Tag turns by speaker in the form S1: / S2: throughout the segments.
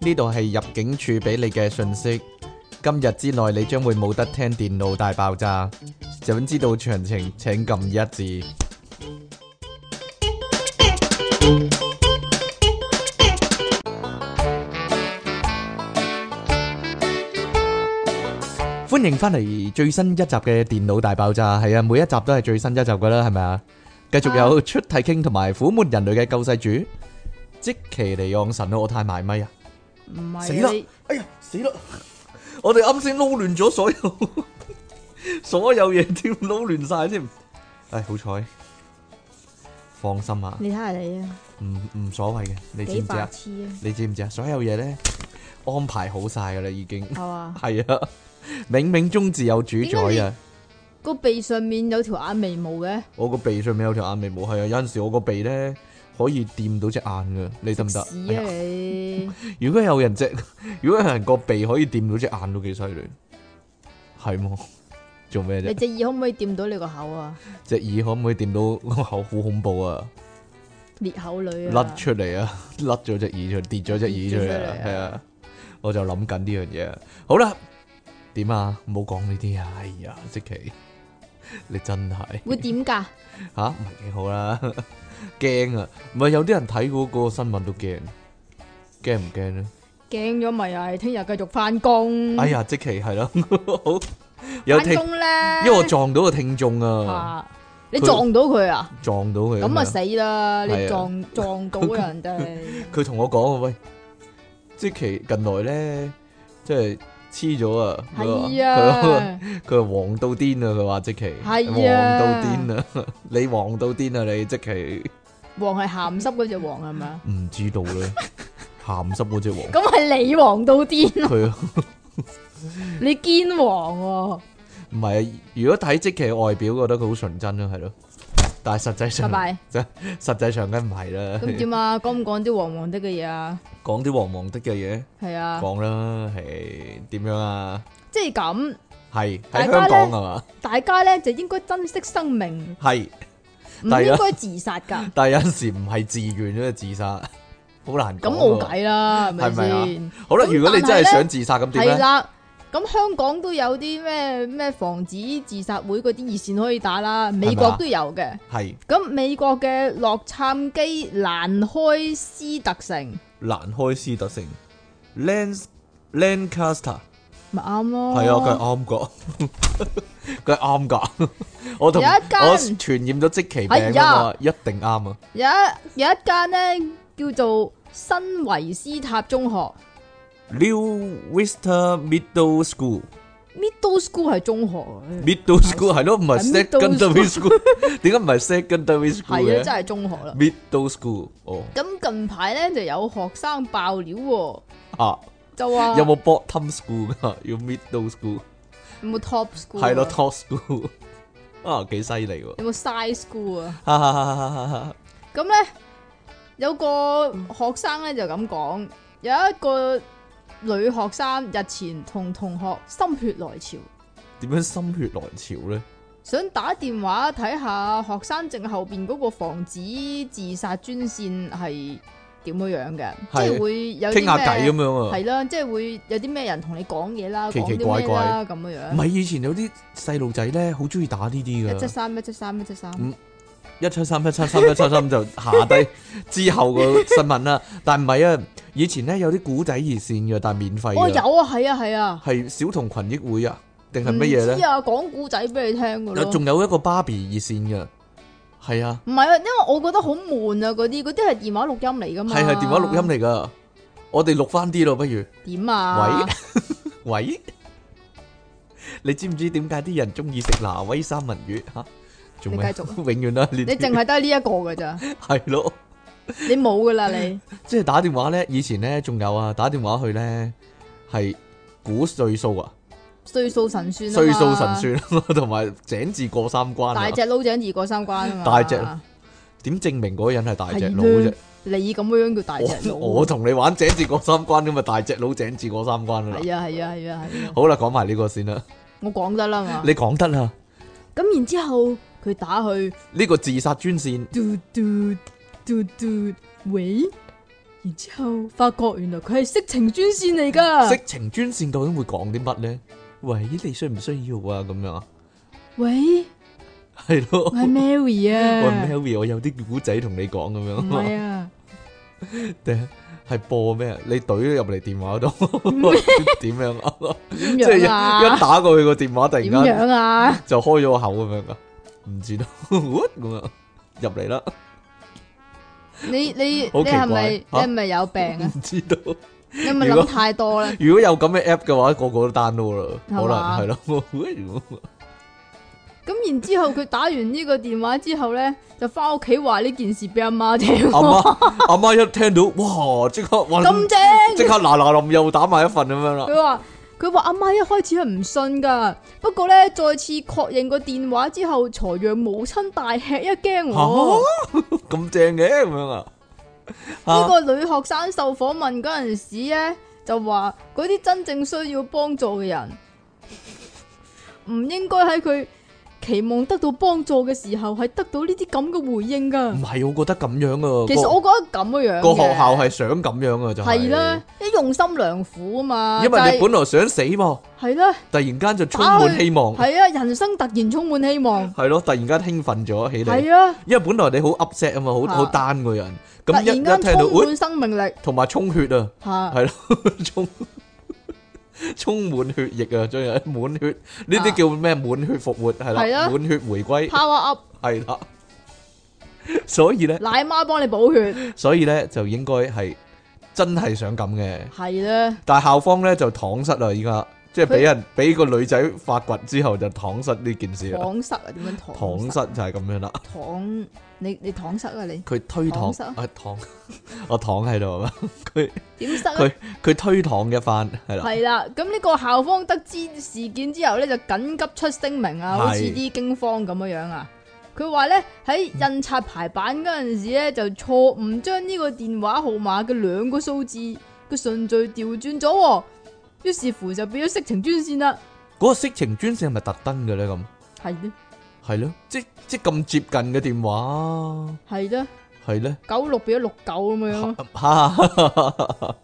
S1: 呢度係入境處俾你嘅信息。今日之內你將會冇得聽電腦大爆炸。想知道詳情，請撳一字。歡迎翻嚟最新一集嘅電腦大爆炸，係啊，每一集都係最新一集噶啦，係咪啊？繼續有出體傾同埋苦悶人類嘅救世主，即其尼昂神啊！我太埋咪啊！
S2: 唔係
S1: 死啦
S2: 你
S1: 哎呀，死啦！我哋啱先撈亂咗所有 所有嘢添，撈亂晒添。唉，好彩，放心啊，
S2: 你睇下你啊，
S1: 唔唔所謂嘅，你知
S2: 幾
S1: 唔知
S2: 白
S1: 啊？
S2: 痴啊，
S1: 你知唔知啊？所有嘢咧安排好晒噶啦，已經
S2: 係嘛？
S1: 係啊，冥冥中自有主宰
S2: 點解
S1: 啊！
S2: 個鼻上面有條眼眉毛嘅，
S1: 我個鼻上面有條眼眉毛，係啊，有陣時我個鼻咧可以掂到隻眼噶，你得唔得？
S2: 屎
S1: 哎
S2: 啊
S1: 呀
S2: 你！
S1: 如果有人隻， 如果有人個鼻可以掂到隻眼都幾犀利，係麼？做 咩
S2: 你
S1: 啫？
S2: 隻耳可唔可以掂到你個口啊？
S1: 隻耳可唔可以掂到個口？好恐怖啊！
S2: 裂口女啊！
S1: 甩出嚟啊！ 甩咗隻耳出嚟，跌咗隻耳出
S2: 跌咗
S1: 嚟
S2: 出
S1: 啊！
S2: 嚟啊
S1: 係啊，我就諗緊呢樣嘢啊。好啦，點啊？唔好講呢啲啊！哎呀，即奇， 你真係
S2: 會點㗎？
S1: 吓唔係幾好啦， 驚啊！唔係有啲人睇嗰個新聞都驚，驚唔驚咧？
S2: 驚咗咪係聽日繼續翻工。
S1: 哎呀，即奇係咯， 好有
S2: 翻
S1: 聽。
S2: 工咧，
S1: 因為我撞到個聽眾啊，
S2: 啊你
S1: 佢
S2: 撞到佢啊？
S1: 撞到佢
S2: 咁
S1: 樣
S2: 啊死啦！
S1: 係啊
S2: 你撞撞到人哋，
S1: 佢同我講啊，喂，即其近來咧，即係黐咗啊，佢話
S2: 係
S1: 佢話
S2: 啊，
S1: 佢話黃到癲啊，佢話即其
S2: 係
S1: 黃
S2: 啊
S1: 到癲啊， 你黃到癲啊，你即其
S2: 黃係鹹濕嗰只黃係咪啊？
S1: 唔知道咧， 鹹濕嗰只黃，
S2: 咁係你黃到癲，
S1: 佢
S2: 你堅黃喎！
S1: 唔係啊，如果睇即其外表，覺得佢好純真咯，啊係咯，但係實際
S2: 拜
S1: 上，
S2: 拜。
S1: 實際上梗唔係啦，
S2: 咁點啊？ 講唔講啲黃黃的嘅嘢啊？
S1: 講啲黃黃的嘅嘢
S2: 係啊，
S1: 講啦，係點樣啊？
S2: 即係咁，
S1: 係
S2: 大
S1: 喺
S2: 家
S1: 香港
S2: 呢
S1: 係嘛？
S2: 大家咧就應該珍惜生命，
S1: 係，
S2: 唔
S1: 係啊
S2: 應該自殺 㗎。
S1: 但係有陣時唔係自願咧，自殺 好難講喎。
S2: 咁冇計啦，係咪
S1: 哦係咪啊
S2: 先？
S1: 好啦，
S2: 咁
S1: 如果你
S2: 但係
S1: 真係
S2: 呢
S1: 想自殺咁點
S2: 係
S1: 咧？
S2: 啦。咁香港都有啲咩咩防止自殺會嗰啲熱線可以打啦，美國都有嘅。
S1: 係啊
S2: 咁美國嘅洛杉磯蘭開斯特城
S1: 蘭開斯特城 （Lans Lancaster）
S2: 咪啱咯。
S1: 係啊，佢係啱噶， 佢係啱噶。 我同
S2: 有一間
S1: 我傳染咗即期病啊嘛，一定啱啊！
S2: 有一有一間咧叫做新維斯塔中學
S1: New Vista Middle School，Middle
S2: ，Middle School 係中學啊。
S1: School 係咯，唔係
S2: 係 middle
S1: secondary school，點解 唔係 secondary
S2: 系
S1: school
S2: 啊，
S1: 嘅
S2: 真係中學啦。
S1: ？Middle School 哦
S2: 咁近排咧就有學生爆料喎，
S1: 啊！
S2: 就話
S1: 有冇 bottom school 噶？要 middle school
S2: 有冇 top school？啊
S1: 係咯，top school 啊，幾犀利喎！
S2: 有冇 size school 啊？
S1: 哈哈哈哈哈
S2: 咁咧有個學生咧就咁講，有一個女學生日前同同學心血來潮，
S1: 點樣心血來潮咧？
S2: 想打電話睇下學生證後邊嗰個防止自殺專線係點樣樣嘅，即
S1: 係
S2: 係會有
S1: 傾下偈咁
S2: 樣。
S1: 樣啊！
S2: 係啦，即係會有啲咩人同你講嘢啦，
S1: 奇
S2: 講
S1: 奇
S2: 啲咩
S1: 怪怪
S2: 啦咁樣樣
S1: 唔。係以前有啲細路仔咧，好中意打呢啲
S2: 一七
S1: 噶，
S2: 三一七三一七三，
S1: 嗯一七三一七三一七三就下低 之後個新聞啦。但唔係啊，以前咧有啲古仔熱線嘅，但係免費
S2: 哦有
S1: 嘅，
S2: 啊，係啊，係啊，
S1: 係小童群益會啊，定係
S2: 唔
S1: 乜嘢
S2: 知
S1: 咧？
S2: 啊，講古仔俾你聽噶咯。
S1: 仲有一個芭比熱線嘅，係啊。
S2: 唔係啊，因為我覺得好悶啊，嗰啲嗰啲係電話錄音嚟噶嘛。
S1: 係係電話錄音嚟噶，我哋錄翻啲咯，不如。
S2: 點啊？
S1: 喂喂，你知唔知點解啲人中意食挪威三文魚吓？做咩？
S2: 你繼續啊
S1: 永遠啦，你
S2: 你淨係得呢一個噶咋？
S1: 係咯，
S2: 你冇噶啦 你。
S1: 即係打電話咧，以前咧仲有啊，打電話去咧係估歲數啊，
S2: 歲數神算啊
S1: 歲
S2: 嘛
S1: 數神算啊， 同埋井字過三關啊
S2: 大，隻撈井二過三關啊嘛。
S1: 大隻點證明嗰個人係大隻佬
S2: 係
S1: 啫
S2: 啦？你咁樣叫大隻
S1: 我
S2: 佬。
S1: 我同你玩井字過三關咁啊，大隻佬井字過三關啦。
S2: 係啊係啊係啊係啊，
S1: 好啦，講埋呢個先啦，
S2: 我講得啦嘛。
S1: 你講得啦。
S2: 咁然之後佢打去
S1: 呢個自殺專線
S2: 嘟嘟嘟嘟，喂，然之后发觉原来佢系色情专线嚟噶。
S1: 色情專線究竟會講啲乜咧？喂，你需唔需要啊？ 咁樣啊，
S2: 喂，
S1: 係咯
S2: 我。系 Mary
S1: 喂
S2: 啊，
S1: ，Mary，我有啲古仔同你講咁
S2: 唔系
S1: 樣，
S2: 啊，
S1: 係播咩？你懟咗入嚟電話度
S2: 咩，
S1: 點樣啊？
S2: 点
S1: 即係一
S2: 样
S1: 一
S2: 啊？
S1: 打過去個電話，突
S2: 点
S1: 然間
S2: 样啊？
S1: 就開咗個口咁樣噶，唔知道 what 咁啊，入嚟啦，
S2: 啊你你
S1: 好
S2: 你
S1: 奇
S2: 系
S1: 怪
S2: 咪
S1: 嚇
S2: 你系咪有病 啊？
S1: 唔知道。
S2: 你系咪
S1: 如果
S2: 谂太多咧？
S1: 如果有咁嘅 app 嘅話，個個都 download 啦，可
S2: 係嘛
S1: 能係咯。喂 如果
S2: 咁然之后佢打完呢个电话之后咧，就翻屋企话呢件事俾阿妈听，
S1: 阿
S2: 咁
S1: 媽阿媽一聽到，哇！即刻哇
S2: 正。
S1: 即刻嗱嗱臨又打埋一份咁樣啦。
S2: 佢話：佢話阿媽一開始係唔信噶，不過咧再次確認個電話之後，財讓母親大吃一驚喎。
S1: 咁正嘅咁樣啊？
S2: 呢
S1: 啊
S2: 個女學生受訪問嗰陣時咧，就話嗰啲真正需要幫助嘅人， 唔應該喺佢期望得到幫助嘅時候，係得到呢啲咁嘅回應噶
S1: 唔。係，我覺得咁樣啊。
S2: 其實我覺得咁嘅樣嘅
S1: 嗯個個學校係想咁樣啊，就係
S2: 係啦，一用心良苦啊嘛，
S1: 因為你
S2: 就係
S1: 本來想死喎，
S2: 係啦，
S1: 突然間就充滿希望，
S2: 係啊，人生突然充滿希望，
S1: 係咯，突然間興奮咗起嚟。
S2: 係啊。
S1: 因為本來你好 upset 啊嘛，好
S2: 嚇
S1: 好 down 個人，
S2: 突
S1: 咁
S2: 然
S1: 一
S2: 間
S1: 一聽到，
S2: 充
S1: 喂
S2: 滿生命力
S1: 同埋充血啊，
S2: 吓，
S1: 係咯，充充滿血液啊，仲有滿血，呢啲
S2: 啊
S1: 叫咩？滿血復活係
S2: 係
S1: 啦，
S2: 啊
S1: 滿血回歸
S2: power up，
S1: 係啦，所以咧。
S2: 奶媽幫你補血，
S1: 所以咧就應該係真係想咁嘅，
S2: 係啦，
S1: 但係校方咧就搪塞啦，依家即係俾人俾個女仔發掘之後就搪塞呢件事啦，
S2: 搪塞啊，點樣 搪
S1: 搪塞就係咁樣啦，
S2: 搪？你你搪塞啊你？
S1: 佢推
S2: 搪塞
S1: 搪啊搪， 我搪喺度啊嘛， 佢
S2: 點塞啊？
S1: 佢啊佢推搪一番係啦，
S2: 係啦，咁呢個校方得知事件之後咧，就緊急出聲明啊，
S1: 係
S2: 好似啲驚慌咁樣樣啊。佢話咧喺印刷排版嗰陣時咧，就錯誤將呢個電話號碼嘅兩個數字嘅順序調轉咗喎，於是乎就變咗色情專線啦。
S1: 嗰個色情專線係咪特登嘅咧咁？
S2: 係咧，
S1: 係咯，即即咁接近嘅電話
S2: 係咧，
S1: 係咧。
S2: 九六變咗六九咁樣樣
S1: 啊
S2: 咯。
S1: 哈，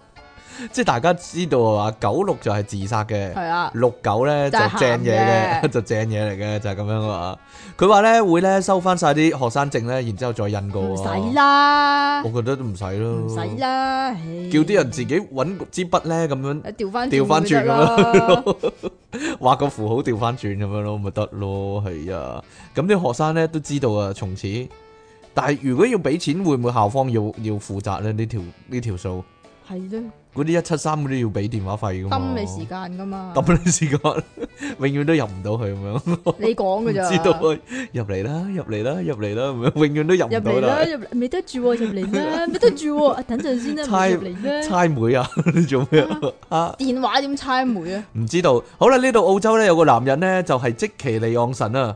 S1: 即系大家知道啊，九六就係自殺嘅，
S2: 係啊
S1: 六九咧就
S2: 就係
S1: 正嘢
S2: 鹹
S1: 嘅，
S2: 嘅
S1: 就正嘢嚟嘅，就係咁樣啊嘛。佢話咧會咧收翻晒啲學生證咧，然之后再印過。啊
S2: 唔使，啦，
S1: 我覺得都唔使咯，
S2: 唔使，啦，唉
S1: 叫啲人自己揾支筆咧，咁樣
S2: 調翻
S1: 調翻轉咁
S2: 啦，
S1: 樣，畫個符號調翻轉咁樣咯，咪得咯，係啊。咁啲學生咧都知道啊，從此。但係如果要俾錢，會唔會校方要要負責咧？呢條呢條數？
S2: 係咯，
S1: 嗰啲一七三嗰啲要俾電話費噶嘛，
S2: 抌你啊時間噶嘛，
S1: 抌你時間， 永遠都入唔到去咁樣，
S2: 你講
S1: 唔
S2: 噶咋？
S1: 知道啊入嚟啦，入嚟啦，入嚟啦，咁樣永遠都入
S2: 入
S1: 唔
S2: 嚟
S1: 到
S2: 啦，
S1: 啦。
S2: 入嚟未得住喎，入嚟 啦，未得住喎，啊等陣先啦，唔好
S1: 猜
S2: 入嚟啦。
S1: 猜妹 啊，你做咩啊啊？
S2: 電話點猜梅啊？
S1: 唔知道。好啦，呢度澳洲咧有個男人咧就係即其利昂神啊，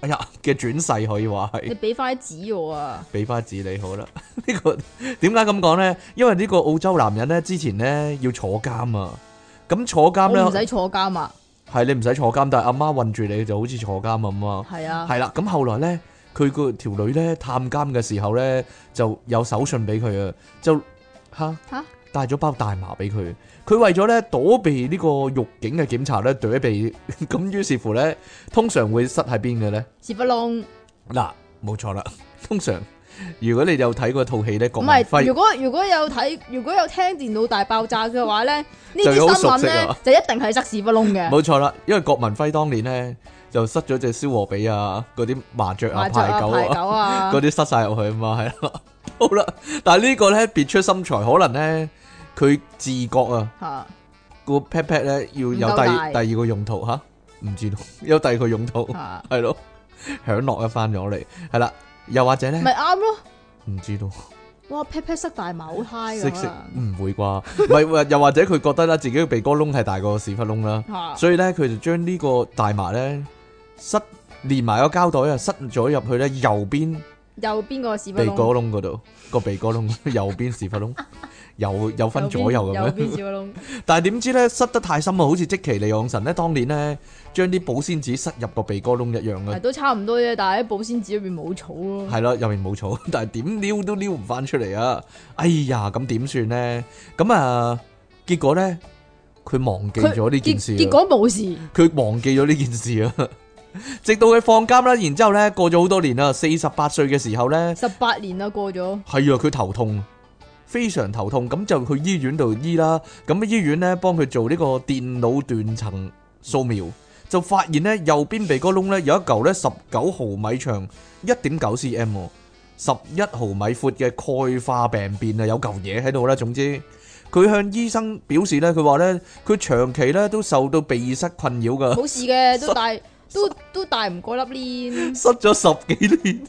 S1: 哎呀嘅轉世可以話係
S2: 你。俾翻啲紙我啊！
S1: 俾翻紙你 好啦，呢、個點解咁講呢？因為呢個澳洲男人呢，之前呢要坐監啊，咁坐監
S2: 我唔
S1: 呢，
S2: 使坐監啊，
S1: 係你唔使坐監，但係阿媽韞住你就好似坐監咁啊。
S2: 係啊，
S1: 係啦，咁後來咧，佢個條女咧探監嘅時候咧，就有手信俾佢啊，就吓
S2: 吓
S1: 帶咗包大麻俾佢。佢為咗咧躲避呢個獄警嘅檢查咧，躲避咁，於是乎咧，通常會塞喺邊嘅咧？
S2: 屎忽窿。
S1: 嗱，冇錯啦， 通常如果你有睇過套戲咧，郭
S2: 唔
S1: 文
S2: 係，如
S1: 輝
S2: 果如果有睇，如果有聽電腦大爆炸嘅話咧，呢啲
S1: 就好
S2: 新聞
S1: 熟悉
S2: 咧
S1: 啊
S2: 就一定係塞屎忽窿嘅。
S1: 冇錯啦，因為郭文輝當年咧就塞咗隻燒鵝髀啊，嗰啲麻雀啊、
S2: 麻雀
S1: 排
S2: 啊，
S1: 狗
S2: 排
S1: 啊。
S2: 狗啊
S1: 嗰，啲塞晒入去啊嘛，係啦。 好啦，但係呢個咧別出心裁，可能咧佢自覺啊，
S2: 吓
S1: 個 pat pat 咧要有第
S2: 唔夠大啊
S1: 第二個用途吓，唔知道 有第二個用途
S2: 吓，
S1: 係咯，享樂一翻咗嚟係啦，又或者咧
S2: 咪啱咯。
S1: 唔知道
S2: 哇，pat pat 塞大麻好 high 啊
S1: 識
S2: 噶
S1: 識
S2: 啦，
S1: 唔會啩？唔係 又或者佢覺得啦，自己嘅鼻哥窿係大過屎忽窿啦，
S2: 吓
S1: 所以咧佢就將呢個大麻咧塞連埋個膠袋啊，塞咗入去咧右邊
S2: 右邊個屎忽
S1: 鼻哥
S2: 窿，
S1: 窿嗰度個鼻哥 窿右邊屎忽窿，有有分左右咁
S2: 右
S1: 樣。
S2: 邊屎 忽窿，
S1: 但係點知咧，塞得太深啊，好似即其利昂神咧，當年咧將啲保鮮紙塞入個鼻哥窿一樣
S2: 係
S1: 啊。
S2: 都差唔多啫。但係喺保鮮紙裏邊冇草咯，
S1: 係咯，入面冇草， 但係點撩都撩唔翻出嚟啊！哎呀，咁點算咧？咁啊，結果咧，佢忘記
S2: 佢
S1: 咗呢件事
S2: 結
S1: 啊。
S2: 結果冇事，
S1: 佢忘記咗呢件事啊！ 直到佢放監啦，然之後咧過咗好多年啦，四十八歲嘅時候咧，
S2: 十八年啦 過咗，
S1: 係啊，佢頭痛，非常頭痛，咁就去醫院度醫啦。咁喺醫院咧幫佢做呢個電腦斷層掃描，就發現咧右邊鼻哥窿咧有一嚿咧十九毫米長、一點九 cm、十一毫米闊嘅鈣化病變啊，有嚿嘢喺度啦。總之，佢向醫生表示咧，佢話咧佢長期咧都受到鼻塞困擾噶。
S2: 冇事嘅，都大都都大唔過粒鏈，
S1: 塞咗十幾年，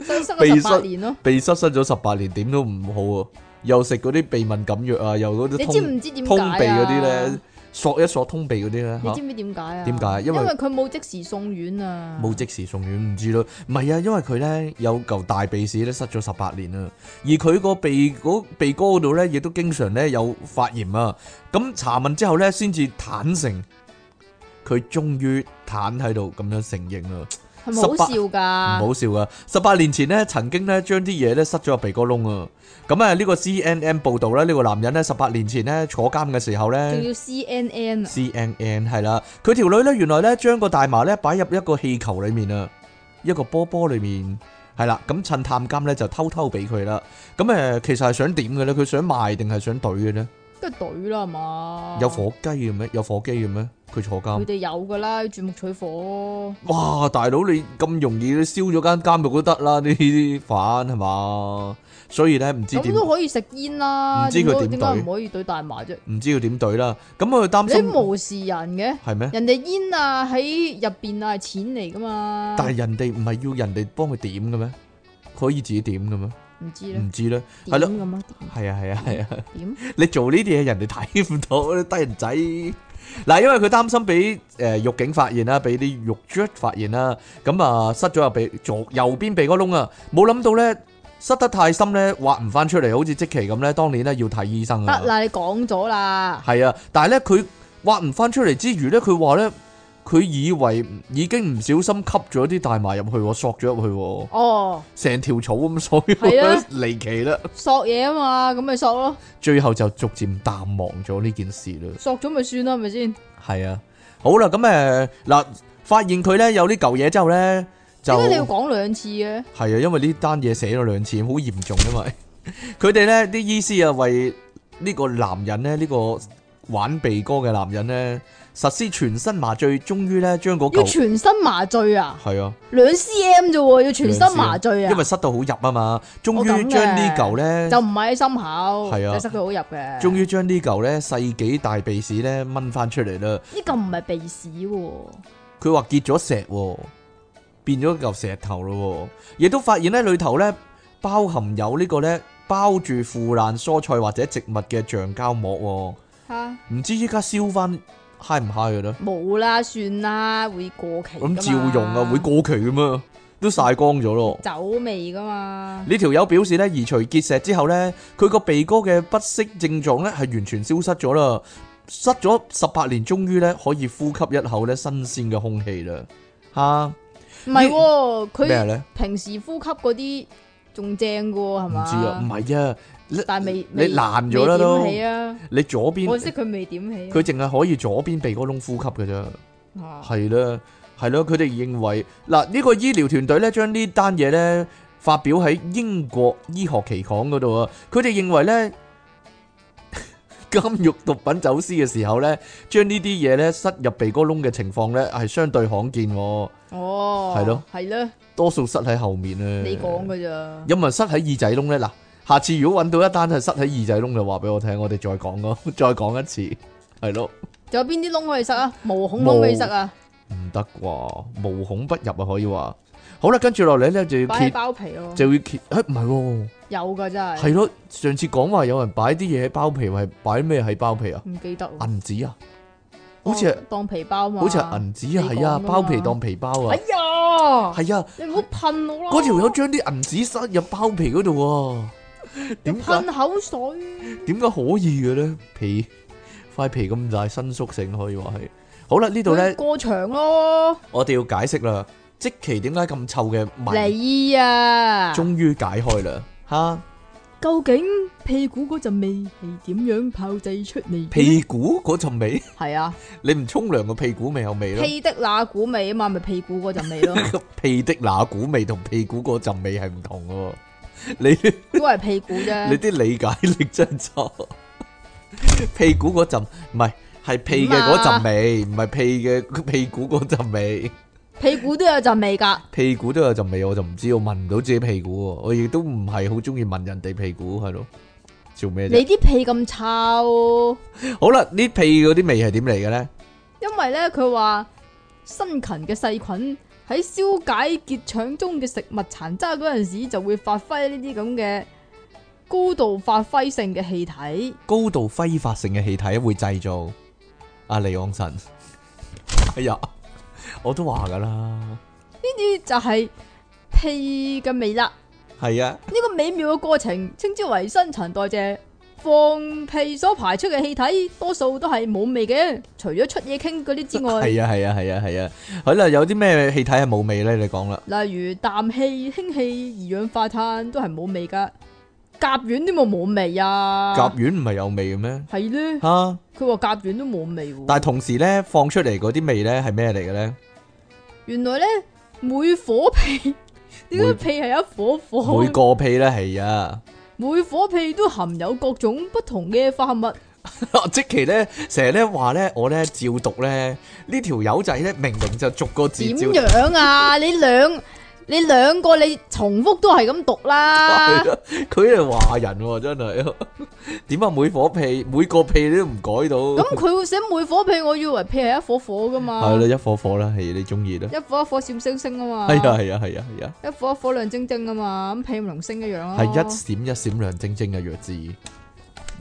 S2: 生生
S1: 鼻
S2: 咗十八
S1: 塞
S2: 年咯。
S1: 鼻 塞塞咗十八年，點都唔好啊！又食嗰啲鼻敏感藥啊，又嗰
S2: 你
S1: 啲
S2: 知
S1: 通
S2: 唔知點解
S1: 通鼻
S2: 啊
S1: 嗰啲咧，索一索通鼻嗰啲咧
S2: 你
S1: 嚇
S2: 知，唔知點解啊？
S1: 點解因為
S2: 佢冇即時送院啊，
S1: 冇即時送院唔知咯。唔係啊，因為佢咧有嚿大鼻屎咧塞咗十八年啊，而佢個鼻嗰鼻哥嗰度咧亦都經常咧有發炎啊。咁查問之後咧，先至坦誠，佢終於坦喺度咁樣承認啦。
S2: 係咪好
S1: 18
S2: 笑㗎？
S1: 唔好笑噶，啊十八年前呢，曾經呢將啲嘢呢塞咗入鼻哥窿啊！咁啊，呢個 CNN 報導啦，呢個男人呢，十八年前呢坐監嘅時候
S2: 仲
S1: 呢
S2: 要 CNN 啊，
S1: CNN 係啦，佢條女呢，原來呢將個大麻呢擺入一個氣球裡面啊，一個波波裡面係啦，咁趁探監呢就偷偷俾佢啦。咁誒，其實係想點嘅呢？佢想賣定係想懟嘅呢？
S2: 跟住懟啦係嘛？
S1: 有火雞嘅咩？有火雞嘅咩？佢坐監
S2: 哦佢。哋有㗎啦，鑽木取火，
S1: 哇，大佬你咁容易都燒咗間監獄都得啦，呢啲犯係嘛？所以咧唔知
S2: 咁
S1: 點，
S2: 都可以食煙啦。
S1: 唔知佢點
S2: 點
S1: 懟
S2: 解唔可以懟大麻啫？
S1: 唔知要點對啦。咁佢擔
S2: 你
S1: 心
S2: 無視人嘅，
S1: 係咩？
S2: 人哋煙啊喺入邊啊係錢嚟㗎嘛，
S1: 但係人哋唔係要人哋幫佢點嘅咩？可以自己點嘅咩？
S2: 唔知咧
S1: 唔知咧，嗯係
S2: 點
S1: 咯，
S2: 咁啊
S1: 係啊係啊係啊！
S2: 點
S1: 你做呢啲嘢人哋睇唔到，低人仔。嗱，因為佢擔心俾誒獄警發現啦，俾啲獄卒發現啦，咁啊塞咗入鼻左右邊鼻哥窿啊，冇諗到咧塞得太深咧，挖唔翻出嚟，好似即期咁咧，當年咧要睇醫生啊
S2: 得。啦，你講咗啦，
S1: 係啊，但係咧佢挖唔翻出嚟之餘咧，佢話咧佢以為已經唔小心吸咗啲大麻入去喎，索咗入去喎，
S2: 哦，
S1: 成條草咁，所以
S2: 係啊
S1: 離奇啦。
S2: 索嘢啊嘛，咁咪索咯，
S1: 最後就逐漸淡忘咗呢件事啦。
S2: 索咗咪算啦，係咪先？
S1: 係啊，好啦，咁誒嗱，發現佢咧有呢嚿嘢之後咧，就
S2: 點解你要
S1: 係
S2: 講兩次嘅？
S1: 啊，因為呢單嘢寫咗兩次，好嚴重，因為 佢哋咧啲醫師啊，為呢個男人咧，呢、個玩鼻哥嘅男人咧，實施全身麻醉，終於咧將嗰嚿
S2: 要全身麻醉啊！
S1: 係啊，
S2: 兩 cm 啫喎，要全身麻醉啊！
S1: 因為塞到好入啊嘛，終
S2: 我咁
S1: 於
S2: 嘅
S1: 將呢嚿咧
S2: 就，唔係喺心口，
S1: 係啊
S2: 就塞佢好入嘅。
S1: 終於將呢嚿咧細幾大鼻屎咧掹翻出嚟啦。
S2: 呢個唔係鼻屎喎，
S1: 佢話結咗石、喎，變咗嚿石頭咯、喎，亦都發現咧裏頭咧包含有呢個咧包住腐爛蔬菜或者植物嘅橡膠膜、
S2: 吓
S1: 喎，唔知依家燒翻嗨唔嗨嘅咧？
S2: 冇啦，算啦，會過期㗎嘛。
S1: 咁照用啊，會過期噶嘛，都曬光咗咯。
S2: 酒味噶嘛？
S1: 呢條友表示咧，移除結石之後咧，佢個鼻哥嘅不適症狀咧係完全消失咗啦，失咗十八年，終於咧可以呼吸一口咧新鮮嘅空氣啦。嚇、
S2: 唔係喎，
S1: 咩
S2: 佢
S1: 咧？
S2: 平時呼吸嗰啲仲正噶喎，係
S1: 唔
S2: 嘛？
S1: 知啊，唔，係啊，你
S2: 但係未
S1: 你爛咗啦都
S2: 未點起啊！
S1: 你左邊
S2: 我識佢未點起啊。
S1: 佢淨係可以左邊鼻哥窿呼吸嘅啫，
S2: 啊
S1: 係啦，係啦，佢哋認為嗱呢個醫療團隊咧將呢單嘢咧發表喺英國醫學期刊嗰度啊，佢哋認為咧 監獄毒品走私嘅時候咧，將呢啲嘢咧塞入鼻哥窿嘅情況咧係相對罕見喎，
S2: 哦，
S1: 係咯，
S2: 係咯，
S1: 多數塞喺後面啊咧。
S2: 你講噶咋？
S1: 有冇人塞喺耳仔窿咧？嗱，下次如果揾到一單係塞喺耳仔窿，就話俾我聽，我哋再講咯， 再講一次，係咯，
S2: 仲有邊啲窿可以塞啊？毛孔窿可以塞啊？
S1: 唔得啩，無孔不入啊，可以話。好啦，跟住落嚟咧就要
S2: 擺喺
S1: 揭，
S2: 包皮咯，
S1: 就要揭，誒唔
S2: 有噶真
S1: 係喎，
S2: 係，
S1: 係咯，上次講話有人擺啲嘢喺包皮，係擺咩喺包皮啊？
S2: 唔記得喎。
S1: 銀紙啊，好似係
S2: 當當皮包嘛，
S1: 好似係銀紙啊，
S2: 哦你
S1: 係啊，
S2: 講㗎嘛
S1: 包皮當皮包啊，
S2: 哎呀，
S1: 係啊，
S2: 你唔好噴我啦，
S1: 嗰條友將啲銀紙塞入包皮嗰度喎，點解啊
S2: 噴口水，
S1: 點解可以嘅咧？皮塊皮咁大，伸縮性可以話係。好啦，呢度咧
S2: 佢過場咯，
S1: 我哋要解釋啦，即期點解咁臭嘅謎，
S2: 你啊，
S1: 終於解開啦，吓
S2: 究竟屁股嗰陣味係點樣炮製出嚟？
S1: 屁股嗰陣味，
S2: 係啊，
S1: 你唔沖涼個屁股咪有味咯。
S2: 屁的那股味啊嘛，咪屁股嗰陣味咯，
S1: 屁的那股味同屁股嗰陣味係唔同嘅喎，你
S2: 都係屁股
S1: 你
S2: 啫，
S1: 啲理解力真係差。 屁股嗰陣唔係係屁嘅嗰陣味，唔係屁嘅屁股嗰陣味，
S2: 屁股都有陣味㗎，
S1: 屁股都有陣味，我就唔知，我聞唔到自己屁股喎，我亦都唔係好中意聞人哋屁股，係咯，做咩
S2: 你
S1: 啫？
S2: 啲屁咁臭。
S1: 好啦，呢屁嗰啲味係點嚟嘅咧？
S2: 因为咧佢话辛勤嘅細菌喺消解結腸中嘅食物殘渣嗰陣時，就會發揮呢啲咁嘅高度發揮性嘅氣體。
S1: 高度揮發性嘅氣體會製造阿尼昂神。哎呀，我都話噶啦，
S2: 呢啲就係屁嘅味啦。
S1: 係啊。
S2: 呢、個美妙嘅過程稱之為新陳代謝。放屁所排出嘅氣體，多數都係冇味嘅，除咗出嘢傾嗰啲之外，
S1: 系啊系啊系啊系啊，好啦，有啲咩氣體係冇味咧？你講啦，
S2: 例如氮氣、氫氣、二氧化碳都係冇味噶。甲烷點會冇味啊？
S1: 甲烷唔係有味嘅 咩？
S2: 系咧。
S1: 吓、
S2: 佢話甲烷都冇味喎。
S1: 但係同時咧，放出嚟嗰啲味咧係咩嚟嘅咧？
S2: 原來咧，每火屁點
S1: 每
S2: 解屁係一火火？
S1: 每個屁咧係啊，
S2: 每火屁都含有各種不同嘅化合物。
S1: 即其咧成日咧話咧，我咧照讀咧呢條友仔咧，明明就逐個字
S2: 點
S1: 照讀。
S2: 樣啊？你兩你兩個你重複都係咁讀 啦
S1: 係。啊咯 佢係華人喎，真 係點啊？每火屁每個屁你都唔改到，
S2: 咁佢會寫每火屁，我以為屁係一火火噶嘛
S1: 係。啦，一火火啦，係你中意啦，
S2: 一火一火閃星星啊嘛。
S1: 係啊係啊係啊係啊，
S2: 一火一火亮晶晶啊嘛，咁屁咪同星一樣咯。
S1: 係一閃一閃亮晶晶嘅弱智，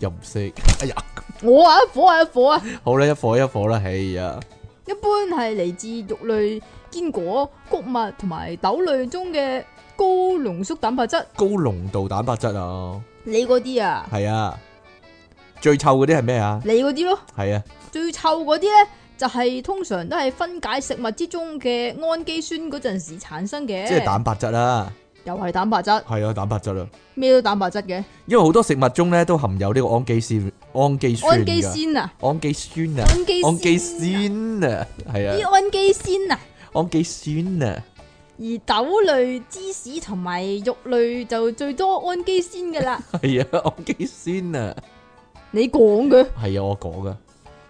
S1: 又唔識，哎呀！
S2: 我啊，一火啊，一火啊，
S1: 好啦，一火一火啦，哎呀，
S2: 一般係嚟自肉類、堅果、谷物同埋豆類中嘅高濃縮蛋白質。
S1: 高濃度蛋白質啊，
S2: 你嗰啲啊，
S1: 係啊，最臭嗰啲係咩啊？
S2: 你嗰啲咯，
S1: 係啊，
S2: 最臭嗰啲咧就係、通常都係分解食物之中嘅氨基酸嗰陣時產生嘅，
S1: 即係蛋白質啦，
S2: 又係蛋白質，
S1: 係啊，蛋白質啦，
S2: 咩都蛋白質嘅，
S1: 因為好多食物中咧都含有呢個氨基酸，氨基酸
S2: 氨基
S1: 㗎，
S2: 酸啊，
S1: 氨基酸啊，
S2: 氨基
S1: 氨基
S2: 酸啊，
S1: 酸啊，係
S2: 啲
S1: 啊，
S2: 氨基酸啊，
S1: 氨基酸啊，
S2: 而豆類、芝士同埋肉類就最多氨基酸 噶啦，
S1: 係啊，氨基酸啊，
S2: 你講嘅呢
S1: 係啊，我講噶，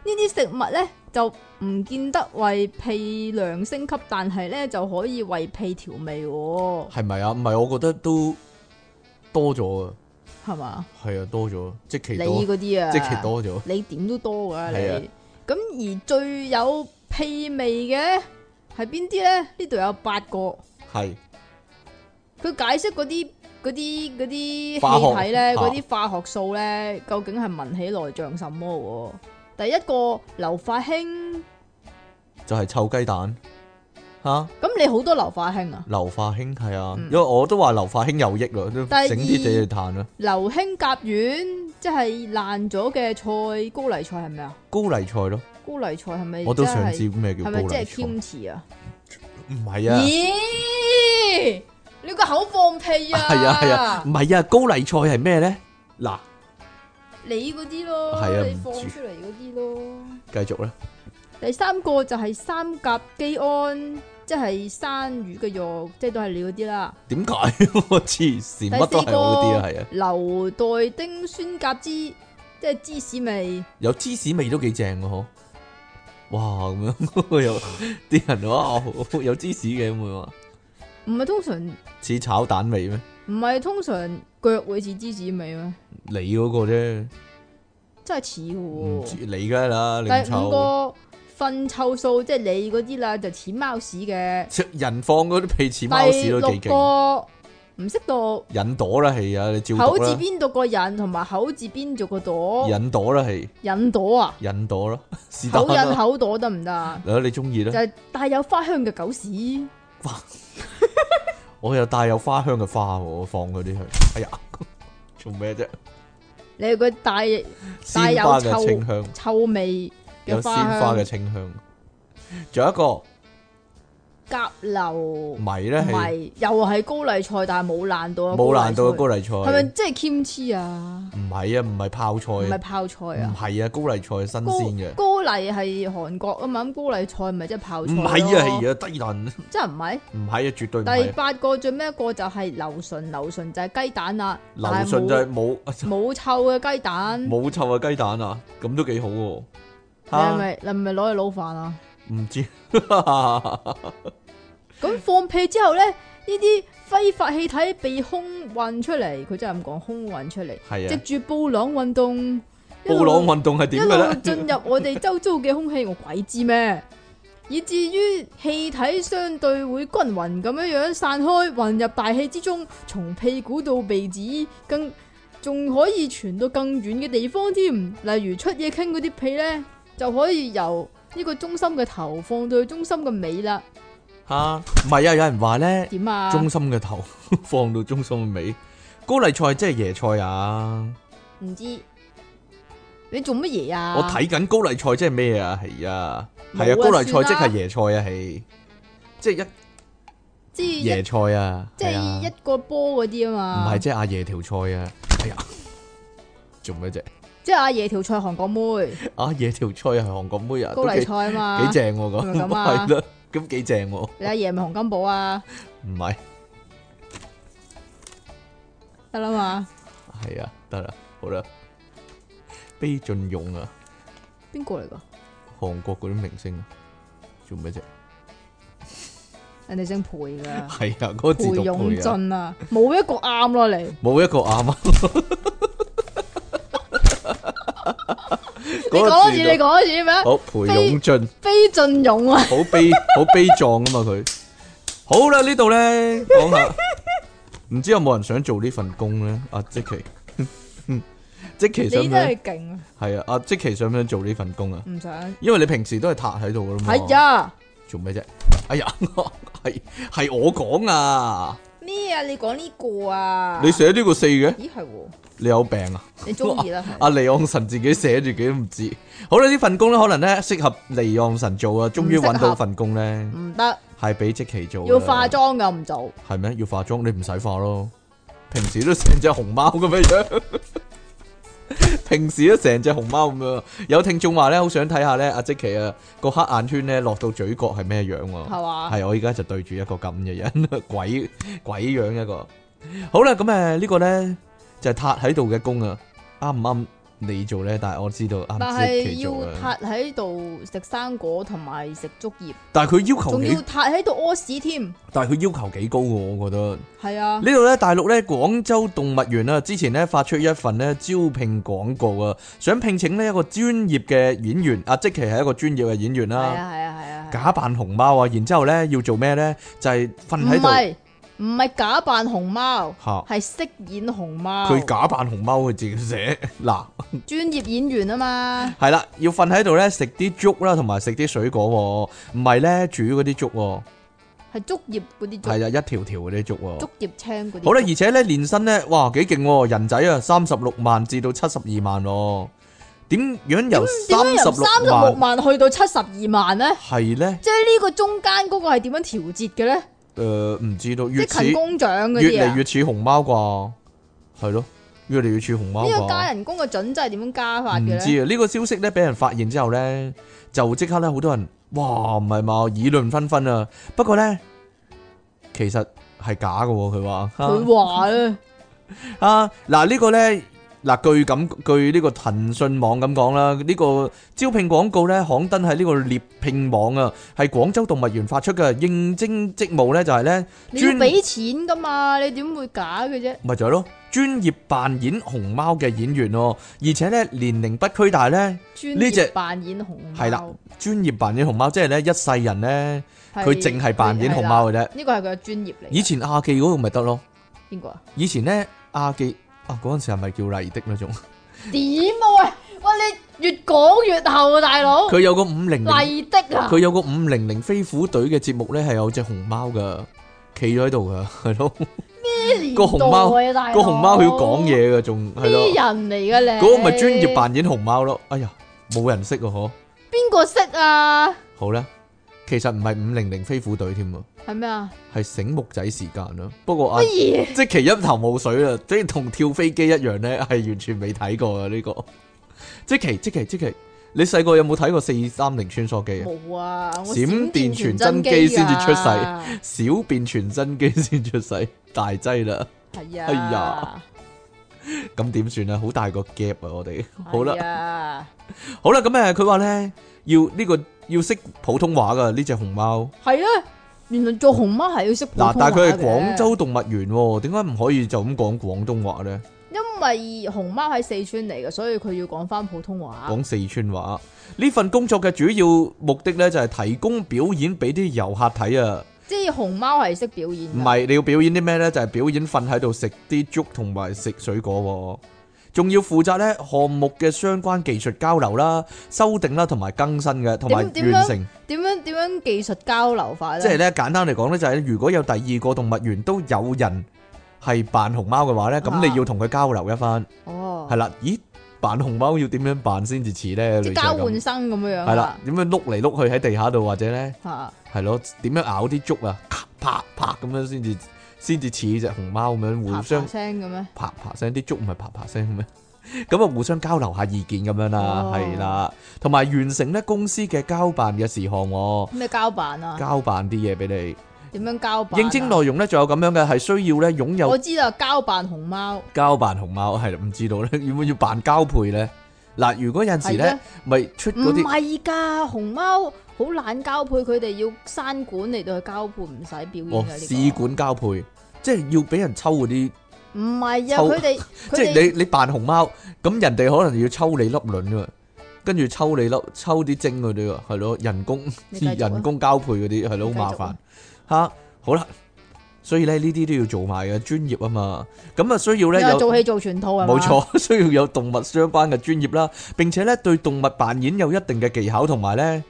S2: 啲食物咧就唔見得為屁量升級，但係咧就可以為屁調味喎，
S1: 係咪啊？唔係，我覺得都多咗啊，
S2: 係嘛？
S1: 係啊，多咗，即期
S2: 你
S1: 多，
S2: 嗰啲啊，
S1: 即期多咗，
S2: 你點都多噶
S1: 係啊
S2: 你。咁而最有屁味嘅係邊啲咧？呢度有八個，
S1: 係
S2: 佢解釋嗰啲嗰啲嗰啲
S1: 化學
S2: 氣體咧，
S1: 啊
S2: 嗰啲化學素咧，究竟係聞起來像什麼喎？第一個硫化氫，
S1: 就係臭雞蛋嚇。
S2: 咁你好多硫化氫啊，
S1: 硫化氫係啊，
S2: 嗯
S1: 因為我都話硫化氫有益咯，都
S2: 第二
S1: 整啲地啊炭啦。
S2: 硫氫甲烷即係爛咗嘅菜，高麗菜係咪啊？
S1: 高麗菜咯，
S2: 高麗菜係咪
S1: 我都
S2: 真
S1: 想
S2: 係
S1: 知咩叫
S2: 係
S1: 高
S2: 咪即係
S1: 麗菜。
S2: kimchi 啊？
S1: 唔係啊，
S2: 咦？你個口放屁啊！
S1: 係啊係啊，唔係啊，高麗菜係咩咧？嗱，
S2: 你嗰啲咯，
S1: 係啊
S2: 你
S1: 唔
S2: 放
S1: 知
S2: 出嚟嗰啲咯。
S1: 繼續啦，
S2: 第三個就係三甲基胺，即係生魚嘅肉，即係都係你嗰啲啦。
S1: 點解 我黐線
S2: 第
S1: 乜都
S2: 四
S1: 係好啲啊？係
S2: 個
S1: 啊，
S2: 硫代丁酸甲酯，即係芝士味。
S1: 有芝士味都幾正嘅嗬。哇咁樣 有啲人話哇有芝士嘅咁會話
S2: 唔係通常，
S1: 似炒蛋味咩？
S2: 唔係通常腳會似芝士味咩？
S1: 你嗰個啫，
S2: 真係似
S1: 唔知
S2: 嘅
S1: 你梗係啦，你
S2: 喎。
S1: 咁
S2: 哦第五
S1: 臭。
S2: 個糞臭素，即係你嗰啲啦，就似貓屎嘅。
S1: 人放嗰啲屁似貓
S2: 第
S1: 屎都
S2: 六
S1: 幾勁，
S2: 個唔識讀
S1: 引朵啦係啊，你照
S2: 口
S1: 讀
S2: 字
S1: 啦，
S2: 邊讀個引，同埋口字邊讀個朵，
S1: 引朵啦係
S2: 引朵啊，
S1: 引朵啦，是但
S2: 口引
S1: 啦，
S2: 口朵得唔 得啊？
S1: 啊你中意
S2: 就
S1: 啦，
S2: 係帶有花香嘅狗屎，
S1: 我又帶有花香嘅花喎，我放嗰啲去，哎呀， 做咩啫？
S2: 你係個帶帶
S1: 鮮
S2: 有
S1: 花
S2: 臭
S1: 嘅清香，
S2: 臭味
S1: 有
S2: 嘅
S1: 鮮
S2: 花
S1: 花嘅
S2: 香，
S1: 清香，仲有一個
S2: 甲流
S1: 米咧係
S2: 迷又係高麗菜，但係冇爛到啊，
S1: 冇難到嘅高
S2: 麗
S1: 麗
S2: 菜係咪
S1: 菜，
S2: 即係 kimchi 啊？
S1: 唔係啊，唔係泡菜
S2: 唔係
S1: 啊，
S2: 泡菜
S1: 唔
S2: 啊？
S1: 係啊，高麗菜係新
S2: 高
S1: 鮮嘅。
S2: 高麗係韓國啊嘛，咁高麗菜咪即係泡菜
S1: 唔係啊，
S2: 啊，
S1: 係啊，低能， 唔
S2: 真係唔係。
S1: 係啊，絕對唔
S2: 第
S1: 係啊。
S2: 八個最尾一個就係流純，流純就係雞蛋啊啦，
S1: 流
S2: 但係
S1: 順就
S2: 冇
S1: 係冇
S2: 冇臭嘅雞蛋，你
S1: 冇臭嘅雞蛋啊，咁都幾好喎。
S2: 係
S1: 嚇，
S2: 咪你係咪攞去撈飯啊？
S1: 唔知
S2: 咁放屁之後咧，呢啲揮發氣體被空運出嚟，佢真係咁講，空運出嚟，
S1: 係
S2: 藉
S1: 啊。
S2: 住布朗運動，一
S1: 布朗
S2: 路
S1: 運動係點
S2: 一路
S1: 嘅
S2: 進
S1: 咧？
S2: 入我哋周遭嘅空氣，我鬼知咩？以至於氣體相對會均勻咁樣樣散開，混入大氣之中，從屁股到鼻子，更仲可以傳到更遠嘅地方添。例如出嘢傾嗰啲屁呢，就可以由呢個中心嘅頭放到去中心嘅尾啦。
S1: 嚇，唔係啊！有人話咧，
S2: 點啊？
S1: 中心嘅頭 放到中心嘅尾，高麗菜即係椰菜啊！
S2: 唔知你做乜嘢啊？
S1: 我睇緊高麗菜即係咩啊？係啊，係啊，
S2: 冇
S1: 高
S2: 啊
S1: 麗菜即
S2: 算啦
S1: 係椰菜啊，係即係
S2: 即
S1: 一
S2: 係
S1: 椰
S2: 一
S1: 菜啊，
S2: 即
S1: 係啊
S2: 係一個波嗰啲啊
S1: 唔
S2: 嘛。
S1: 係即係阿爺條菜啊！哎呀，做咩啫？
S2: 即係阿爺條菜韓國妹
S1: 阿爺條菜係韓國妹啊，
S2: 高
S1: 都
S2: 麗
S1: 幾
S2: 菜啊嘛。
S1: 幾正喎
S2: 係
S1: 咁，
S2: 咪咁 啊
S1: 係啦，咁幾正喎，
S2: 你阿爺咪洪金寶啊，
S1: 唔係，
S2: 得啦嘛？
S1: 係啊，得啦，好啦，卑俊勇啊，
S2: 邊個嚟噶？
S1: 韓國嗰啲明星啊，做咩啫？
S2: 人哋姓裴 噶，
S1: 係啊，嗰個字
S2: 裴
S1: 讀
S2: 勇
S1: 配啊，
S2: 俊啊，冇一個啱咯你。
S1: 冇一個啱啊， 嗰個字讀哦
S2: 你講一次，你講一次咩？
S1: 好裴勇俊，
S2: 非俊 勇啊，
S1: 好 悲好悲壯啊嘛佢，好啦呢度咧講下，唔知有冇人想做呢份工咧？阿即 奇，即奇
S2: 你
S1: 想唔
S2: 真
S1: 想？
S2: 係勁啊！
S1: 係啊，阿即奇想唔想做呢份工啊？
S2: 唔想
S1: 因為你平時都係塌喺度噶啦嘛。
S2: 係啊？
S1: 做咩啫？哎呀， 係係我講啊！
S2: 咩啊？你講呢個啊？
S1: 你寫呢個四嘅，
S2: 咦係喎？
S1: 你有病啊！
S2: 你中意啦？
S1: 阿利昂神自己寫自己都唔知。好啦，呢份工咧可能咧適合利昂神做啊，終於揾到份工咧，
S2: 唔得，
S1: 係俾即期做。啊
S2: 要化，妝噶唔做。
S1: 係咩？要化妝，你唔使化咯。平時都成隻熊貓咁樣樣， 平時都成隻熊貓咁樣。有聽眾話咧，好想睇下咧，阿即奇啊個黑眼圈咧落到嘴角係咩樣喎？
S2: 係嘛
S1: 係我而家就對住一個咁嘅人， 鬼鬼樣一個。好啦，咁誒呢個咧就係榻喺度嘅工啊，啱唔啱你做咧？但係我知道
S2: 但
S1: 啱
S2: 係
S1: 即期
S2: 要
S1: 做啊。
S2: 塌喺度食生果同埋食竹葉，
S1: 但係佢要求
S2: 仲要
S1: 幾，
S2: 塌喺度屙屎添。
S1: 但係佢要求幾高喎，我覺得。
S2: 係啊，
S1: 呢度咧，大陸咧，廣州動物園啊，之前咧發出一份咧招聘廣告啊，想聘請呢一個專業嘅演員，阿即其係一個專業嘅演員
S2: 係
S1: 啦，
S2: 啊，係啊，係啊。係啊
S1: 假扮熊貓啊，然之後咧要做咩咧？就係
S2: 唔
S1: 瞓喺度
S2: 係唔係假扮熊貓，
S1: 嚇
S2: 係飾演熊貓。
S1: 佢假扮熊貓，佢自己寫啊 嗱，
S2: 專業演員啊嘛，
S1: 係啦，要瞓喺度咧食啲粥啦，同埋食啲水果喎，唔係咧煮嗰啲粥喎，
S2: 係竹葉嗰啲
S1: 係
S2: 竹
S1: 啊，一條條嗰啲粥喎。
S2: 竹葉青嗰啲。
S1: 好啦，而且咧年薪咧，哇幾勁喎，人仔啊三十六萬至到七十二萬喎，點樣由
S2: 點
S1: 三
S2: 解由
S1: 十
S2: 三十
S1: 六
S2: 六
S1: 萬
S2: 萬去到七十二萬咧？
S1: 係咧？
S2: 即係呢個中間嗰個係點樣調節嘅咧？
S1: 誒唔知道，
S2: 即
S1: 越
S2: 係
S1: 似
S2: 勤工獎嗰
S1: 越
S2: 啲啊
S1: 嚟？越似熊貓啩，係咯，越嚟越似熊貓
S2: 呢個加
S1: 啩。
S2: 人工嘅準則係點樣加法
S1: 唔
S2: 嘅
S1: 啊知
S2: 咧？
S1: 啊，呢個消息咧俾人發現之後咧，就即刻咧好多人，哇唔係嘛，議論紛紛啊。不過咧，其實係假嘅喎，佢話。
S2: 佢話啊咧，
S1: 啊，嗱、呢個呢，嗱據咁據呢個騰訊網咁講啦，呢、個招聘廣告呢，刊登喺呢個獵聘網啊，係廣州動物園發出嘅應徵職務呢，就係呢，
S2: 你要
S1: 專
S2: 俾錢噶嘛？你點會假嘅啫？
S1: 咪就係咯，專業扮演熊貓嘅演員咯，而且呢，年齡不拘，但係呢，
S2: 專
S1: 呢隻
S2: 業扮演熊貓
S1: 係啦，專業扮演熊貓，即係呢，一世人呢，
S2: 係
S1: 佢淨係扮演熊貓嘅啫。
S2: 呢個係佢嘅專業嚟㗎。
S1: 以前亞記嗰個咪得咯，
S2: 边个啊？
S1: 以前咧，阿記啊嗰陣時係咪叫麗的咧？ 仲
S2: 点啊喂喂，你越講越後啊，大佬。
S1: 佢有個五零零，
S2: 麗的啊，
S1: 佢有個五零零飛虎隊嘅節目咧，係有隻熊貓噶，企咗喺度噶， 係咯，
S2: 咩
S1: 個熊貓
S2: 年代啊
S1: 個熊貓佢要講。嘢噶，仲
S2: 大
S1: 係
S2: 佬
S1: 咯
S2: 咩，人嚟噶你？
S1: 嗰個咪專業。扮演熊貓咯。哎呀，冇人識喎，嗬。
S2: 邊個識啊？
S1: 好啦，其實唔係五零零飛虎隊添啊，
S2: 係咩啊？
S1: 係醒目仔時間啦。不過阿
S2: 乜嘢？
S1: 即其一頭霧水啦，即係同跳飛機一樣咧，係完全未睇過啊呢、個。即其即其即其，你細個有冇睇過四三零穿梭機啊？
S2: 冇啊！我
S1: 閃電
S2: 閃電
S1: 傳真
S2: 傳真
S1: 機
S2: 機
S1: 先至出世
S2: 㗎
S1: 小便全身機先出世，大劑啦，
S2: 係啊。
S1: 哎呀咁點算啊？好大個 gap 啊！我哋好啦，
S2: 啦。
S1: 好啦，咁誒，佢話咧要呢、個要識普通話噶呢只熊貓。
S2: 係啊，原來做熊貓係要識普通
S1: 嗱
S2: 話，
S1: 但係佢係
S2: 嘅
S1: 廣，州動物園喎，點解唔可以就咁講廣東話咧？
S2: 因為熊貓喺四川嚟嘅，所以佢要講翻普通話。
S1: 講四川話。呢份工作嘅主要目的呢，就係提供表演俾啲遊客睇啊。
S2: 即係熊貓係識表演㗎。
S1: 唔係你要表演啲咩呢？就係、表演瞓喺度食啲粥同埋食水果、喎，仲要負責呢項目嘅相關技術交流啦、修訂啦同埋更新嘅，同埋
S2: 點點樣
S1: 完成。
S2: 點樣點樣技術交流法咧？
S1: 即係咧簡單嚟講呢，就係、如果有第二個動物園都有人係扮熊貓嘅話呢，咁、
S2: 啊
S1: 你要同佢交流一番。
S2: 哦，
S1: 係啦，咦？扮熊貓要點樣扮先至似呢？類
S2: 即
S1: 似
S2: 係
S1: 係
S2: 交
S1: 咁
S2: 換生咁樣樣啊
S1: 係啦，點樣碌嚟碌去喺地下度，或者咧
S2: 嚇
S1: 係咯，點樣咬啲竹啊，咔啪啪咁樣先至先至似只熊貓咁樣互
S2: 啪
S1: 相
S2: 啪聲嘅咩？
S1: 啪啪聲，啲竹唔係啪啪聲咩？ 咁啊，互相交流下意見咁樣啦，
S2: 哦
S1: 係啦，同埋完成咧公司嘅交辦嘅事項喎，
S2: 咩交辦啊？
S1: 交辦啲嘢俾你。
S2: 點樣交辦啊？
S1: 應徵內容咧，仲有咁樣嘅係需要咧擁有
S2: 我知道交辦熊貓
S1: 交辦熊貓， 係啦唔知道咧，要唔要辦交配咧？嗱，如果有陣時
S2: 係
S1: 咧
S2: 咩，
S1: 咪出
S2: 唔
S1: 嗰啲。
S2: 係㗎，熊貓好懶交配，佢哋要山管嚟到去交配，唔使表演
S1: 哦，
S2: 㗎呢
S1: 試
S2: 個。
S1: 管交配，即係要俾人抽嗰啲，
S2: 唔係啊，
S1: 抽
S2: 佢哋
S1: 即
S2: 佢哋
S1: 係你你扮熊貓，咁人哋可能要抽你粒卵噶，跟住抽你粒抽啲精嗰啲喎，係咯，人工
S2: 你繼續 啊
S1: 人工交配嗰啲係咯，
S2: 你繼續
S1: 好麻
S2: 啊
S1: 煩吓。好啦，所以咧呢啲都要做埋嘅專業啊嘛，咁啊需要咧
S2: 你話做
S1: 有
S2: 戲做全套係嘛
S1: 冇，錯， 需要有動物相關嘅專業啦，並且咧對動物扮演有一定嘅技巧，同埋咧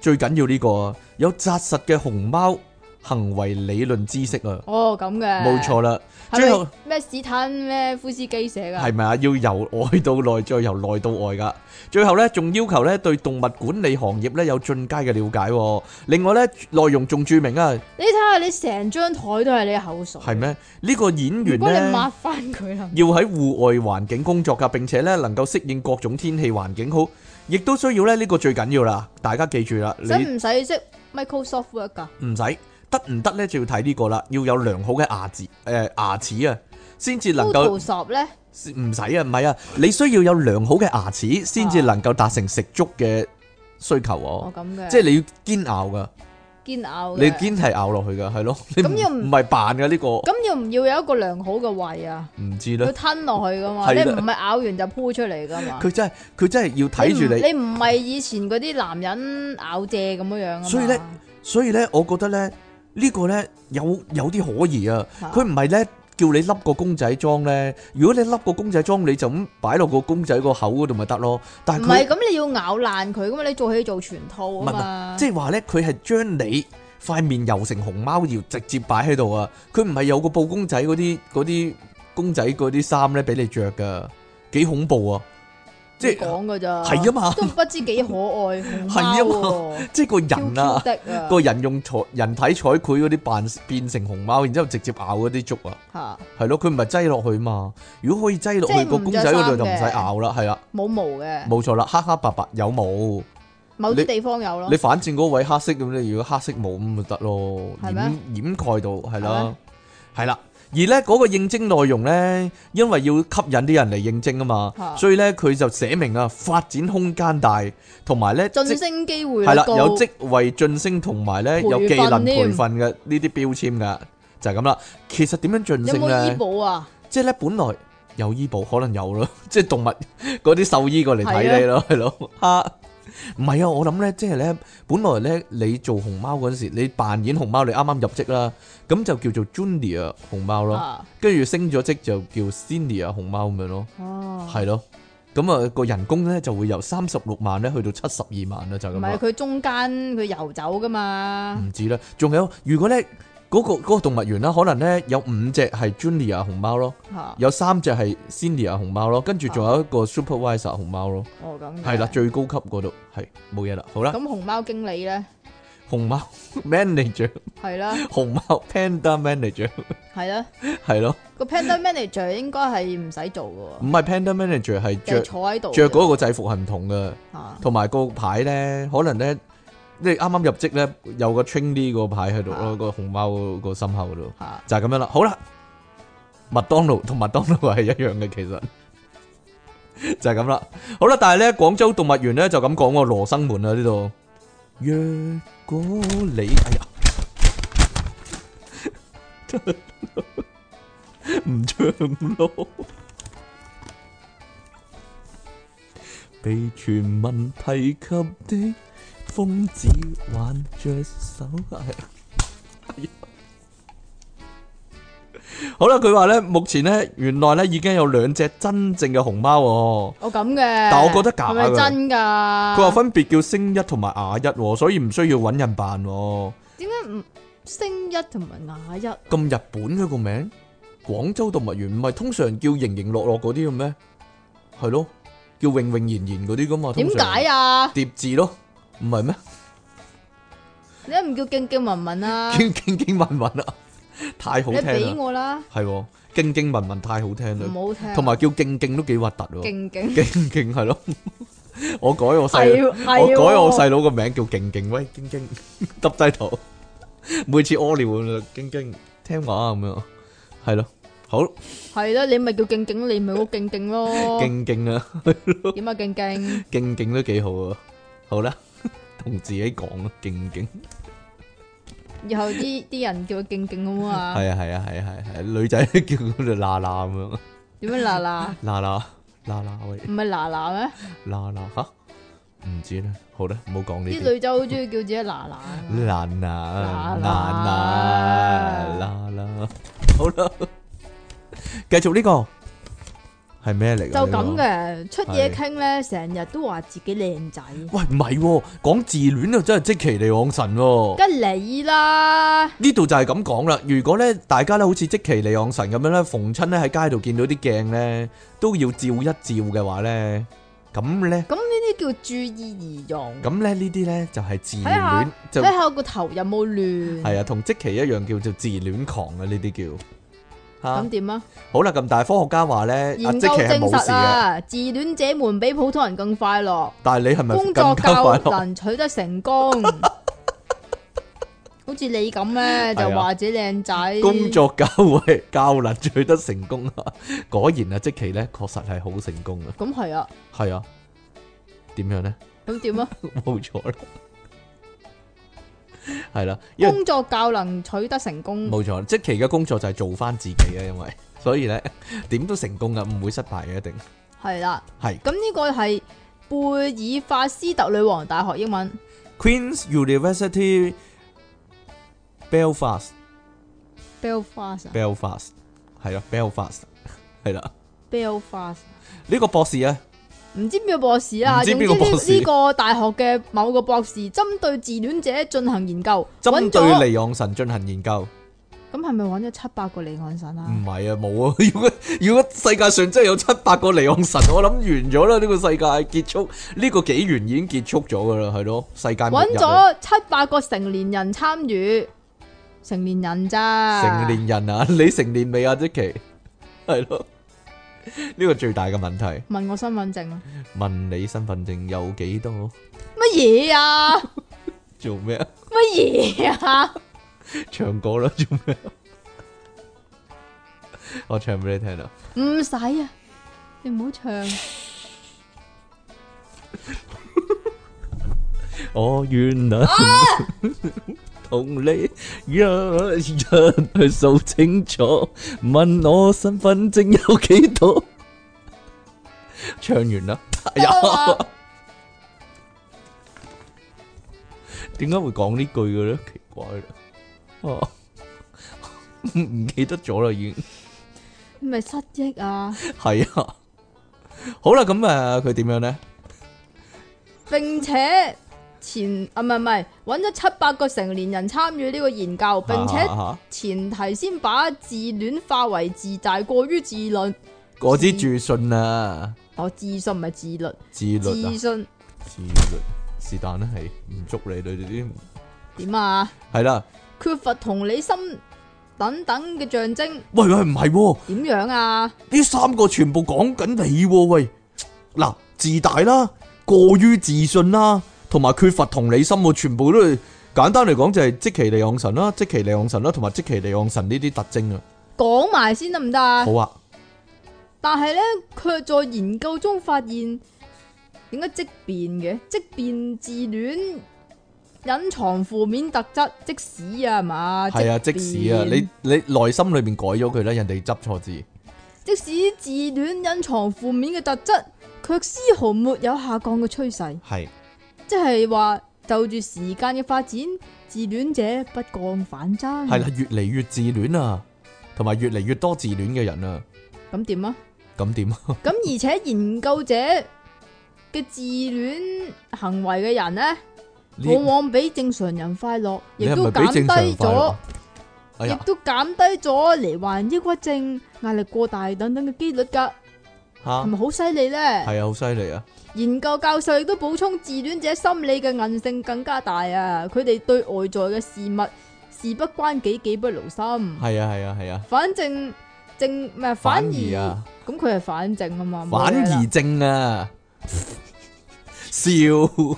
S1: 最緊要呢個啊有扎實嘅熊貓行為理論知識啊，
S2: 哦咁嘅，
S1: 冇錯啦。
S2: 係咪
S1: 最後
S2: 咩史坦咩夫斯基寫㗎？
S1: 係咪啊？要由外到內，再由內到外噶。最後呢，仲要求呢對動物管理行業呢有進階嘅了解、喎。另外呢，內容仲注明啊，
S2: 你睇下你成張台都係你口水，
S1: 係咩？呢、個演
S2: 如
S1: 員
S2: 果你抹
S1: 呢，
S2: 翻佢啊啦，
S1: 要喺戶外環境工作噶，並且呢能夠適應各種天氣環境，好，亦都需要呢，呢、個最緊要啦。大家記住啦，
S2: 使
S1: 你
S2: 唔使識 Microsoft Word 㗎？
S1: 唔使得唔得呢？就要睇呢個啦。要有良好嘅牙齒，誒、牙齒啊，先至能夠。
S2: Photoshop 咧，
S1: 唔使啊，唔係啊，你需要有良好嘅牙齒先至能夠達成食粥嘅需求哦。
S2: 哦咁嘅，
S1: 即係你要堅咬噶，
S2: 堅咬
S1: 你
S2: 嘅。
S1: 堅係咬落去噶，係咯。你
S2: 咁要
S1: 唔
S2: 唔
S1: 唔係扮噶呢個，
S2: 咁要唔要有一個良好嘅胃啊？
S1: 唔知
S2: 要
S1: 咧。
S2: 吞落去噶嘛，
S1: 係
S2: 你
S1: 啦
S2: 唔係咬完就鋪出嚟噶嘛。
S1: 佢真係佢真係要睇住
S2: 你
S1: 你，
S2: 唔，你唔係以前嗰啲男人咬蔗咁樣樣啊嘛。
S1: 所以呢所以咧，我覺得咧呢個咧有有啲可疑啊。
S2: 啊
S1: 佢唔係咧叫你笠個公仔裝咧，如果你笠個公仔裝，你就咁擺落個公仔個口嗰度咪得咯。但
S2: 唔
S1: 係佢
S2: 係咁，你要咬爛佢噶嘛，你做戲做全套啊嘛。
S1: 即係話咧，佢係將你塊面油成熊貓搖，直接擺喺度啊！佢唔係有個布公仔嗰啲嗰啲公仔嗰啲衫咧俾你着噶，幾恐怖啊！即
S2: 係
S1: 係
S2: 講噶咋，
S1: 係啊嘛
S2: 都不知幾可愛，熊
S1: 係啊
S2: 貓喎
S1: 即係個人啊，
S2: ，Q Q 的 啊，
S1: 個人用彩人體彩繪嗰啲扮變成熊貓，然之後直接咬嗰啲竹啊，
S2: 嚇
S1: 係咯，佢唔係擠落去嘛？如果可以擠落
S2: 即
S1: 去
S2: 係
S1: 個
S2: 唔
S1: 公
S2: 着
S1: 仔嗰度
S2: 衫
S1: 就唔使
S2: 嘅
S1: 咬啦，係啦，
S2: 冇毛嘅，
S1: 冇錯啦，黑黑白白有冇？
S2: 某
S1: 你
S2: 啲地方有咯
S1: 你。反正嗰位黑色咁，你如果黑色冇咁咪得咯，
S2: 係咩
S1: 掩掩蓋到係
S2: 係
S1: 啦
S2: 咩，
S1: 係啦。而咧嗰個應徵內容咧，因為要吸引啲人嚟應徵啊嘛，
S2: 啊
S1: 所以咧佢就寫明啊，發展空間大，同埋咧
S2: 晉
S1: 職
S2: 升機會
S1: 係啦，
S2: 率高
S1: 有職位晉升同埋咧有技能培訓嘅呢啲標籤噶，就係咁啦。其實點樣晉
S2: 有
S1: 升
S2: 冇醫
S1: 咧？
S2: 保啊？
S1: 即係咧，本來 有醫保可能有咯，即係動物嗰啲獸醫過嚟睇你咯，係咯，嚇唔係啊，我諗咧，即係咧，本來咧你做熊貓嗰陣時，你扮演熊貓，你啱啱入職啦，咁就叫做 junior 熊貓咯，
S2: 啊，
S1: 跟住升咗職就叫 senior 熊貓咁樣咯，
S2: 哦，
S1: 係咯，咁啊個人工咧就會由三十六萬咧去到七十二萬啦，就係
S2: 唔
S1: 咁
S2: 係
S1: 啦，
S2: 佢中間佢游走噶嘛，
S1: 唔止啦，仲有如果咧嗰、個嗰、個動物園啦，可能咧有五隻係 junior 熊貓咯，
S2: 吓，
S1: 有三隻係 senior 熊貓咯，跟住仲有一個 supervisor 熊貓咯，
S2: 哦咁嘅，
S1: 係啦，最高級嗰度係冇嘢啦，好啦，
S2: 咁熊貓經理咧，
S1: 熊貓 manager。
S2: 係啦，
S1: 熊貓 panda manager
S2: 係啦，
S1: 系咯，
S2: 個 panda manager 應該係唔使做
S1: 唔
S2: 噶，
S1: 係 panda manager 係
S2: 就係
S1: 着
S2: 坐喺度
S1: 着嗰個制服係唔同嘅，
S2: 吓，
S1: 同埋個牌咧，可能咧，你啱啱入職咧有個 trainee 個牌喺度咯，
S2: 啊
S1: 個熊貓個心口度，
S2: 吓，
S1: 就係咁樣啦。好啦，麥當勞同麥當勞係一樣嘅，其實 就係咁啦。好啦，但係咧廣州動物園咧就咁講喎，羅生門啊呢度。若果你哎呀， 唔唱咯，被全民提及的瘋子挽着手。哎呀好啦，佢話咧，目前咧，原來咧已經有兩隻真正嘅熊貓喎。
S2: 我咁嘅，
S1: 但我覺得假
S2: 係咪
S1: 㗎
S2: 真噶？
S1: 佢話分別叫星一同埋雅一喎，所以唔需要揾人扮喎。
S2: 點解唔星一同埋雅一？
S1: 咁日本嘅個名，廣州動物園唔係通常叫盈盈樂樂嗰啲嘅咩？係咯，叫泳泳然然嗰啲噶嘛？
S2: 點
S1: 通常
S2: 解啊？
S1: 疊字咯，唔係咩？
S2: 你都唔叫敬敬文文啊？
S1: 經經經文文啊， 太 好
S2: 你俾
S1: 聽啦，
S2: 我啦，
S1: 係喎，經經文文太好聽啦，
S2: 唔好聽啊。
S1: 同埋叫勁勁都幾核突喎，
S2: 敬敬
S1: 勁勁係咯，我改我 細
S2: 係
S1: 佬，
S2: 係
S1: 我改我
S2: 喎
S1: 細佬個名叫勁勁， 喂經經，耷低頭，每次屙尿咁就經經聽話啊咁樣，係咯，好。
S2: 哦係啦，你咪叫敬敬，你咪好敬敬咯。
S1: 勁勁啊，
S2: 點啊敬敬？
S1: 勁勁都幾好啊。好啦， 同自己講啊，勁勁。
S2: 以後啲啲人叫佢敬敬好唔好啊？
S1: 係啊係啊係啊係啊係啊，女仔都叫佢做嗱嗱咁樣，
S2: 點樣嗱嗱？
S1: 嗱嗱嗱嗱喂，
S2: 唔係嗱嗱咩？
S1: 嗱嗱吓，唔知咧。好啦，唔好講呢
S2: 啲
S1: 啲。
S2: 女仔好中意叫自己嗱嗱。
S1: 嗱嗱嗱
S2: 嗱
S1: 嗱嗱嗱，好啦，繼續呢個係咩嚟㗎？
S2: 就咁
S1: 呢
S2: 嘅，出嘢傾咧，成日都話自己靚仔，
S1: 個。喂，唔係喎，講自戀啊，真係即其嚟往神喎。
S2: 梗係你啦，
S1: 呢度就係咁講啦。如果咧大家咧好似即其利昂神咁樣咧，逢親咧喺街度見到啲鏡咧，都要照一照嘅話咧，咁咧
S2: 咁呢啲叫注意而用，
S1: 咁咧呢啲咧就係自
S2: 睇
S1: 戀
S2: 下，
S1: 就
S2: 睇下個頭有冇亂，
S1: 係啊，同即其一樣叫做自戀狂啊。呢啲叫嚇。
S2: 咁點啊？
S1: 好啦，咁但係科學家話咧，阿
S2: 研
S1: 即
S2: 究
S1: 其係
S2: 證
S1: 冇事
S2: 實
S1: 嘅，
S2: 啊，自戀者們比普通人更快樂，
S1: 但係你係咪
S2: 工
S1: 更
S2: 作
S1: 加快
S2: 較
S1: 樂？
S2: 能取得成功。 好似你咁咧，就話自己靚仔，
S1: 啊工作較為較能取得成功啊！ 果然啊，即其咧確實係好成功啊，
S2: 咁係啊，
S1: 係啊，點樣咧？
S2: 咁點啊？
S1: 冇錯啦，係啦，因為
S2: 工作較能取得成功，
S1: 冇錯，即期嘅工作就係做翻自己啊，因為所 以咧點都成功噶，唔會失敗嘅，一定
S2: 係啦。
S1: 係
S2: 咁呢個係貝爾法斯特女王大學英文
S1: Queen's University Belfast
S2: Belfast 啊
S1: Belfast 係咯 Belfast 係啦，
S2: Belfast，
S1: 呢個博士啊，
S2: 唔知邊個博士啦。
S1: 唔知
S2: 總
S1: 邊
S2: 之
S1: 個
S2: 呢
S1: 博士
S2: 呢個大學嘅某個博士針對自戀者進行研究，揾
S1: 針
S2: 咗
S1: 對離岸神進行研究，唔
S2: 咁係咪揾咗七百個離岸神啊？
S1: 係啊，冇啊， 如果如果世界上真係有七百個離岸神，我諗完咗啦，呢個世界結束，呢個紀元已經結束咗噶啦，係咯，世界末
S2: 揾
S1: 日啊
S2: 咗七百個成年人參與，成年人咋？
S1: 成年人啊， 你成年未啊？即奇系咯， 呢個最大嘅問題。
S2: 問我身份證啊？
S1: 問你身份證有幾多？
S2: 乜嘢啊？
S1: 做咩啊？
S2: 乜嘢啊？
S1: 唱歌啦，做咩啊？ 我唱俾你聽啦，
S2: 唔使啊，你唔好唱。
S1: 我願能 同你一日去數清楚，問我身份證有幾多？唱完啦，哎呀
S2: 得啦，
S1: 点解會講呢句嘅咧？奇怪啦，哦，唔唔記得咗啦，已經
S2: 你咪失憶啊！
S1: 係啊。好啦，咁啊，佢點樣咧？
S2: 並且前啊唔係唔係揾咗七百個成年人參與呢個研究，並且
S1: 啊啊
S2: 前提先把自戀化為自大過於自律。
S1: 嗰支自信啊，
S2: 我自信唔係自律，
S1: 自律啊
S2: 自，信
S1: 自律是但啦，係唔捉你你哋啲
S2: 點啊？
S1: 係啦。
S2: 缺乏同理心等等嘅象徵
S1: 喂喂，唔係喎。
S2: 點樣啊？
S1: 呢三個全部講緊你喎、喂，嗱，自大啦，過於自信啦，同埋缺乏同理心喎，全部都係簡單嚟講就係即其利昂神啦，即其利昂神啦，同埋即其利昂神呢啲特徵啊。
S2: 講埋先得唔得啊？
S1: 好啊，
S2: 但係咧，佢在研究中發現，點解即變嘅？即變自戀隱藏負面特質，即使啊係嘛？
S1: 係啊，即使啊，你
S2: 變
S1: 你內心裏面改咗佢啦，人哋執錯字，
S2: 即使自戀隱藏負面嘅特質，卻絲毫沒有下降嘅趨勢，
S1: 係
S2: 即係話就住時間嘅發展，自戀者不降反增。
S1: 係啦，越嚟越自戀啊，同埋越嚟越多自戀嘅人啊，
S2: 咁 點啊？
S1: 咁點啊？
S2: 咁而且研究者嘅自戀行為嘅人呢，
S1: 呢
S2: 往往比正常人快樂，
S1: 你
S2: 亦
S1: 係
S2: 都
S1: 咪
S2: 減
S1: 比正常人
S2: 低
S1: 快樂
S2: 咗，？
S1: 哎
S2: 亦
S1: 呀，
S2: 都減低咗罹患抑鬱症、壓力過大等等嘅機率㗎，
S1: 嚇，
S2: 係咪好犀利呢？
S1: 係啊，好犀利啊！
S2: 研究教授亦都補充，自戀者心理嘅韌性更加大啊！佢哋對外在嘅事物事不關己，己不勞心。
S1: 係啊，係啊，係啊，
S2: 反正正唔係
S1: 反
S2: 反
S1: 而
S2: 而
S1: 啊。
S2: 咁佢係反正啊嘛，冇
S1: 反
S2: 嘢啦
S1: 而正啊， 笑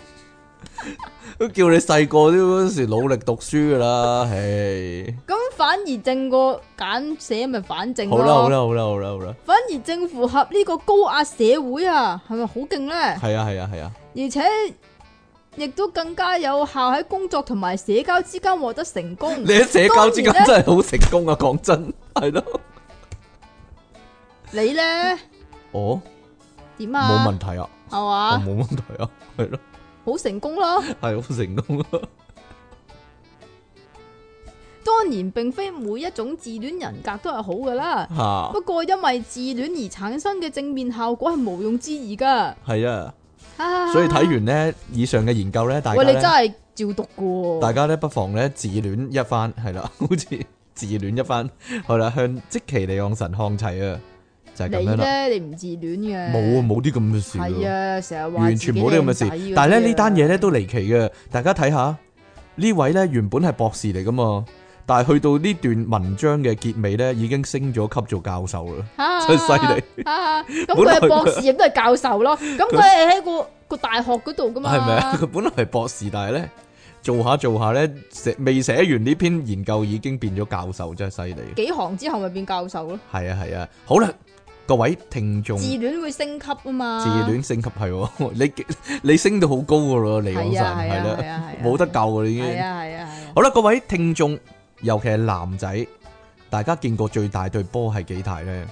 S1: 都叫你细个都嗰时努力读书噶啦，唉，
S2: 咁反而正個簡寫咪反正
S1: 好
S2: 咯。
S1: 啦好啦好啦好啦好 啦，
S2: 反而正符合呢個高壓社會啊，係咪好勁呢？
S1: 系啊系啊系啊，
S2: 而且亦都更加有效喺工作同埋社交之間獲得成功。
S1: 你喺社交之间
S2: 當然呢
S1: 真系好成功啊，讲 真系咯，
S2: 你呢？
S1: 哦，
S2: 點
S1: 冇
S2: 啊？
S1: 问题啊，
S2: 係
S1: 我
S2: 嘛？
S1: 冇问题啊，系咯，
S2: 好成功咯！
S1: 系好成功啊，
S2: 當然並非每一種自戀人格都係好噶啦，
S1: 吓
S2: 不過因為自戀而產生嘅正面效果係毋庸置疑噶。
S1: 系啊，
S2: 啊
S1: 所以睇完呢以上嘅研究呢，大家
S2: 喂，你
S1: 咧
S2: 真係照讀噶喎
S1: 大。家咧不妨咧自戀一番，係啦， 好似自戀一番，係啦，向即其利昂神看齊啊，就係咁
S2: 你
S1: 樣啦。
S2: 咧，你唔自戀嘅。
S1: 冇啊，冇啲咁嘅事
S2: 係
S1: 喎，
S2: 啊，成日話
S1: 完全冇啲咁嘅
S2: 自己靚仔嗰
S1: 事
S2: 啲。
S1: 但係咧
S2: 啊
S1: 呢單嘢咧都離奇嘅，大家睇下呢位咧原本係博士嚟噶嘛，但係去到呢段文章嘅結尾咧已經升咗級做教授啦，
S2: 啊
S1: 真係犀利。
S2: 啊咁
S1: 本來
S2: 佢係博士，亦都係教授 咯。咁佢係喺個個大學嗰度噶嘛？
S1: 係咪啊？佢 本來係博士，但係咧做下做下咧寫未寫完呢篇研究已經變咗教授，真係犀利。
S2: 幾行之後咪變教授咯？
S1: 系啊系啊，好啦，各位聽眾，
S2: 自
S1: 自
S2: 戀會升級啊嘛。
S1: 戀升級係喎， 你你升到好高噶咯，離港
S2: 係
S1: 神
S2: 啊係
S1: 係
S2: 啊係
S1: 啦，
S2: 啊係啊，
S1: 冇得救噶啦已
S2: 係
S1: 經。
S2: 啊係啊係啊。
S1: 好啦，各位聽眾，尤其係男仔，大家見過最大對波係幾大咧？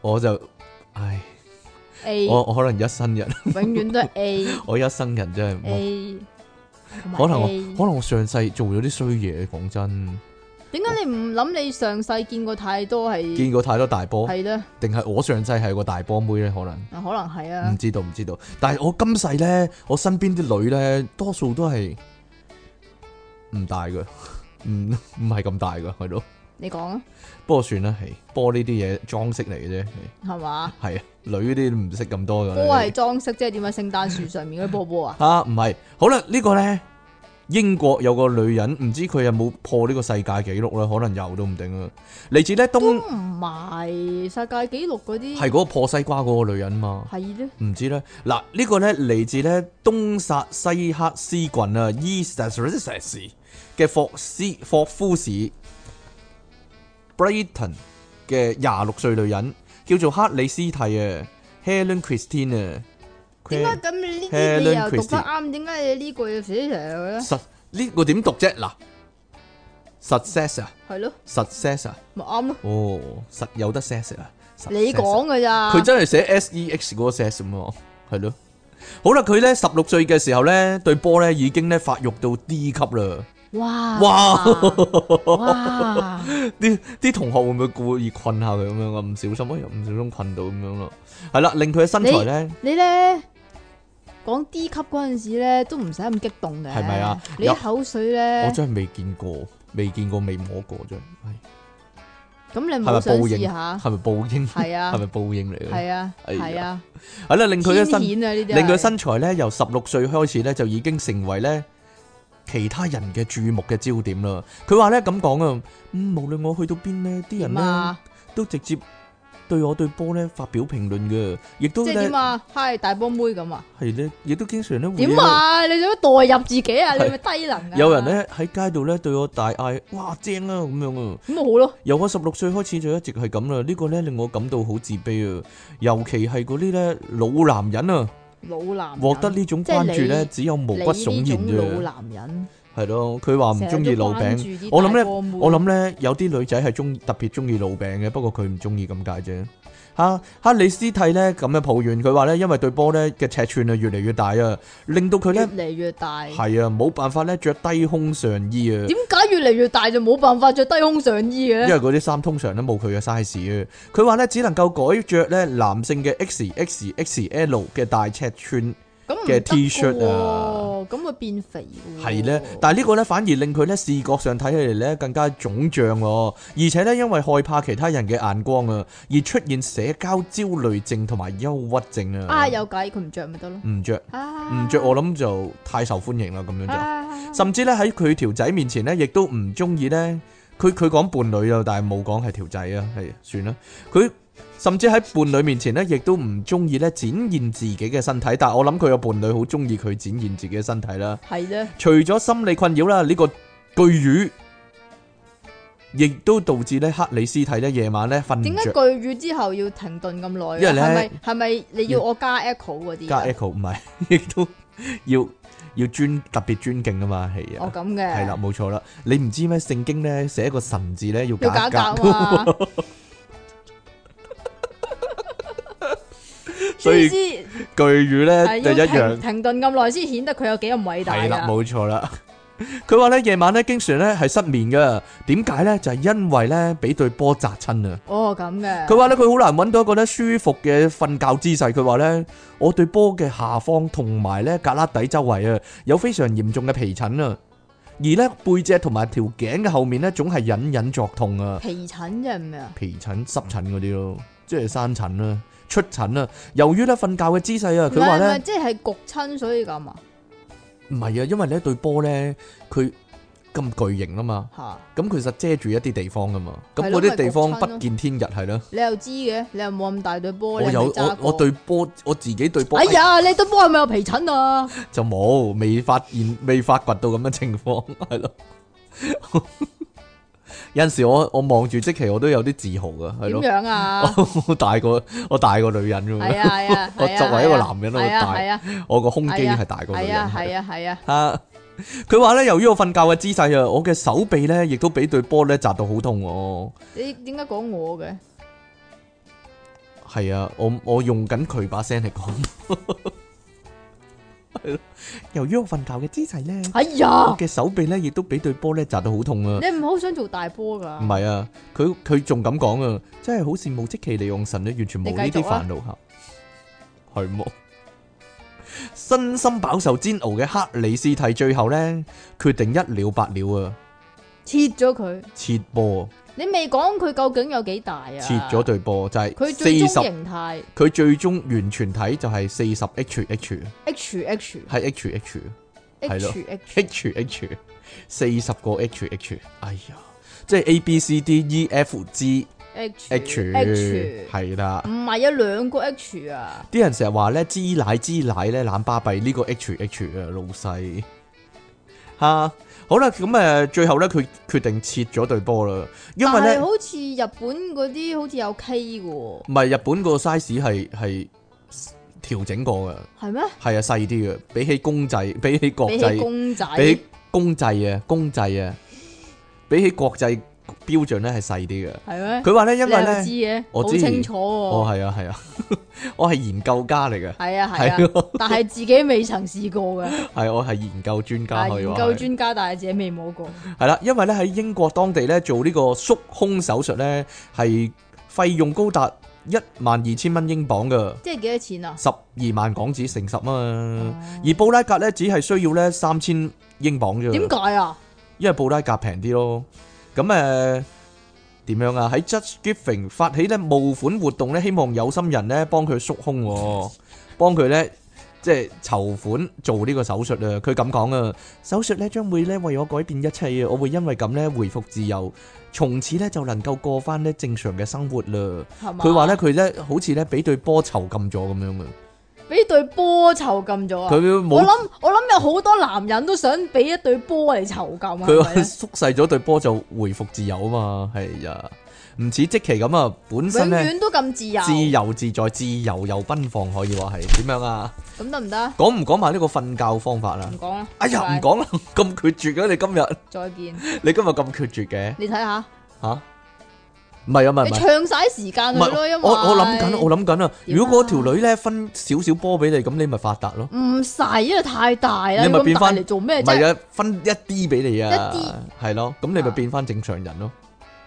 S1: 我就唉，
S2: A
S1: 我我可能一生人，
S2: 永遠都係 A
S1: 我一生人真係冇，
S2: A 同埋
S1: 可能我
S2: A
S1: 可能我上世做咗啲衰嘢，講真，
S2: 點解你唔諗你上世見過太多係
S1: 見過太多大波，
S2: 係咧？啊
S1: 定係我上世係個大波妹咧？可能。
S2: 可能係
S1: 唔
S2: 啊，
S1: 知道唔知道，但系我今世咧，我身邊啲女咧，多數都係唔大噶，唔唔係咁大噶，係咯。
S2: 你講啊，
S1: 不過算啦，係波呢啲嘢裝飾嚟嘅啫，
S2: 係嘛？
S1: 係係啊，女嗰啲都唔識咁多噶。
S2: 波係裝飾，即係點啊？聖誕樹上面嗰啲波波啊？
S1: 啊，唔係，好啦，呢個咧，英國有個女人，唔知佢有冇破呢個世界紀錄啦，可能有都唔定啊。嚟自咧
S2: 都
S1: 東
S2: 唔係世界紀錄嗰啲
S1: 係嗰個破西瓜嗰個女人嘛。
S2: 係咧。
S1: 唔知咧，嗱、呢個咧嚟自咧東薩西克斯郡啊 e a s t e r 市嘅霍斯霍夫市 Brighton 嘅廿六歲女人，叫做克里斯蒂啊，Helen Christine 啊，
S2: 點解咁呢啲
S1: Helen
S2: 你又讀得
S1: Christie
S2: 啱？點解你呢句要寫成嘅咧？
S1: 實呢、個點讀啫？嗱，success 啊
S2: 係咯，
S1: ，success 啊，
S2: 咪啱咯。
S1: 哦，實有得 sex 啊，success 啊
S2: 你講嘅咋？
S1: 佢真係寫 S E X 嗰個 sex 咁喎，係咯。好啦，佢咧十六歲嘅時候咧，對波咧已經咧發育到 D 級啦。
S2: 哇
S1: 哇！
S2: 哇！
S1: 啲啲同學會唔會故意困下佢咁樣啊？唔小心啊，又唔小心困到咁樣咯。係啦，令佢嘅身材咧，
S2: 你咧講 D 級嗰陣時咧，都唔使咁激動嘅，
S1: 係咪啊
S2: 你
S1: 有
S2: 啲口水
S1: 我
S2: 咧，
S1: 真係未見過，未見過，未摸過真係。
S2: 咁你
S1: 係咪
S2: 冇想
S1: 報
S2: 試
S1: 應
S2: 下？
S1: 係咪報應？
S2: 係 啊
S1: 係咪報應嚟嘅？
S2: 係啊，
S1: 哎呀
S2: 係啊，
S1: 係啦，令佢嘅身
S2: 天。譴啊呢啲係，
S1: 令佢身材咧由十六歲開始咧就已經成為咧其他人嘅注目嘅焦點啦。佢話咧咁講啊，嗯，無論我去到邊呢，啲人
S2: 點
S1: 咧
S2: 啊？
S1: 都直接對我對波咧發表評論嘅，亦都
S2: 即係
S1: 咧
S2: 點啊？嗨，大波妹咁啊？
S1: 係咧，亦都經常咧會
S2: 點
S1: 有
S2: 啊？你想代入自己啊？你咪低能啊？
S1: 有人咧喺街度咧對我大嗌，哇正啊咁樣啊！
S2: 咁咪好咯，
S1: 由我十六歲開始就一直係咁啦，呢個咧令我感到好自卑啊，尤其係嗰啲咧老男人啊，
S2: 老男人
S1: 獲得呢種
S2: 即係
S1: 關
S2: 你
S1: 注咧只有毛
S2: 你
S1: 骨悚
S2: 呢
S1: 然
S2: 種
S1: 啫
S2: 老。男人
S1: 係咯，佢話唔中意老餅。
S2: 餅
S1: 我諗咧我
S2: 諗
S1: 諗咧有啲女仔係中特別中意老餅嘅，不過佢唔中意咁解啫。哈克里斯蒂咧咁樣抱怨，佢話咧因為對波咧嘅尺寸啊越嚟越大啊，令到佢
S2: 越
S1: 咧
S2: 嚟越大，
S1: 係啊冇辦法咧着低胸上衣啊，
S2: 點解越嚟越大就冇辦法着低胸上衣嘅
S1: 因
S2: 咧？
S1: 為嗰啲衫通常都冇佢嘅 size 啊。佢話咧只能夠改着咧男性嘅 X X X L 嘅大尺寸。
S2: 咁唔
S1: 嘅
S2: 得
S1: T 恤
S2: 㗎喎
S1: 啊，
S2: 咁會變肥嘅喎
S1: 係咧，但係呢個咧反而令佢咧視覺上睇起嚟咧更加腫脹喎，而且咧因為害怕其他人嘅眼光啊，而出現社交焦慮症同埋憂鬱症啊
S2: 啊。有計，佢唔着咪得咯。
S1: 唔着
S2: 啊
S1: 嗯唔着，我諗就太受歡迎啦，咁樣就，
S2: 啊
S1: 甚至咧喺佢條仔面前咧，亦都唔中意咧。佢佢講伴侶啊，但係冇講係條仔啊，係算啦。佢甚至喺伴侶面前咧，亦都唔中意咧展現自己嘅身體，但係我諗佢個伴侶好中意佢展現自己嘅身體啦。
S2: 係咧，
S1: 除咗心理困擾啦，呢、個巨魚亦都導致咧克里斯蒂咧夜晚咧瞓
S2: 點
S1: 唔
S2: 解句
S1: 着。
S2: 語之後要停頓咁耐啊？
S1: 因為咧
S2: 係咪係咪你要我加 echo 嗰啲
S1: 加
S2: 啊？
S1: echo 唔係， 亦都要要尊特別尊敬啊嘛，係
S2: 哦
S1: 啊，
S2: 咁嘅，
S1: 係啦，，冇錯啦。你唔知咩？聖經咧寫一個神字咧要
S2: 要
S1: 加
S2: 假
S1: 一
S2: 假
S1: 格，
S2: 嘛。
S1: 所以
S2: 先知
S1: 巨魚咧
S2: 係
S1: 就
S2: 要
S1: 一樣
S2: 停。停頓咁耐先顯得佢有幾咁偉大
S1: 係啦，
S2: 啊！
S1: 冇錯啦。 佢話咧夜晚咧經常咧係失眠嘅，點解咧？就係、因為咧俾對波砸親啊！
S2: 哦咁嘅，
S1: 佢話咧，佢好難揾到一個咧舒服嘅瞓覺姿勢。佢話咧，我對波嘅下方同埋咧格拉底周圍啊，有非常嚴重嘅皮疹啊，而咧背脊同埋條頸嘅後面咧，總係隱隱作痛啊，
S2: 皮疹啫係咪啊？
S1: 皮疹、濕疹嗰啲咯，即係生疹啦、出疹啦。由於咧瞓覺嘅姿勢啊，
S2: 唔
S1: 佢話
S2: 係唔係，
S1: 咧
S2: 即係焗親所以咁啊
S1: 唔係啊，因為咧對波咧佢咁巨型啊嘛，
S2: 嚇！
S1: 咁佢實遮住一啲地方噶嘛，咁
S2: 係
S1: 嗰
S2: 咯
S1: 啲地方
S2: 咪焗親咯
S1: 不見天日係咯。
S2: 你又知嘅，你又冇咁大對波，
S1: 我
S2: 你
S1: 有
S2: 又未揸
S1: 我我
S2: 過
S1: 對波我自己對波。
S2: 哎呀，你對波係咪有皮疹啊？
S1: 就冇，未發現，未發掘到咁嘅情況， 係咯。有陣時我我望住即期，我都有啲自豪噶，係
S2: 點
S1: 咯。
S2: 樣啊？
S1: 我大過我大過女人咁
S2: 係
S1: 樣，
S2: 啊係啊，
S1: 我
S2: 係啊
S1: 作為一個男人我
S2: 係啊
S1: 大
S2: 係啊
S1: 我個胸肌
S2: 係啊
S1: 係大過女
S2: 係
S1: 人
S2: 啊。係啊係啊，
S1: 啊！佢話咧，由於我瞓覺嘅姿勢啊，我嘅手臂咧亦都俾對波咧砸到好痛哦。
S2: 你點解講我嘅？
S1: 係啊，我我用緊佢把聲嚟講。 係咯由於我瞓覺嘅姿勢咧，
S2: 哎呀
S1: 我，嘅手臂咧亦都俾對波咧砸到好痛啊。
S2: 你唔好想做大波噶
S1: 唔，係啊，佢佢仲咁講啊，真係好羨慕即其利用神咧，完全冇呢
S2: 你繼
S1: 啲
S2: 續啊
S1: 煩惱嚇，係冇。身心飽受煎熬嘅克里斯蒂最後呢，決定一了百了啊，
S2: 切咗佢。
S1: 切波，
S2: 你未講佢究竟有幾大啊？
S1: 切咗對波就係
S2: 佢
S1: 四
S2: 最終
S1: 十，
S2: 形態
S1: 佢最終完全體就係四十 H H，
S2: H H
S1: 係 H H 係咯
S2: H H，
S1: H H 四十個 H H，哎呀，即係 A B C D E F G
S2: H
S1: H
S2: H
S1: 係啦
S2: 唔。係啊，兩個 H 啊，
S1: 啲人成日話咧，支奶支奶咧，懶巴閉呢個 H H 啊，老細 吓、好啦，咁誒，最後咧，佢決定切咗對波啦，因為
S2: 但係
S1: 咧，
S2: 好似日本嗰啲好似有 K 嘅喎，
S1: 唔係日本個 size 係係調整過嘅，
S2: 係咩？
S1: 係啊細啲嘅，比起公仔，比起國
S2: 比起
S1: 際，
S2: 公仔，
S1: 比起公仔啊，公仔啊，比起國際標準咧係細啲嘅。
S2: 系咩？
S1: 佢話咧，因為咧，
S2: 你又知嘅，
S1: 我
S2: 好
S1: 知
S2: 清楚
S1: 哦
S2: 喎。
S1: 係啊係啊， 我係研究家嚟嘅，
S2: 系啊系啊，
S1: 係咯，
S2: 但系自己未曾試 過嘅，
S1: 係我係研究專家
S2: 但係
S1: 可以
S2: 研
S1: 話
S2: 究
S1: 係。
S2: 專家，但係自己未摸過。
S1: 係啦，因為咧喺英國當地咧做呢個縮胸手術咧係費用高達一萬二千蚊英鎊嘅，
S2: 即係幾多錢啊？
S1: 十二萬港紙乘十蚊。
S2: 哦
S1: 而布拉格咧只係需要咧三千英鎊啫。
S2: 點解啊？
S1: 因為布拉格平啲咯。咁誒點樣啊？喺 Judge Giving 發起咧募款活動咧，希望有心人咧幫佢縮胸喎，幫佢咧即係籌款做呢個手術啊。佢咁講啊，手術咧將會咧為我改變一切啊，我會因為咁咧回復自由，從此咧就能夠過翻咧正常嘅生活啦。
S2: 係嘛？
S1: 佢話咧佢咧好似咧俾對波囚禁咗咁樣嘅，
S2: 俾對波囚禁咗啊！
S1: 佢
S2: 我
S1: 冇
S2: 諗我諗有好多男人都想俾一對波嚟囚禁啊！
S1: 佢
S2: 係
S1: 話
S2: 咪呢
S1: 縮細咗對波就回復自由啊嘛，係啊，唔似即期咁啊，本身
S2: 永
S1: 咧。
S2: 遠都咁自由，
S1: 自由自在、自由又奔放，可以話係點樣啊？
S2: 咁得唔得？
S1: 講唔講埋呢個瞓覺方法啊
S2: 唔？講啦。
S1: 哎呀，唔
S2: 拜拜，
S1: 講啦，咁決絕嘅你今日，
S2: 再見。
S1: 你今日咁決絕嘅
S2: 你睇下，
S1: 吓？唔係啊，唔係
S2: 你
S1: 唔係
S2: 唱晒時間
S1: 唔
S2: 佢咯，因
S1: 係，
S2: 為
S1: 我我諗緊，我諗緊啊！
S2: 點啊
S1: 如果嗰條女咧分少少波俾你，咁你咪發達咯。
S2: 唔使啊，太大啦，
S1: 你咪
S2: 咁
S1: 變
S2: 大
S1: 返
S2: 嚟做
S1: 唔
S2: 咩
S1: 係
S2: 啫？
S1: 啊，分一啲俾你啊
S2: 一啲，
S1: 係咯，咁你咪
S2: 啊
S1: 變翻正常人咯。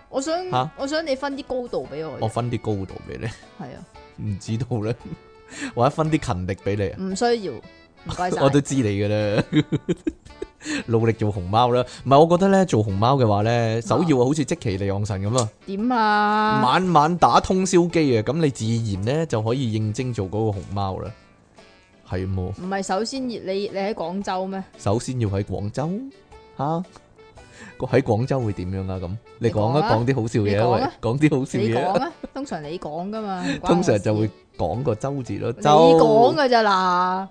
S2: 我想
S1: 嚇
S2: 我想你分啲高度俾我
S1: 我
S2: 啫，
S1: 分啲高度俾你，
S2: 係啊，
S1: 唔知道咧， 或者分啲勤力俾你啊。
S2: 唔需要，唔該晒
S1: 我。都知你嘅啦， 努力做熊貓啦。唔係，我覺得咧做熊貓嘅話咧，首要啊好似即其利昂神咁啊，
S2: 點啊？
S1: 晚晚打通宵機啊，咁你自然咧就可以應徵做嗰個熊貓啦。係冇，
S2: 唔係首先你你喺廣州咩？
S1: 首先要喺廣州吓，個喺廣州會點樣啊？咁你講
S2: 你講
S1: 啊，
S2: 啊
S1: 講啲好笑
S2: 你
S1: 嘢啊，
S2: 講
S1: 喂
S2: 啊，
S1: 講啲好笑
S2: 你講
S1: 嘢，
S2: 啊，通常你講噶嘛，唔關我
S1: 通常就
S2: 事
S1: 會講個周字咯。
S2: 你
S1: 周
S2: 講，噶咋嗱？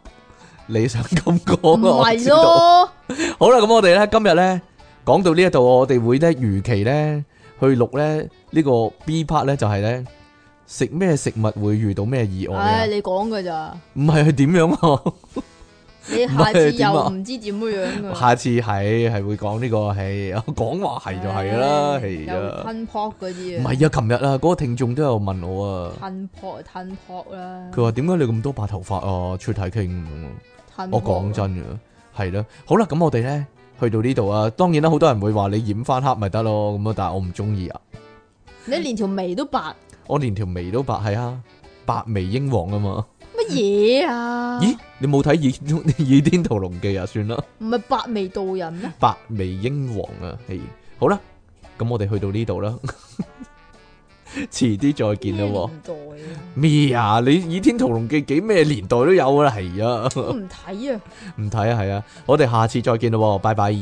S1: 你想咁
S2: 唔
S1: 講啊？我
S2: 係
S1: 知道
S2: 咯，
S1: 好啦，咁我哋咧今日咧講到呢一度，我哋會咧如期咧去錄咧呢個 B part 咧，就係咧食咩食物會遇到咩意外啊
S2: 唉，？你講噶咋？
S1: 唔係佢點樣啊
S2: 你下次
S1: 唔係點啊
S2: 又唔知點樣
S1: 啊？
S2: 噶。
S1: 下次係係會講呢個係我講話係就係㗎啦，係
S2: 又
S1: 啊，
S2: 吞泡嗰啲
S1: 唔
S2: 啊，
S1: 係啊，琴日啊嗰個聽眾都有問我啊，
S2: 吞泡吞泡啦。
S1: 佢話點解你咁多白頭髮啊？出體傾咁樣啊
S2: 吞
S1: 我
S2: 泡
S1: 講真嘅，係咯。好啦，咁我哋咧去到呢度啊，當然啦，好多人會話你染翻黑咪得咯，咁啊，但係我唔中意啊。
S2: 你連條眉都白，
S1: 我連條眉都白，係啊，白眉英皇啊嘛。
S2: 乜嘢啊？
S1: 咦，你冇睇《倚天 倚天屠龍記》啊？算啦，
S2: 唔係白眉道人咩？
S1: 白眉英皇啊，係好啦，咁我哋去到呢度啦， 遲啲再見啦
S2: 咩
S1: 喎。
S2: 年代啊？
S1: 咩啊？你《倚天屠龍記》幾咩年代都有㗎啦，係啊，
S2: 我唔睇啊！
S1: 唔睇啊，係啊，我哋下次再見啦喎，拜拜。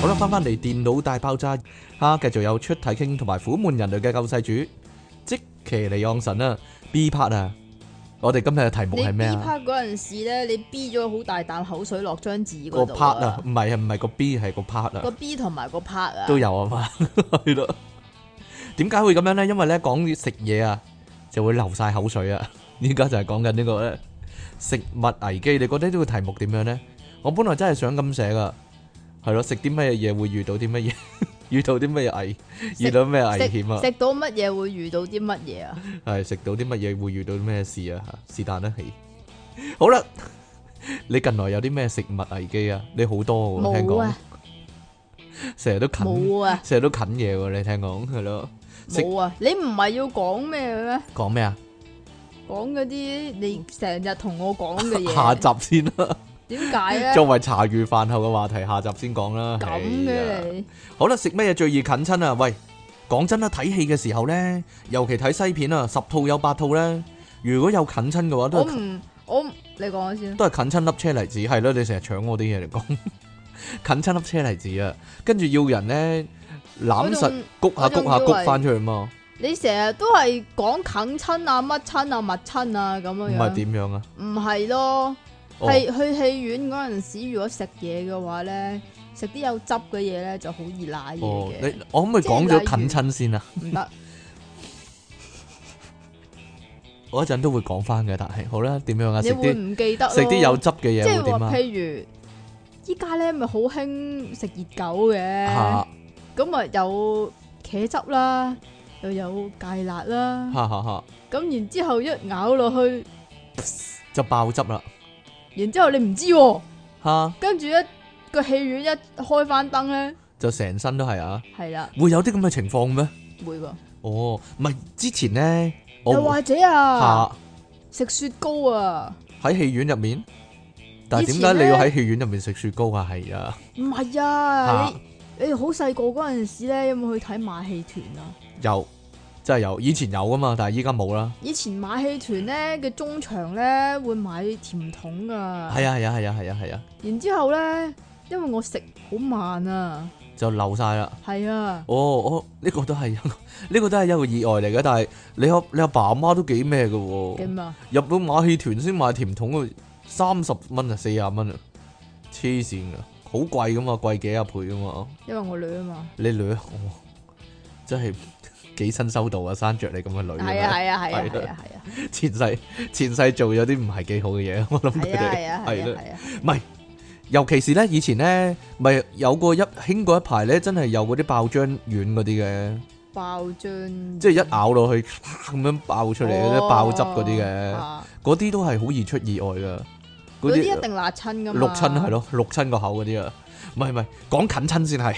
S1: 好啦，翻翻嚟電腦大爆炸，吓、繼續有出體傾同埋苦悶人類嘅救世主，即其尼昂神啊，B part 啊，我哋今日嘅題目
S2: 你
S1: 係
S2: B
S1: 咩啊？
S2: part 嗰陣時咧，你 B 咗好大啖口水落張紙
S1: 個
S2: 嗰度
S1: part 啊，，唔係啊，唔係個 B 係個 part
S2: 個
S1: 啊，
S2: B 同埋個 part 啊，
S1: 都有啊嘛， 係咯。點解會咁樣咧？因為咧講食嘢啊，就會流晒口水啊。 依家就係講緊呢個咧食物危機，你覺得呢個題目點樣咧？我本來真係想咁寫噶，係咯，食啲乜嘢嘢會遇到啲乜嘢， 遇到啲乜嘢危，遇到咩危險啊？
S2: 食到乜嘢會遇到啲乜嘢啊？
S1: 系食到啲乜嘢會遇到啲咩事啊？吓，是但啦，係好啦，你近來有啲咩食物危機啊？你好多喎，聽
S2: 冇
S1: 講
S2: 啊，
S1: 成日都近，
S2: 冇啊，
S1: 成日都近嘢喎，你聽講係咯？食
S2: 冇啊！你唔係要講咩嘅咩？
S1: 講咩啊？
S2: 講嗰啲你成日同我講嘅
S1: 嗯 下
S2: 嘢，
S1: 集先 啦，
S2: 點解咧？
S1: 作為茶餘飯後嘅話題，下集先講啦。
S2: 咁
S1: 係啊
S2: 嘅你，
S1: 好啦，食乜嘢最易近親啊？喂，講真啊啦，睇戲嘅時候咧，尤其睇西片啊，十套有八套咧，如果有近親嘅話，都
S2: 我
S1: 係
S2: 唔我唔你講先啦。
S1: 都係近親粒車厘子，係咯，你成日搶我啲嘢嚟 講，近親粒車厘子啊，跟住要人咧攬
S2: 我
S1: 實
S2: 仲，
S1: 谷下
S2: 我仲
S1: 谷下
S2: 以為
S1: 谷翻出去嘛，
S2: 你成日都係講啃親啊、乜親啊、乜親啊咁
S1: 唔
S2: 樣
S1: 係
S2: 樣，
S1: 點樣啊？
S2: 唔係咯？
S1: 哦
S2: 係去戲院嗰陣時，如果食嘢嘅話咧，食啲有汁嘅嘢咧就好易賴
S1: 哦，
S2: 嘢嘅，
S1: 你我可唔可以講
S2: 即
S1: 咗
S2: 係例
S1: 近
S2: 如
S1: 親先啊？
S2: 唔得。
S1: 我一陣都會講翻嘅，但係好啦，點樣啊？
S2: 你
S1: 食
S2: 會
S1: 啲
S2: 唔記得咯
S1: 食啲有汁嘅
S2: 即
S1: 嘢會
S2: 係
S1: 點
S2: 話
S1: 啊？
S2: 譬如依家咧咪好興食熱狗嘅，
S1: 吓
S2: 咁啊有茄汁啦，又有芥辣啦，
S1: 吓吓吓，
S2: 咁然之後一咬落去，
S1: 就爆汁啦，
S2: 然之後你唔知喎，
S1: 吓
S2: 跟住一個戲院一開翻燈咧，
S1: 就成身都係啊！
S2: 係啦，
S1: 會有啲咁嘅情況咩？
S2: 會㗎。
S1: 哦，唔係之前咧，
S2: 又
S1: 我
S2: 或者啊，
S1: 吓
S2: 食雪糕啊，
S1: 喺戲院入面，但係點
S2: 以
S1: 解
S2: 前呢
S1: 你要喺戲院入面食雪糕啊？係啊，
S2: 唔係
S1: 吓
S2: 啊，你你好細個嗰陣時咧，有冇去睇馬戲團啊？
S1: 有真係有，以前有噶嘛，但係依家冇啦。
S2: 以前馬戲團咧嘅中場咧會買甜筒噶，
S1: 係啊係啊係啊係啊係啊，
S2: 然之後咧，因為我食好慢啊，
S1: 就漏晒啦。
S2: 係啊，
S1: 哦，我呢個都係一個呢個都係一個意外嚟嘅，但係你阿你阿爸阿媽都幾咩嘅喎？
S2: 點啊？
S1: 入到馬戲團先買甜筒啊，三十蚊啊，四廿蚊啊，黐線噶，好貴噶嘛，貴幾廿倍噶嘛，
S2: 因為我女啊嘛，
S1: 你女我真係 幾新收到啊，生着你咁 嘅女，
S2: 係啊係啊係啊
S1: 係
S2: 係
S1: 啊
S2: 啊係啊
S1: 前世前世做咗啲唔係幾好嘅嘢， 我諗佢
S2: 係啊
S1: 哋
S2: 係啊
S1: 係
S2: 係
S1: 啦
S2: 啊係啊，
S1: 尤其是咧以前咧，咪有過一興過一排咧，真係有嗰啲爆漿丸嗰啲嘅。
S2: 爆漿
S1: 即係一咬落去 咔咁樣爆出嚟嗰啲
S2: 哦
S1: 爆汁嗰啲嘅，
S2: 啊
S1: 嗰啲都係好易出意外噶。嗰
S2: 嗰啲一
S1: 啲
S2: 定辣親噶嘛，
S1: 六親係，咯，六親個口嗰啲啊，唔係唔係講近親先係，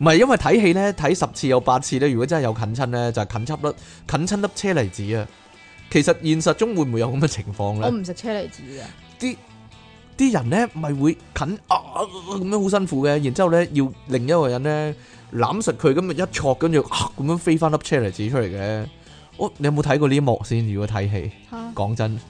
S1: 唔係因為睇戲咧睇十次有八次咧，如果真係有近親咧，就係近親粒近親粒車厘子啊。其實現實中會唔會有咁嘅情況
S2: 我
S1: 咧？
S2: 唔食車厘子嘅，
S1: 啲人咧咪會近啊啊啊咁樣好辛苦嘅，然之後咧要另一個人咧攬實佢，咁咪一戳，跟住啊咁樣飛翻粒車厘子出嚟嘅。我你有冇睇過呢一幕先？如果睇戲，
S2: 嚇
S1: 講真，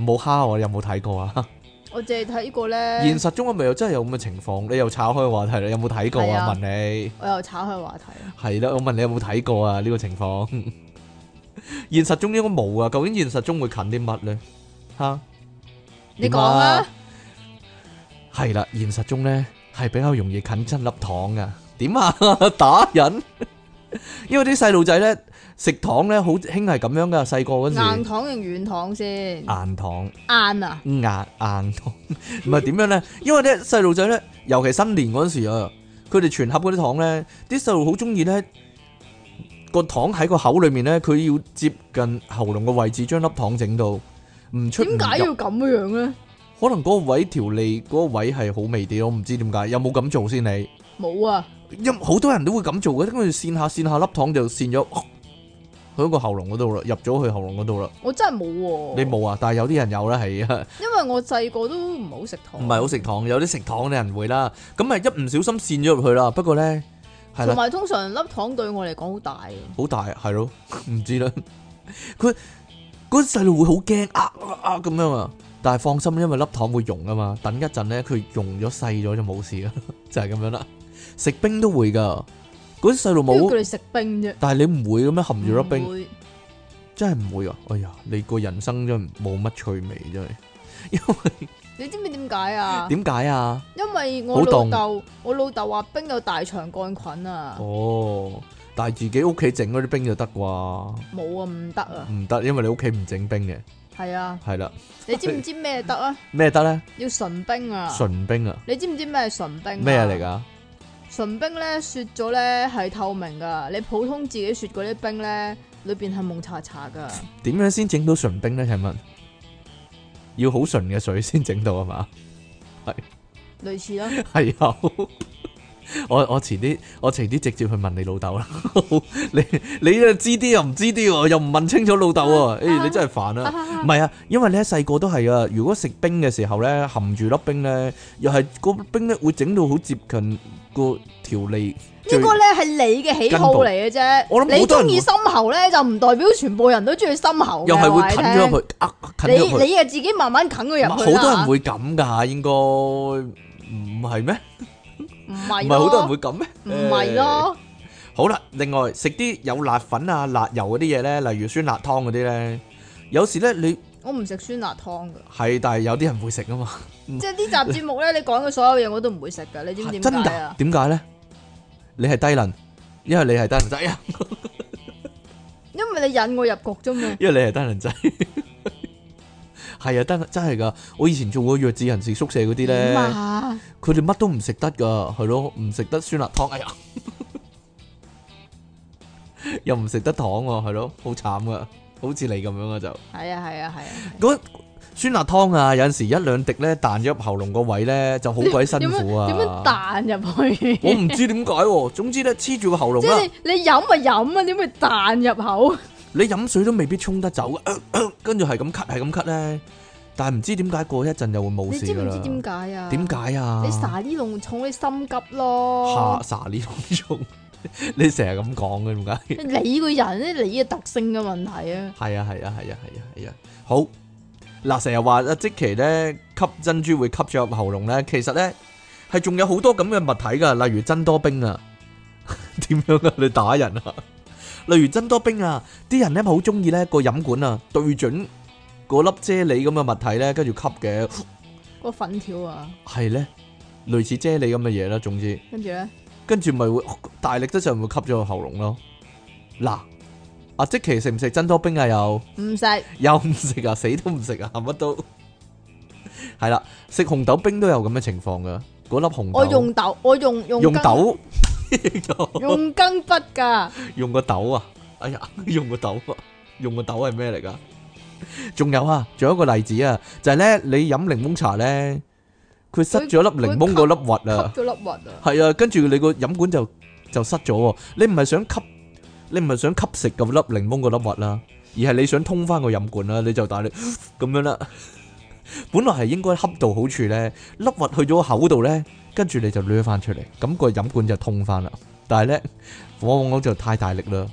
S1: 唔好蝦我，你有冇睇過啊？
S2: 我淨係睇過咧，
S1: 現實中啊係咪又真係有咁嘅情況？你又炒開話題啦，有冇睇過
S2: 係
S1: 啊？
S2: 啊
S1: 問你
S2: 我又炒開話題啊啦，
S1: 係啦，我問你有冇睇過啊？呢個情況， 現實中應該冇啊。究竟現實中會近啲乜咧？嚇？
S2: 你講啊，
S1: 系啦，現實中呢係比較容易啃真粒糖噶。點啊？ 打人？因為啲細路仔呢食糖呢好興係咁樣噶，細個嗰
S2: 硬
S1: 時
S2: 糖定軟糖先？
S1: 硬糖、
S2: 硬啊，
S1: 硬硬糖， 唔係點樣呢？因為呢細路仔呢，尤其新年嗰時啊，佢哋全盒嗰啲糖呢，啲細路好中意呢個糖喺個口裏面呢，佢要接近喉嚨嘅位置，將粒糖整到唔出唔
S2: 點解要
S1: 入。
S2: 咁樣咧？
S1: 可能嗰個位條脷嗰個位係好味啲，我唔知點解，有冇咁做先你？
S2: 冇啊，
S1: 因好多人都會咁做嘅，跟住扇下扇下粒糖就扇咗哦去個喉嚨嗰度啦，入咗去喉嚨嗰度啦。
S2: 我真係冇喎，
S1: 你冇啊？但係有啲人有啦，係啊，
S2: 因為我細個都唔好食糖，
S1: 唔係好食糖，有啲食糖嘅人會啦。咁咪一唔小心扇咗入去啦。不過咧，係
S2: 同
S1: 啦，
S2: 埋通常粒糖對我嚟講好大嘅，
S1: 好大係咯，唔知啦。 佢嗰啲細路會好驚啊啊啊咁樣啊！但係放心，因為粒糖會溶啊嘛。等一陣咧，佢溶咗細咗就冇事啦， 就係咁樣啦。食冰都會㗎，嗰啲細路
S2: 邊叫
S1: 冇，
S2: 你食冰啫？
S1: 但係你唔會咁樣含住粒冰
S2: 唔。會
S1: 真係唔會啊！哎呀，你個人生真係冇乜趣味，真係。因
S2: 你知唔知點解 啊？
S1: 為點解啊？
S2: 因為
S1: 好
S2: 我老
S1: 凍
S2: 豆，我老豆話冰有大腸桿菌啊，
S1: 哦，但係自己屋企整嗰啲冰就得啩？
S2: 冇啊唔得啊，
S1: 唔得，因為你屋企唔整冰嘅，
S2: 係 啊，
S1: 係啦。
S2: 你知唔知咩得啊？
S1: 咩得咧？
S2: 要純冰啊！
S1: 純冰啊？
S2: 你知唔知咩係純冰？
S1: 咩嚟？㗎？
S2: 純冰咧雪咗咧係透明噶，你普通自己雪嗰啲冰咧，裏邊係蒙查查 噶。
S1: 點樣先整到純冰咧？請 問要好純嘅水先整到啊嘛？
S2: 類似咯，
S1: 係啊，我我遲啲我遲啲直接去問你老豆啦。 你你又知啲又唔知啲喎，又唔問清楚老豆喎。誒、你真係煩啊！唔係啊，因為咧細個都係啊。如果食冰嘅時候咧，含住粒冰咧，又係個冰咧會整到好接近個條脷。
S2: 呢個咧係你嘅喜好嚟嘅啫。
S1: 我諗好
S2: 你
S1: 多人
S2: 中意深喉咧，就唔代表全部人都中意深喉嘅。
S1: 又係
S2: 我
S1: 會
S2: 話你
S1: 近咗入去，啊近
S2: 聽
S1: 咗入
S2: 你
S1: 去。
S2: 你啊自己慢慢近佢入
S1: 好
S2: 去啦
S1: 多人會咁㗎，應該唔係咩？
S2: 唔
S1: 唔
S2: 係
S1: 係好多人
S2: 會
S1: 會咁咩？
S2: 唔係咯？
S1: 好啦，另外食啲有辣粉啊、辣油嗰啲嘢咧，例如酸辣湯嗰啲咧，有時咧你
S2: 我唔食酸辣湯噶，
S1: 係，但係有啲人會食啊嘛。
S2: 即係呢集節目咧，你講嘅所有嘢我都唔會食噶，你知唔知
S1: 真
S2: 點解
S1: 㗎？
S2: 啊？
S1: 點解咧？你係低能，因為你係低能仔 啊！
S2: 因為你引我入局啫嘛。
S1: 因為你係單人仔， 係啊，單真係噶。我以前做過弱智人士宿舍嗰啲
S2: 點
S1: 咧，
S2: 啊？
S1: 佢哋乜都唔食得噶，係咯，唔食得酸辣湯，哎呀， 又唔食得糖喎，係咯，好慘噶，好似你咁樣啊就。
S2: 系啊系啊系啊，
S1: 嗰酸辣湯啊，有阵时一兩滴咧彈咗入喉嚨個位咧，就好鬼辛苦啊！
S2: 点样弹入去？
S1: 我唔知點解喎，總之咧黐住個喉嚨
S2: 即
S1: 啦，
S2: 系你你饮咪饮啊，点会弹入口？
S1: 你飲水都未必沖得走嘅， 跟住係咁咳係咁咳咧，但係唔知點解過一陣又會冇
S2: 你
S1: 事
S2: 知
S1: 噶
S2: 唔知
S1: 啦。
S2: 点解啊？
S1: 點？解啊？
S2: 你撒呢弄重，你心急
S1: 下
S2: 咯。
S1: 撒呢種種， 你成日咁講嘅點解？
S2: 你個人咧，你嘅特性嘅問題啊，
S1: 係啊係啊係啊係啊係啊，好嗱，成日話阿即奇咧吸珍珠會吸咗入喉嚨咧，其實咧係仲有好多咁嘅物體噶，例如珍多冰啊，點樣啊？你打人啊？例如珍多冰啊，啲人咧咪好中意咧個飲管啊對準嗰粒啫喱咁嘅物體咧，跟住吸嘅
S2: 個粉條啊，
S1: 係咧類似啫喱咁嘅嘢啦，總之。
S2: 跟住咧，
S1: 跟住咪會大力得上會吸咗個喉嚨咯。嗱，阿即奇食唔食珍多冰啊？又
S2: 唔食
S1: 又唔食啊？死都唔食啊？乜都係啦，食紅豆冰都有咁嘅情況噶。嗰粒紅豆，
S2: 我用豆，我用用
S1: 用
S2: 羹
S1: 豆，
S2: 用羹筆㗎，
S1: 用個豆啊！哎呀， 用個豆啊！用個豆係咩嚟噶？仲有啊，仲有一個例子啊，就係呢：咧，你飲檸檬茶咧，佢塞咗粒檸檬嗰粒核啊。
S2: 吸咗粒核啊，
S1: 系啊，跟住你個飲管就就塞咗喎。你唔係想吸，你唔係想吸食嗰粒檸檬嗰粒核啦，而係你想通翻個飲管啦，你 就大力咁樣啦。 本來係應該恰到好處咧，粒核去咗個口度咧，跟住你就掠翻出嚟，咁、個飲管就通翻啦。但係咧，往往就太大力啦，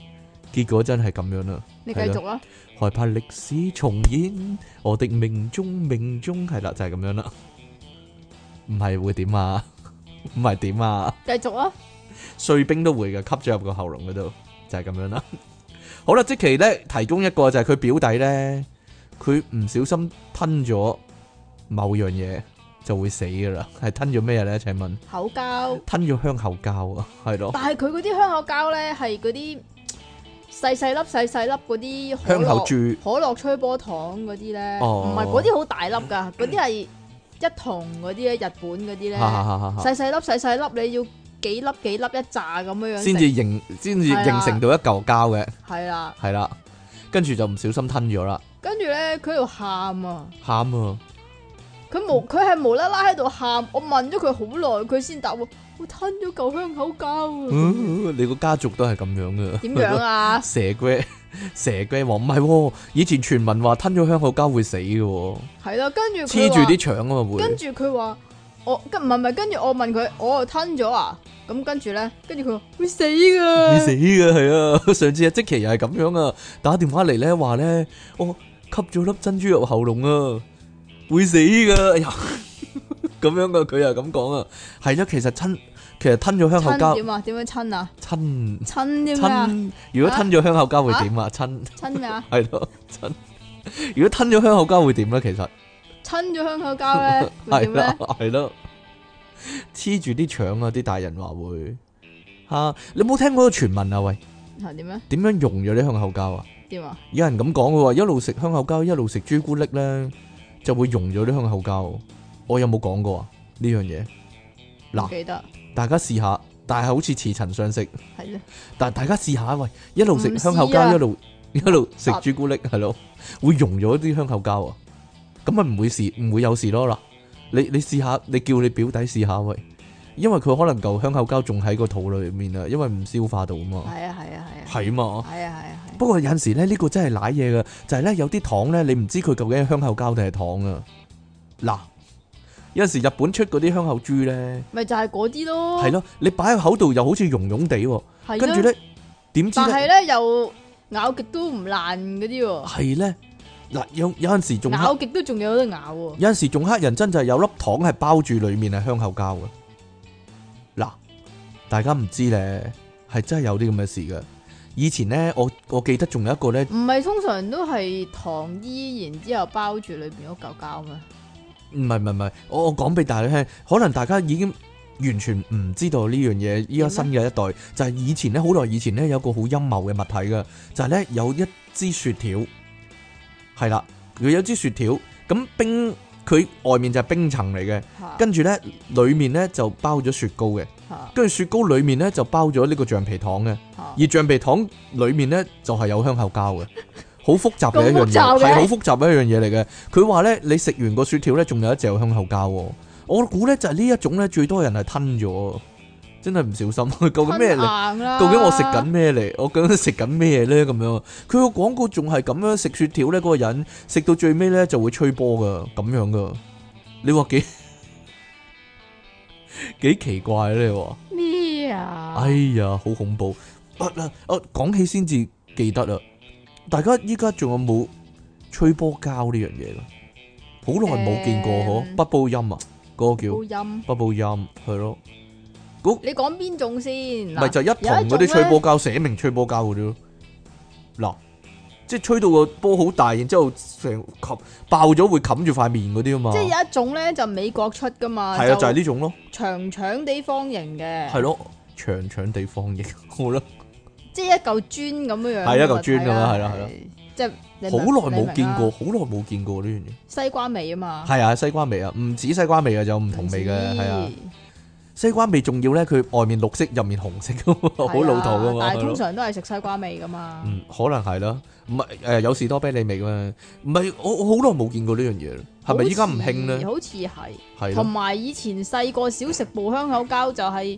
S1: 結果真係咁樣啦。
S2: 你繼續啦，
S1: 害怕歷史重演，我的命中命中係啦，就係、咁樣啦。唔係會點啊？ 唔係點啊？
S2: 繼續啊，
S1: 碎冰都會嘅，吸咗入個喉嚨嗰度，就係、咁樣啦。 好啦，即其咧提供一個就係佢表弟咧，佢唔小心吞咗某樣嘢就會死噶啦，係吞咗咩咧？請問
S2: 口膠，
S1: 吞咗香口膠啊，係咯，
S2: 但係佢嗰啲香口膠咧係嗰啲細細粒細細粒嗰啲可
S1: 香
S2: 樂
S1: 口珠
S2: 可樂吹波糖嗰啲咧，
S1: 哦
S2: 唔係嗰啲好大粒㗎，嗰啲係一筒嗰啲咧，日本嗰啲咧，
S1: 哈哈哈哈
S2: 細細粒細細粒，你要幾粒幾粒一炸咁樣樣
S1: 先至形先至
S2: 啊
S1: 形成到一嚿膠嘅，
S2: 食係啦。
S1: 係啦，跟住就唔小心吞咗啦，
S2: 跟住咧，佢喺度喊啊！
S1: 喊 啊！
S2: 佢無佢係無啦啦喺度喊，我問咗佢好耐，佢先答我：我吞咗嚿香口膠啊！
S1: 嗯你個家族都係咁樣嘅，
S2: 點樣啊？
S1: 蛇龜 蛇龜王唔係喎，以前傳聞話吞咗香口膠會死嘅喎。
S2: 係啦，跟住
S1: 黐
S2: 佢
S1: 住啲
S2: 話，
S1: 腸啊嘛會
S2: 跟，住佢話我跟唔係唔係，跟住我問佢，我吞咗啊！咁跟住咧，跟住佢話會死㗎，
S1: 你死嘅係啊！ 上次阿即奇又係咁樣啊，打電話嚟咧話咧，我吸咗粒珍珠入喉嚨啊，會死噶！哎 呀，咁樣噶，佢又咁講啊，係啊，其實吞，其實吞咗香口
S2: 親
S1: 膠，
S2: 點啊？點樣親啊？
S1: 吞
S2: 親啲咩啊？
S1: 吞，如果吞咗香口膠會點啊？吞
S2: 親咩啊？
S1: 係咯，吞。 如果吞咗香口膠會點咧？其實
S2: 親咗香口 膠咧，會
S1: 係
S2: 點
S1: 啦
S2: 咧？，
S1: 係咯，黐住啲腸啊！啲大人話會吓，你冇聽過個傳聞啊？喂！
S2: 係點咧？
S1: 點樣溶咗啲香口膠啊？
S2: 點啊？
S1: 有人咁講嘅喎，一路食香口膠，一路食朱古力咧，就會溶咗啲香口膠。我有冇講過啊？呢樣嘢，嗱
S2: 唔記得
S1: 大家試下，但係好似似曾相識。
S2: 係咧，
S1: 但係大家試下，喂，一路食香口
S2: 唔試啊
S1: 膠，一路一路食朱古力，係咯，會溶咗啲香口膠啊！咁咪唔會事，唔會有事咯嗱。你你試下，你叫你表弟試下喂，因為佢可能嚿香口膠仲喺個肚裏面啊，因為唔消化到啊嘛，
S2: 係啊係啊係啊，
S1: 係嘛。
S2: 係啊係啊係啊，
S1: 不過有陣時咧，呢、個真係舐嘢嘅，就係、呢，咧有啲糖咧，你唔知佢究竟係香口膠定係糖啊！嗱，有陣時日本出嗰啲香口珠咧，
S2: 咪就係嗰啲咯，
S1: 係咯、你擺喺口度又好似溶溶地喎，
S2: 哦係咯，
S1: 跟住咧點知
S2: 但
S1: 咧
S2: 係咧又咬極都唔爛嗰啲喎，
S1: 係咧嗱有有陣時仲
S2: 咬
S1: 黑
S2: 極都仲有得咬喎，
S1: 有陣時仲黑人真就係有粒糖係包住裡面係香口膠嘅。嗱，大家唔知咧，係真係有啲咁嘅事嘅。以前咧，我我記得仲有一個咧。
S2: 唔係通常都係糖衣，然之後包住裏邊嗰嚿膠咩？
S1: 唔係唔係唔係，我我講俾大家聽，可能大家已經完全唔知道呢樣嘢。依家新嘅一代就係以前咧，好耐以前咧有個好陰謀嘅物體嘅，就係、呢咧有一支雪條，係啦，佢有一支雪條，咁冰佢外面就係冰層嚟嘅，
S2: 吓
S1: 跟住咧裡面咧就包咗雪糕嘅，
S2: 吓
S1: 跟住雪糕裡面咧就包咗呢個橡皮糖嘅，
S2: 吓
S1: 而橡皮糖裡面咧就係有香口膠嘅，好複雜嘅一樣
S2: 咁
S1: 嘢，
S2: 複雜嘅
S1: 係好複雜嘅一樣嘢嚟嘅。佢話咧，你食完個雪條咧，仲有一隻有香口膠喎。我估咧就係呢一種咧，最多人係吞咗，真係唔小心。 究竟咩嚟？
S2: 硬啦？
S1: 究竟我食緊咩嚟？我究竟食緊咩咧？咁樣，佢個廣告仲係咁樣食雪條咧，嗰個人食到最尾咧就會吹波噶，咁樣噶。你話幾 幾奇怪咧？你話？
S2: 咩啊？
S1: 哎呀，好恐怖！啊啊啊，講起先至記得啦。大家依家仲有冇吹波膠呢樣嘢噶？好耐冇見過嗬，
S2: 誒
S1: 北煲音啊，嗰、
S2: 高
S1: 個
S2: 音，
S1: 叫北煲音，係咯，
S2: 你講邊種先？
S1: 咪就一
S2: 有
S1: 筒嗰
S2: 種
S1: 啲吹
S2: 呢
S1: 波膠，寫明吹波膠嗰啲咯。嗱，即係吹到個波好大，然之後成冚爆咗會冚住塊面嗰啲啊嘛
S2: 即，係有一種咧就美國出噶嘛，
S1: 係啊，就係呢種咯，
S2: 長長地方形嘅，
S1: 係咯，長長地方形，好啦。
S2: 即係一嚿磚咁樣樣嘅物體啦，
S1: 係一嚿磚咁樣係啦係啦
S2: 即係你
S1: 好
S2: 明
S1: 耐
S2: 你
S1: 冇
S2: 明
S1: 見
S2: 啦
S1: 過，好耐冇見過呢樣嘢。
S2: 西瓜味啊嘛，
S1: 係啊，西瓜味啊，唔止西瓜味啊，有唔同味嘅，係啊，西瓜味仲要咧，佢外面綠色，入面紅色噶嘛，
S2: 係
S1: 好
S2: 啊，
S1: 老土噶嘛
S2: 但
S1: 係
S2: 係，通
S1: 咯
S2: 常都係食西瓜味噶嘛，
S1: 嗯，可能係啦，唔係誒有士多啤梨味嘛，唔係我我好耐冇見過呢樣嘢啦，係咪依家唔興咧？
S2: 好似好似
S1: 係
S2: 係，同
S1: 咯，
S2: 埋以前細個小食部香口膠就係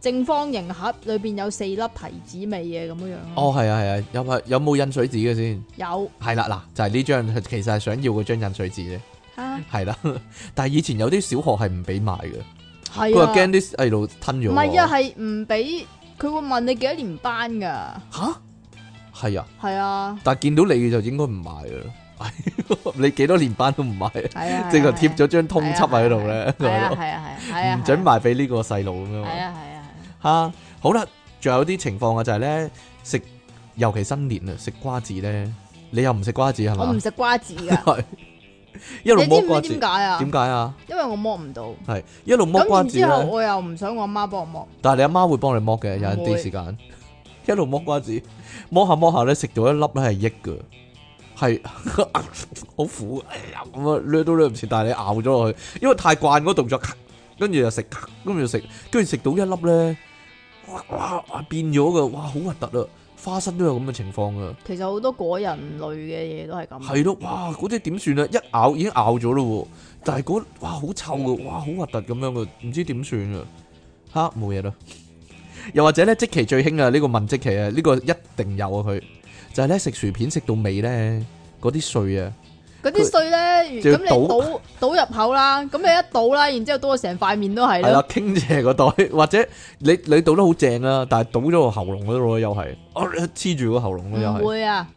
S2: 正方形盒，裏邊有四粒提子味嘅咁樣樣咯。
S1: 哦係啊係啊，有係有冇印水紙嘅先？
S2: 有
S1: 係啦嗱，就係呢張，其實係想要嗰張印水紙啫，
S2: 啊，
S1: 係啦， 但係以前有啲小學係唔俾買嘅，佢
S2: 係
S1: 話
S2: 啊
S1: 驚，啲細路吞咗喎。
S2: 唔係啊，係唔俾佢會問你幾多年班噶，
S1: 吓？係啊。
S2: 係啊，
S1: 但見到你就應該唔買噶啦， 係你幾多年班都唔買，
S2: 係 啊，
S1: 即係
S2: 係啊
S1: 貼咗張通緝喺度咧，
S2: 係啊
S1: 係
S2: 係啊係啊係
S1: 咯
S2: 啊，
S1: 唔准賣俾呢個細路咁樣
S2: 係
S1: 嘛。
S2: 啊係啊
S1: 嚇，好啦，仲有啲情況啊，就係咧食，尤其新年啊，食瓜子咧，你又唔食瓜子係
S2: 係啊，我唔
S1: 嘛？
S2: 食瓜子 噶，
S1: 係一路
S2: 你知
S1: 剝瓜
S2: 唔
S1: 子，
S2: 知點解啊？
S1: 點解啊？
S2: 因為我剝唔到，
S1: 係一路剝
S2: 咁
S1: 瓜
S2: 然
S1: 子
S2: 之後
S1: 咧，
S2: 我又唔想我阿媽幫我
S1: 但係你阿媽會幫你剝嘅，有
S2: 唔
S1: 啲
S2: 會
S1: 時間 一路剝瓜子，剝下剝下咧，食到一粒咧係益嘅，係 好苦，哎呀咁啊，掠都掠唔切，但係你咬咗落去，因為太慣嗰個動作，咔跟住就食，咔跟住就食，跟住食到一粒咧，哇哇變咗嘅，哇好核突啊！花生都有咁嘅情況啊，
S2: 剝，其實好多果仁類嘅嘢都係咁，
S1: 係咯，哇嗰啲點算啊？一咬已經咬咗咯喎，但係嗰哇好臭嘅，哇好核突咁樣嘅，唔知點算啊！吓冇嘢啦。又或者咧，即期最興啊，呢個問即期啊，呢個一定有啊佢，就係咧食薯片食到尾咧，嗰啲碎啊，
S2: 嗰啲碎咧，
S1: 就要
S2: 咁你倒倒入口啦，咁你一倒啦，然之後倒到成塊面都
S1: 係
S2: 係
S1: 啦
S2: 啦，
S1: 傾斜個袋， 或者你你倒得好正啊，但係倒咗個喉嚨嗰度咯，又係，啊黐住個喉嚨咯，又
S2: 唔
S1: 係，嗯
S2: 會啊，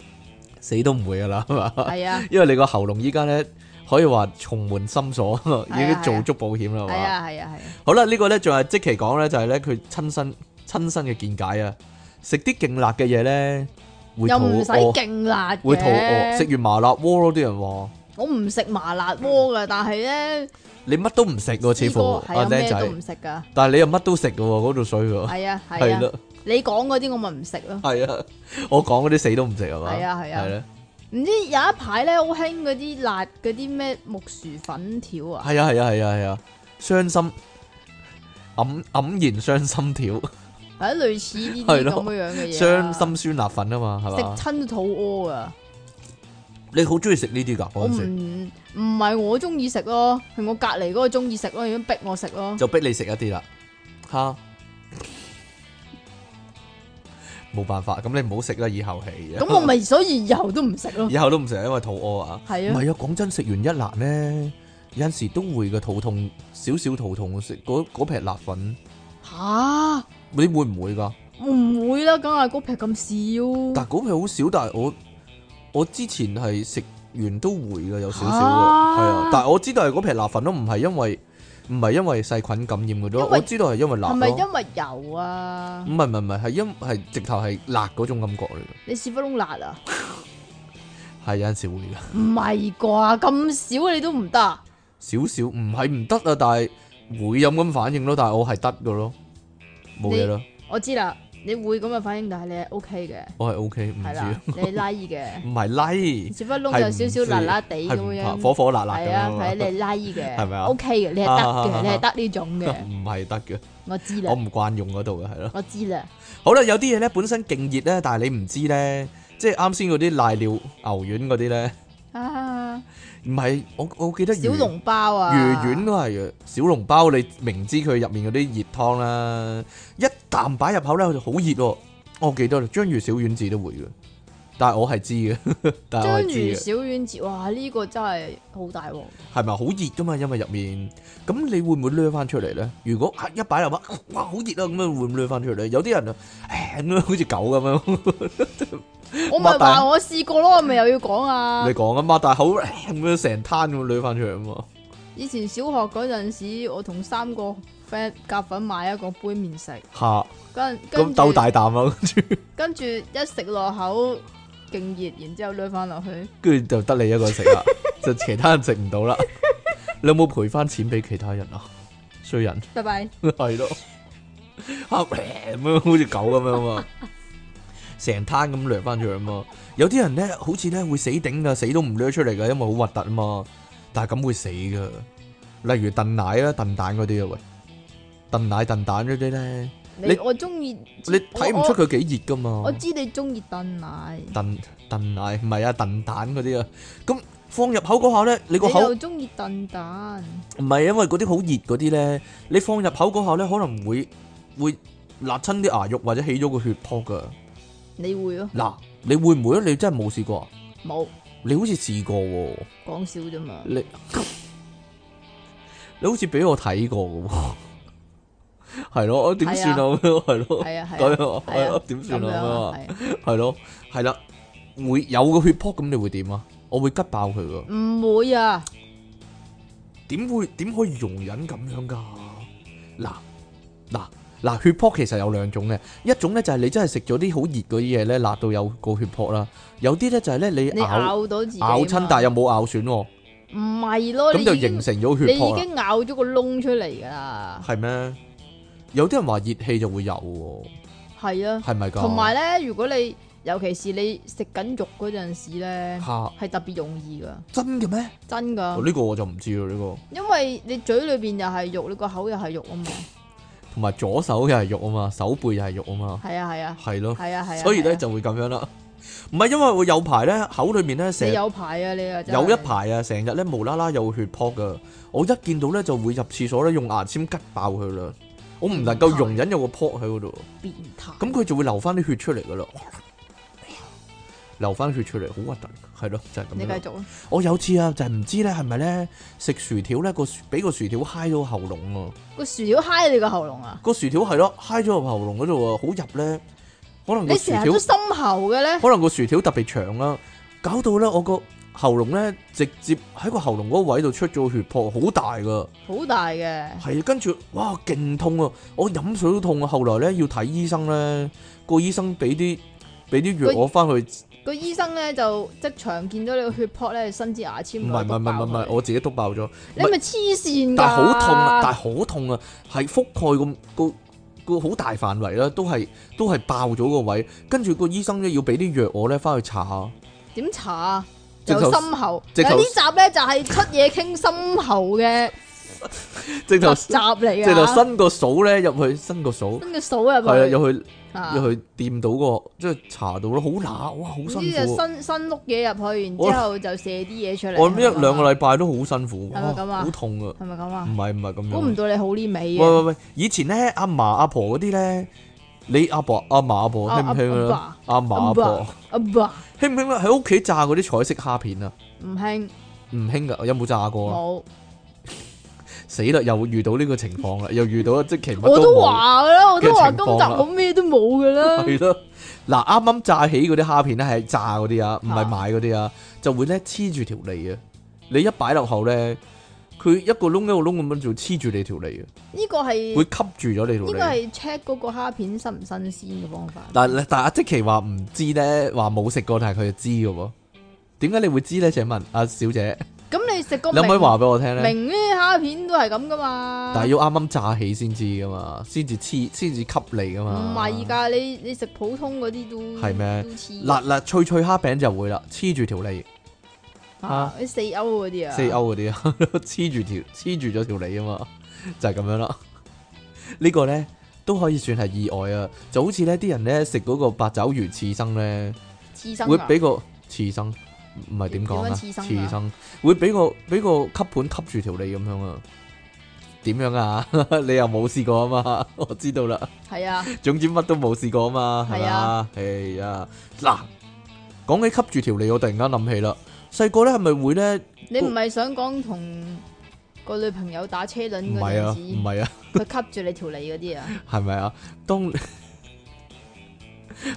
S1: 死都唔會噶啦，係嘛？
S2: 係啊，
S1: 因為你個喉嚨依家咧可以話重門深鎖，已
S2: 係
S1: 經
S2: 啊
S1: 做足保險啦，係
S2: 係
S1: 嘛？
S2: 啊，係啊，係啊，
S1: 好啦，呢個咧仲係即期講咧，就係咧佢親身親身嘅見解啊，食啲勁辣嘅嘢咧會
S2: 又唔
S1: 肚
S2: 使
S1: 餓。
S2: 勁辣
S1: 會肚餓，食
S2: 嘅，
S1: 完麻辣鍋咯，啲人話
S2: 我唔食麻辣鍋噶，但係咧，
S1: 你乜都唔食喎，似
S2: 呢個
S1: 乎
S2: 係
S1: 阿
S2: 啊
S1: 僆
S2: 咩都
S1: 仔
S2: 唔，食 噶，
S1: 但係你又乜都食嘅喎，嗰度水 喎，
S2: 係啊，係
S1: 係
S2: 啊，
S1: 啦，
S2: 你講嗰啲我咪唔食咯，
S1: 係啊，我講嗰啲死都唔食係嘛，
S2: 係啊係啊
S1: 係啦，
S2: 唔知有一排咧好興嗰啲辣嗰啲咩木薯粉條啊。
S1: 係啊係啊係啊係啊，傷心黯黯然傷心條，
S2: 係類似呢
S1: 係
S2: 啲
S1: 咯
S2: 咁樣樣嘅嘢啊，
S1: 傷心酸辣粉啊嘛，係嘛
S2: 食，親都肚屙啊！
S1: 你好中意食呢啲㗎
S2: 我
S1: 嗰陣
S2: 唔
S1: 時，
S2: 唔係我中意食咯，係我隔離嗰個中意食咯，咁逼我食咯。
S1: 就逼你食一啲啦，嚇。冇辦法，咁你唔好食啦，以後係。啊
S2: 咁我咪所以以後都唔食 咯。
S1: 以後都唔食，因為肚餓啊。
S2: 係
S1: 唔
S2: 啊，
S1: 係啊，講真，食完一辣咧，有陣時都會嘅肚痛，少少肚痛，食嗰嗰撇辣粉，
S2: 吓
S1: 你會唔會㗎？
S2: 我唔會啦，梗係嗰劈咁少。
S1: 但嗰撇好少，但係我我之前係食完都會嘅，有少少嘅，係
S2: 啊
S1: 啊。但係我知道係嗰撇辣粉咯，唔係因為唔係因為細菌感染嘅
S2: 因
S1: 啫，
S2: 為
S1: 我知道係因為辣
S2: 係咪
S1: 咯。
S2: 因為油啊
S1: 唔？係唔係唔係，係因係直頭係辣嗰種感覺嚟嘅，
S2: 你屎忽窿辣啊？
S1: 係有陣時會嘅，
S2: 唔係啩？咁少你都唔得啊？
S1: 少少唔係唔得啊，但係會有咁反應咯，但係我係得嘅咯，冇嘢
S2: 你
S1: 咯，
S2: 我知啦，你會咁嘅反應，但係你係 O K 嘅，
S1: 我係 OK，唔
S2: 係啦
S1: 知，啊
S2: 你 like 嘅，
S1: 唔係 like
S2: 屎忽窿有少少辣辣地
S1: 係
S2: 咁
S1: 唔怕
S2: 樣，
S1: 火火辣辣
S2: 係
S1: 咁
S2: 啊，
S1: 樣
S2: 係
S1: 啊
S2: 你係
S1: 嘛，
S2: like 嘅，
S1: 係咪啊
S2: ？O K 嘅，你係得 嘅，你係得呢種嘅，
S1: 唔係得嘅，
S2: 我知
S1: 我
S2: 啦，
S1: 唔慣用嗰度嘅係咯。
S2: 我知啦，
S1: 好啦，有啲嘢咧本身勁熱咧，但係你唔知咧，即係啱先嗰啲瀨尿牛丸嗰啲咧，
S2: 啊，
S1: 唔係我我記得
S2: 小
S1: 魚
S2: 籠包啊，
S1: 魚丸都係嘅，小籠包你明知佢入面嗰啲熱湯啦，一啖擺入口咧就好熱喎。我記得啦，章魚小丸子都會嘅，但係我係知嘅， 但係我
S2: 章
S1: 係知啊
S2: 魚
S1: 嘅，
S2: 小丸子，哇！呢、個真係好 大鑊，
S1: 係咪好熱噶嘛？因為入面，咁你會唔會掠翻出嚟咧？如果啊一擺入口， 哇好熱啊！咁樣會唔會掠翻出嚟？有啲人啊， 唉咁樣好似狗咁樣，
S2: 我咪
S1: 擘大
S2: 話我試過咯，我咪又要講啊
S1: 你！講啊嘛，但係口 唉咁樣成灘咁掠翻出嚟啊嘛，
S2: 以前小學嗰陣時，我同三個 friend 夾粉買一個杯麵食，
S1: 嚇
S2: 跟
S1: 咁
S2: 跟
S1: 鬥
S2: 住
S1: 大啖啊，跟住
S2: 跟住一食落口勁熱，然之後掠翻落去，
S1: 跟住就得你一個食 啦，就其他人食唔到啦。你有冇賠翻錢俾其他人啊？衰人
S2: 拜拜！
S1: 係咯，啊咁樣好似狗咁樣啊嘛，成攤咁掠翻出去啊嘛。有啲人咧，好似咧會死頂噶，死都唔掠出嚟噶，因為好核突啊嘛。但係咁會死噶，例如燉奶啦、燉蛋嗰啲啊，喂，燉奶、燉蛋嗰啲咧，
S2: 你
S1: 你
S2: 我中意
S1: 你睇唔出佢幾熱噶嘛
S2: 我，我？知你中意燉奶，
S1: 燉燉奶唔係啊，燉蛋嗰啲啊，咁放入口嗰下咧，你個
S2: 你
S1: 口。
S2: 又中意燉蛋，
S1: 唔係因為嗰啲好熱嗰啲咧，你放入口嗰下咧，可能會會辣親啲牙肉或者起咗個血泡噶。
S2: 你會咯？
S1: 嗱，你會唔會啊？你真係冇試過啊？
S2: 冇
S1: 你好似試過喎，
S2: 講笑啫嘛，
S1: 你 你好似俾我睇過嘅喎， 係咯，我點算啊？係 咯，
S2: 係啊
S1: 咁樣啊
S2: 係
S1: 係
S2: 啊，係
S1: 咯
S2: 啊，，
S1: 點
S2: 咁
S1: 算
S2: 樣啊
S1: 啊？
S2: 係啊。
S1: 係咯，係啦，會有個血泡咁，你會點啊？我會吉爆佢噶。
S2: 唔會啊，
S1: 點會點可以容忍咁樣噶？嗱嗱嗱，血泡其實有兩種嘅，一種咧就係你真係食咗啲好熱嗰啲嘢咧，辣到有個血泡啦；有啲咧就係咧你
S2: 你
S1: 咬
S2: 咬到自己嘛
S1: 咬親，但係又冇咬損喎，
S2: 唔係咯，
S1: 咁就
S2: 你已
S1: 形
S2: 經
S1: 成咗
S2: 你
S1: 血泡
S2: 已
S1: 啦，
S2: 經咬咗個窿出嚟噶啦，
S1: 係咩？有啲人話熱氣就會有喎，
S2: 係啊，
S1: 係咪㗎？
S2: 同埋咧，如果你尤其是你食緊肉嗰陣時咧，
S1: 嚇
S2: 係特別容易噶，
S1: 真嘅咩？
S2: 真
S1: 哦
S2: 噶，
S1: 呢個我就唔知啦，呢個
S2: 因為你嘴裏邊又係肉，你個口又係肉啊嘛，
S1: 同埋左手又係肉啊嘛，手背又係肉啊嘛，
S2: 係啊係啊
S1: 係咯，
S2: 係啊係啊，
S1: 所以
S2: 係
S1: 咧
S2: 啊
S1: 就會咁樣啦。唔係因為我有排咧口裏面咧成
S2: 你
S1: 日。
S2: 有排啊你啊，真係
S1: 有一排啊，成日咧無啦啦有血泡噶，我一見到咧就會入廁所咧用牙籤拮爆佢啦，我唔能
S2: 嗯
S1: 夠容忍有個泡喺嗰度，
S2: 變態，
S1: 咁佢就會流翻啲血出嚟噶啦，流翻血出嚟好核突，係咯就係、咁
S2: 你繼
S1: 樣啦。
S2: 續啊，
S1: 我有次啊就係、唔知咧係咪咧食薯條咧個薯俾個薯條揩到喉嚨啊，
S2: 個薯條揩你個喉嚨啊，
S1: 個薯條係咯揩咗入喉嚨嗰度啊，好入咧，可能個
S2: 你
S1: 薯
S2: 成日
S1: 條
S2: 都深喉 嘅咧，
S1: 可能個薯條特別長啦，搞到咧我個喉嚨咧直接喺個喉嚨嗰個位度出咗血泡，好大噶，
S2: 好大嘅，
S1: 係跟住哇勁痛啊！我飲水都痛啊！後來咧要睇醫生咧，個醫生俾啲俾啲藥
S2: 佢
S1: 我翻去，
S2: 個醫生咧就即場見到你個血泡咧，伸支牙籤
S1: 唔係唔係唔係唔係，我自己督爆咗，
S2: 你咪黐線㗎！
S1: 但係好痛啊！但係好痛啊！係覆蓋咁個個好大範圍啦，都係都係爆咗個位，跟住個醫生咧要俾啲藥我咧翻去搽下。
S2: 點查啊？
S1: 直
S2: 由
S1: 頭
S2: 心喉，
S1: 直頭
S2: 嗱呢集咧就係出嘢傾心喉嘅
S1: 直頭
S2: 集嚟
S1: 直頭
S2: 啊！
S1: 伸個數咧入去，伸個數。
S2: 跟住數入去，
S1: 係啊，又去
S2: 啊
S1: 又去掂到個，即係查到咯，好乸，哇，好
S2: 唔
S1: 辛
S2: 知就
S1: 苦啊。
S2: 伸伸碌嘢入去，然
S1: 我
S2: 之後就射啲嘢出嚟。
S1: 我
S2: 係
S1: 諗
S2: 咪
S1: 一兩個
S2: 咁啊
S1: 禮拜都好辛苦，
S2: 係咪咁
S1: 哇
S2: 啊
S1: 好痛啊！
S2: 係咪咁
S1: 唔
S2: 啊？
S1: 係唔係咁
S2: 估唔
S1: 樣。
S2: 到你好呢味
S1: 喂喂
S2: 啊！
S1: 喂，以前咧阿嫲阿婆嗰啲咧，你阿婆阿嫲阿婆
S2: 啊
S1: 興唔興啊？阿嫲阿
S2: 阿
S1: 婆
S2: 爸阿爸
S1: 興唔興啊？喺屋企炸嗰啲彩色蝦片啊，
S2: 唔興
S1: 唔興噶，有冇炸過啊？
S2: 冇，
S1: 死啦，又遇到呢個情況啦，又遇到即期乜
S2: 我
S1: 都
S2: 都
S1: 冇。
S2: 話㗎啦，我都話
S1: 嘅情
S2: 今集
S1: 況啦啊
S2: 我咩都冇㗎啦。
S1: 係咯，嗱啱啱炸起嗰啲蝦片咧係炸嗰啲啊，唔係
S2: 啊
S1: 買嗰啲啊，就會咧黐住條脷啊！你一擺落口咧，佢一個窿一個窿咁樣就黐住你條脷啊，
S2: 呢個係
S1: 會吸住咗你條
S2: 呢
S1: 脷。
S2: 個係 check 嗰個蝦片新唔新鮮嘅方法。
S1: 但但阿即奇話唔知咧，話冇食過，但係佢就知嘅喎。點解你會知咧？請問阿小姐，
S2: 咁你食個
S1: 你可唔可以
S2: 明
S1: 話俾我聽咧？
S2: 明呢蝦片都係咁噶嘛？
S1: 但係要啊啱啱炸起先知噶嘛，先至黐，先至吸你噶嘛。
S2: 唔係㗎，你你食普通嗰啲都
S1: 係咩
S2: 都黐
S1: 辣辣脆脆蝦餅就會啦，黐住條脷，
S2: 啊！啲四歐嗰啲啊，
S1: 四歐嗰啲啊， 黐住條黐住咗條脷啊嘛， 就係、咁樣啦。 呢個咧都可以算係意外啊，就好似咧啲人咧食嗰個八爪魚刺身咧，
S2: 刺身啊
S1: 會俾個刺身唔係點講啊？
S2: 點樣刺身啊
S1: 刺身會俾個俾個吸盤吸住條脷咁樣啊？點樣啊？ 你又冇試過啊嘛？ 我知道啦。
S2: 係啊，
S1: 總之乜都冇試過啊嘛，係
S2: 係
S1: 啊
S2: 啊，
S1: 係啊，嗱，講起吸住條脷，我突然間諗起啦，細個咧係咪會咧？
S2: 你唔係想講同個女朋友打車輪
S1: 唔
S2: 嗰
S1: 係啊，唔
S2: 陣時，
S1: 係啊，
S2: 佢吸住你條脷嗰啲啊？
S1: 係咪啊？當 唔係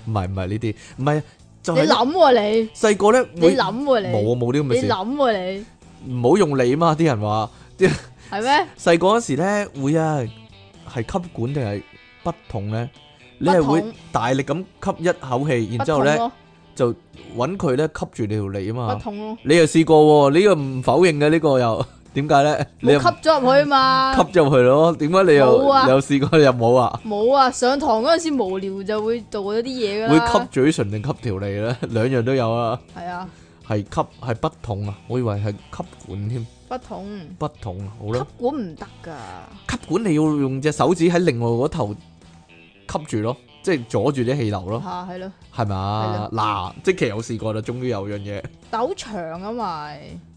S1: 唔係呢啲，唔係就
S2: 你
S1: 係
S2: 諗喎
S1: 細個咧
S2: 你，你
S1: 會冇啊
S2: 諗喎你，
S1: 冇啲咁嘅
S2: 你
S1: 事，
S2: 諗喎你，
S1: 唔好用脷啊嘛，啲人話
S2: 係咩？
S1: 細個嗰時咧會啊，係吸管定係筆筒咧？你係
S2: 筆
S1: 會
S2: 筒
S1: 大力咁吸一口氣，然之後
S2: 不
S1: 咧
S2: 同
S1: 就揾佢咧吸住你條脷啊嘛
S2: 咯，不。同咯，
S1: 你又試過喎？呢個唔否認嘅呢個又 點解咧？你
S2: 冇
S1: 又吸
S2: 吸咗入去啊嘛，
S1: 入去咯？點解你又
S2: 冇啊
S1: 有試過又冇啊？
S2: 冇啊！上堂嗰陣時無聊就會做嗰啲嘢噶
S1: 會
S2: 啦，
S1: 吸嘴唇定吸條脷咧？兩樣都有啊，
S2: 係啊，
S1: 係吸係不同啊！我以為係吸管添，
S2: 不同
S1: 不同啊好
S2: 吸
S1: 啦，
S2: 管唔得噶，
S1: 吸管你要用隻手指喺另外嗰頭吸住咯，即係阻住啲氣流咯，
S2: 吓係咯，
S1: 啊係咪啊？
S2: 係
S1: 嗱，即期有試過啦，終於有樣嘢，
S2: 斗長啊嘛，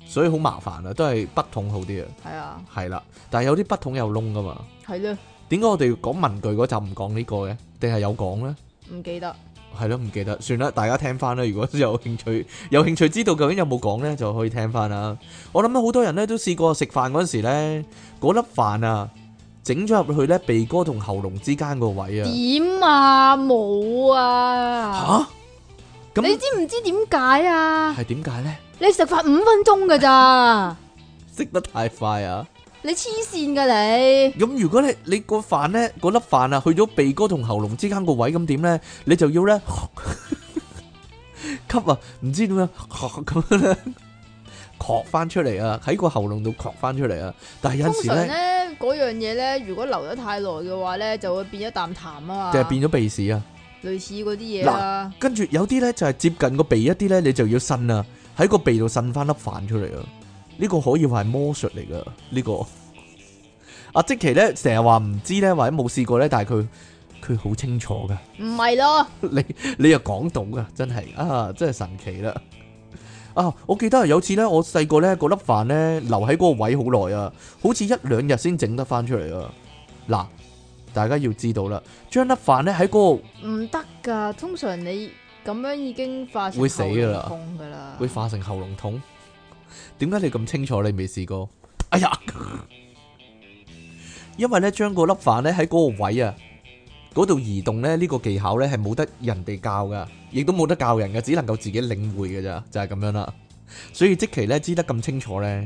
S1: 所以好麻煩啊，都係不同好啲啊，
S2: 係啊，
S1: 係啦，但係有啲不同有窿噶嘛。
S2: 係咯，
S1: 點解我哋講文具嗰集唔講呢個嘅？定係有講呢？
S2: 唔記得
S1: 係咯，唔記得，算啦，大家聽翻啦。如果有興趣，有興趣知道究竟有冇講呢，就可以聽翻啦。我諗好多人呢都試過食飯嗰陣時咧，嗰粒飯啊，整咗入去呢鼻哥同喉嚨之間個位啊。
S2: 點啊冇啊，
S1: 吓？
S2: 你
S1: 咁
S2: 知唔知點解啊？
S1: 係點解呢？
S2: 你食飯五分鐘噶 咋？
S1: 食得太快啊！
S2: 你黐線噶你，
S1: 咁如果你你個飯呢，嗰粒飯啊，去咗鼻哥同喉嚨之間個位，咁點呢？你就要呢， 吸啊，唔知點樣咁樣咧，咳翻出嚟啊，喺個喉嚨度咳翻出嚟啊。但係有
S2: 通
S1: 陣時
S2: 常
S1: 呢，
S2: 咧嗰樣嘢咧，如果留得太耐嘅話咧，就會變咗啖痰啊嘛，
S1: 就係變咗鼻屎啊。
S2: 類似嗰啲嘢啦，
S1: 跟住有啲呢，就係接近個鼻一啲呢，你就要呻啊，喺個鼻度呻翻粒飯出嚟啊。呢個可以話係魔術嚟噶，呢個。阿即奇呢，成日話唔知呢，或者冇試過呢，但係佢佢好清楚噶。
S2: 唔係咯。
S1: 你 你又講到噶，真係啊，真係神奇啦！啊，我記得有次咧，我細個咧嗰粒飯咧留喺嗰個位好耐啊，好似一兩日先整得翻出嚟啊！嗱，大家要知道啦，將粒飯咧喺嗰個
S2: 唔得噶，通常你咁樣已經化成
S1: 會死㗎啦
S2: 喉嚨痛噶啦，
S1: 會化成喉嚨痛。點解你咁清楚？你未試過？哎呀，因為咧將嗰粒飯咧喺嗰個位啊嗰度移動咧，呢、個技巧咧係冇得人哋教噶，亦都冇得教人嘅，只能夠自己領會嘅咋，就係、咁樣啦。所以即期咧知得咁清楚咧，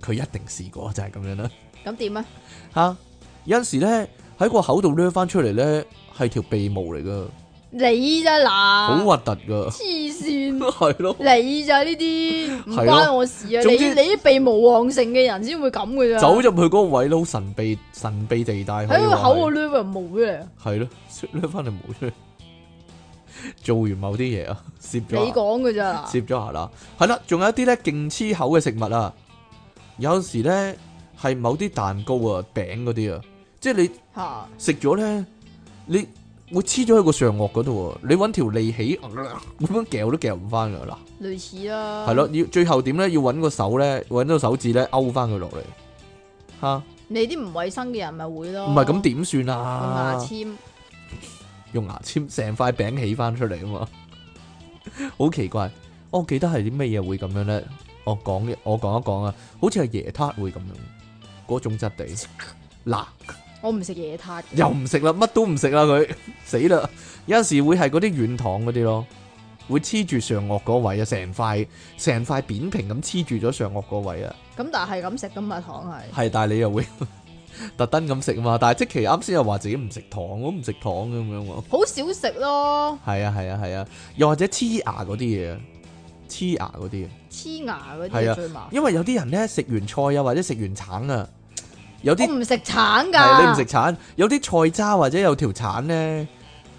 S1: 係佢一定試過，就係、咁樣啦。
S2: 咁點啊？
S1: 吓、有陣時咧喺個口度掠翻出嚟咧，係條鼻毛嚟噶，
S2: 你咋
S1: 好啊
S2: 嗱？
S1: 核突噶，
S2: 黐線，
S1: 係咯。
S2: 你咋呢啲唔
S1: 係咯
S2: 關我事啊！你
S1: 總之
S2: 你啲鼻毛旺盛嘅人先會咁嘅咋，
S1: 走入去嗰個位咧，好神秘神秘地帶，可以
S2: 啊喺個
S1: 話
S2: 口度
S1: 係
S2: 攣咪冇嘅。
S1: 係咯，掠翻嚟冇出嚟。做完某啲嘢啊， 攝
S2: 你
S1: 咗啊。
S2: 講嘅咋？
S1: 攝咗下啦，係啦，仲有一啲咧勁黐口嘅食物啊，有時咧係某啲蛋糕啊、餅嗰啲啊，即係你
S2: 嚇
S1: 食咗咧，你會黐咗喺個上顎嗰度啊，你揾條脷起咁樣嚼都嚼唔翻噶啦，
S2: 類似啦。
S1: 係咯，，要最後點咧要揾個手咧，揾到手指咧勾翻佢落嚟，吓，
S2: 你啲唔衞生嘅人咪會咯。
S1: 唔係咁點算
S2: 用牙
S1: 啊？
S2: 籤，
S1: 用牙籤成塊餅起翻出嚟啊嘛， 好奇怪。我記得係啲咩嘢會咁樣咧？我講嘅，我講一講啊，好似係椰撻會咁樣，嗰種質地。嗱，
S2: 我唔食嘢撻嘅。
S1: 又唔食啦，乜都唔食啦，佢 死啦！有陣時會係嗰啲軟糖嗰啲咯，會黐住上顎嗰位啊，成塊成塊扁平咁黐住咗上顎嗰位啊。
S2: 咁但係咁食噶嘛，糖係。
S1: 係，但係你又會 特登咁食啊嘛。但係即其啱先又話自己唔食糖，我唔食糖咁樣喎。
S2: 好少食咯，
S1: 係啊係啊係啊，又或者黐牙嗰啲嘢啊，黐牙嗰啲啊，
S2: 黐牙嗰
S1: 係
S2: 啲
S1: 啊
S2: 啊最麻煩。
S1: 因為有啲人咧食完菜啊，或者食完橙啊，有啲
S2: 我唔啊食橙
S1: 係
S2: 㗎，
S1: 你唔食橙，有啲菜渣或者有條橙咧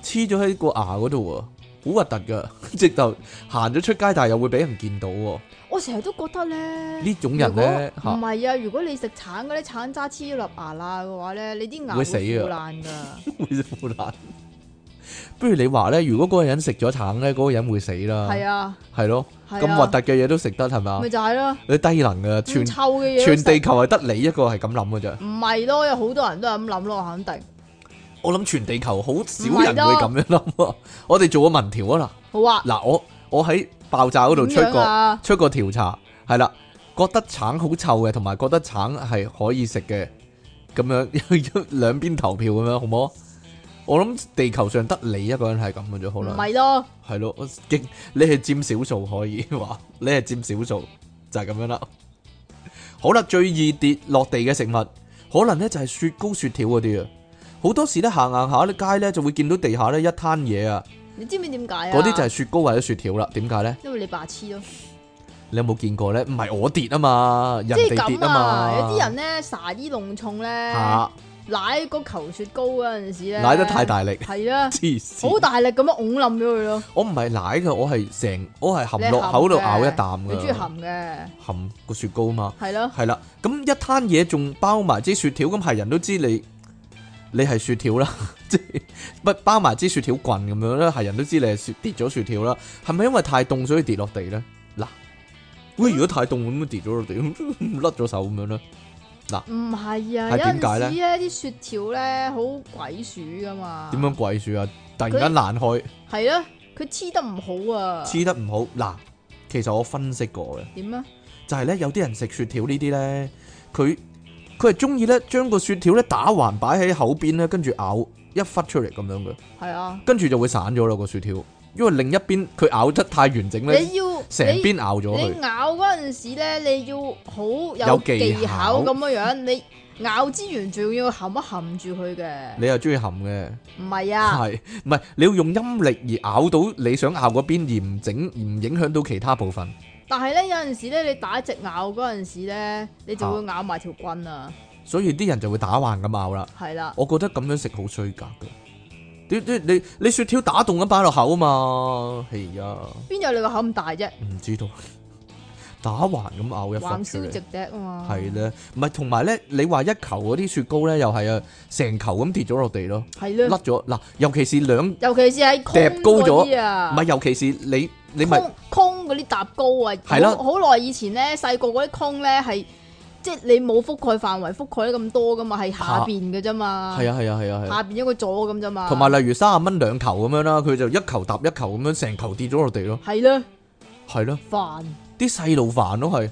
S1: 黐咗喺個牙嗰度喎，好核突噶， 直頭行咗出街，但係又會俾人見到喎。
S2: 我成日都覺得咧，
S1: 呢種人咧
S2: 如
S1: 嚇
S2: 果唔係啊，如果你食橙嗰啲橙渣黐咗落牙罅嘅話咧，你啲牙
S1: 會
S2: 會
S1: 死啊
S2: 腐爛噶。
S1: 會腐爛。不如你話咧，如果嗰個人食咗橙咧，嗰、個人會死啦。
S2: 係啊，
S1: 係咯，
S2: 係啊
S1: 咁核突嘅嘢都食得係嘛
S2: 咪？就嗯係咯，
S1: 你低能噶，
S2: 咁
S1: 全
S2: 臭嘅嘢都
S1: 全
S2: 食
S1: 地球係得你一個係咁諗嘅咋。
S2: 唔係咯，有好多人都係咁諗咯，我肯定。
S1: 我諗全地球好少
S2: 唔係
S1: 人會
S2: 咯
S1: 咁樣諗啊。我哋做個民調啊
S2: 好啊
S1: 嗱，，嗱我我喺爆炸嗰度出
S2: 點樣
S1: 過。
S2: 啊，
S1: 出個調查，係啦，覺得橙好臭嘅，同埋覺得橙係可以食嘅，咁樣 兩邊投票咁樣，好冇？我諗地球上得你一個人係咁嘅啫，
S2: 唔
S1: 可能
S2: 係咯，
S1: 係咯，我勁你係佔少數可以話，你係佔少數就係、咁樣啦。好啦，最易跌落地嘅食物，可能呢就係雪糕、雪條嗰啲啊。好多時咧行行下啲街咧，就會見到地下咧一攤嘢啊，
S2: 你知唔知點解啊？
S1: 嗰啲就係雪糕或者雪條啦。點解呢？
S2: 因為你白痴咯，
S1: 你有冇見過咧？唔係我跌啊嘛，人
S2: 即係
S1: 哋跌
S2: 咁
S1: 啊嘛
S2: 啊！。有啲人咧撒衣弄重咧，
S1: 嚇
S2: 奶個球雪糕嗰陣時咧，
S1: 奶得太，大 力，
S2: 係啊，
S1: 黐
S2: 好
S1: 線！
S2: 大力咁樣拱冧咗佢咯。
S1: 我唔係奶嘅，我係成我係含
S2: 你
S1: 落
S2: 含
S1: 口度
S2: 嘅
S1: 咬一啖
S2: 你中意
S1: 嘅，
S2: 含嘅，
S1: 含個雪糕嘛。
S2: 係咯，
S1: 係啦，咁一攤嘢仲包埋支雪條，咁係人都知你你係雪條啦， 即係不包埋支雪條棍咁樣啦，係人都知你係雪跌咗雪條啦。係咪因為太凍所以跌落地咧？嗱，喂，如果太凍咁跌咗落地， 甩咗手咁樣咧，
S2: 唔係
S1: 係
S2: 啊，有
S1: 點解呢
S2: 陣時咧啲雪條咧好鬼鼠噶嘛，
S1: 點樣鬼鼠啊？突然間爛開。
S2: 係啊，佢黐得唔好啊，
S1: 黐得唔好嗱，其實我分析過嘅，
S2: 點啊？
S1: 就係咧有啲人食雪條呢啲咧，佢佢係中意咧將個雪條咧打橫擺喺口邊咧，跟住咬一忽出嚟咁樣嘅，
S2: 係啊，
S1: 跟住就會散咗啦個雪條，因為另一邊佢咬得太完整咧，
S2: 你要
S1: 成
S2: 你
S1: 邊咬咗佢
S2: 你，咬嗰陣時咧，你要好
S1: 有
S2: 有
S1: 技
S2: 技
S1: 巧
S2: 巧咁樣樣，你咬之餘仲要含一含住佢嘅，
S1: 你又中意含嘅，
S2: 唔係啊，
S1: 係唔係？你要用音力而咬到你想咬嗰邊，而唔整而唔影響到其他部分。
S2: 但係咧有陣時咧，你打直咬嗰陣時咧，你就會咬埋條棍啊，
S1: 所以啲人就會打橫咁咬啦。
S2: 係啦，
S1: 我覺得咁樣食好衰格嘅。你你你你雪條打洞咁擺落口啊嘛，係啊，
S2: 邊有你個口咁大啫，
S1: 唔知道打橫咁咬一忽
S2: 橫
S1: 出
S2: 燒直
S1: 嚟，
S2: 笛啊嘛，
S1: 係咧，唔係同埋咧，你話一球嗰啲雪糕咧，又係啊，成球咁跌咗落地咯，
S2: 係
S1: 甩
S2: 咯，
S1: 咗嗱，尤其是兩，唔
S2: 尤其是喺
S1: 疊
S2: 空
S1: 高咗
S2: 嗰啲啊，
S1: 係尤其是你你咪
S2: 空空嗰啲搭高啊，
S1: 係啦
S2: 好好耐以前咧，細個嗰啲空咧係即係你冇覆蓋範圍覆蓋得咁多噶嘛，係下邊嘅啫嘛，
S1: 係啊係啊係啊係啊，
S2: 下邊一個左咁啫嘛，
S1: 同埋例如三十蚊兩球咁樣啦，佢就一球搭一球咁樣，成球跌咗落地咯，
S2: 係啦，
S1: 係咯。
S2: 煩
S1: 啲細路煩咯， 係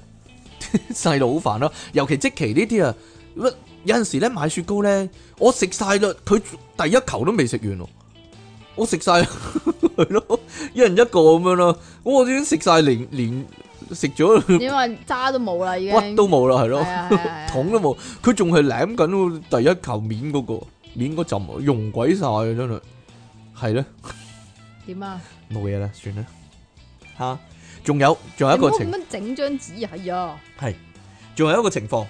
S1: 啲細路好煩咯，尤其即期呢啲啊，乜有陣時咧買雪糕咧，我食晒啦，佢第一球都未食完喎，我食 晒係咯，一人一個咁樣啦，咁我已經食晒，連連食咗
S2: 因為渣啊都冇啦已經，
S1: 骨都冇啦，係咯
S2: 係，啊係 啊
S1: 桶都冇，佢仲係舐緊第一球面嗰、個面嗰陣喎，溶鬼晒啊真係，係咧
S2: 點啊？
S1: 冇嘢啦，算啦，嚇，仲有仲有一
S2: 你唔
S1: 個
S2: 好
S1: 情
S2: 咁。樣整張紙係啊，
S1: 系，仲有一個情況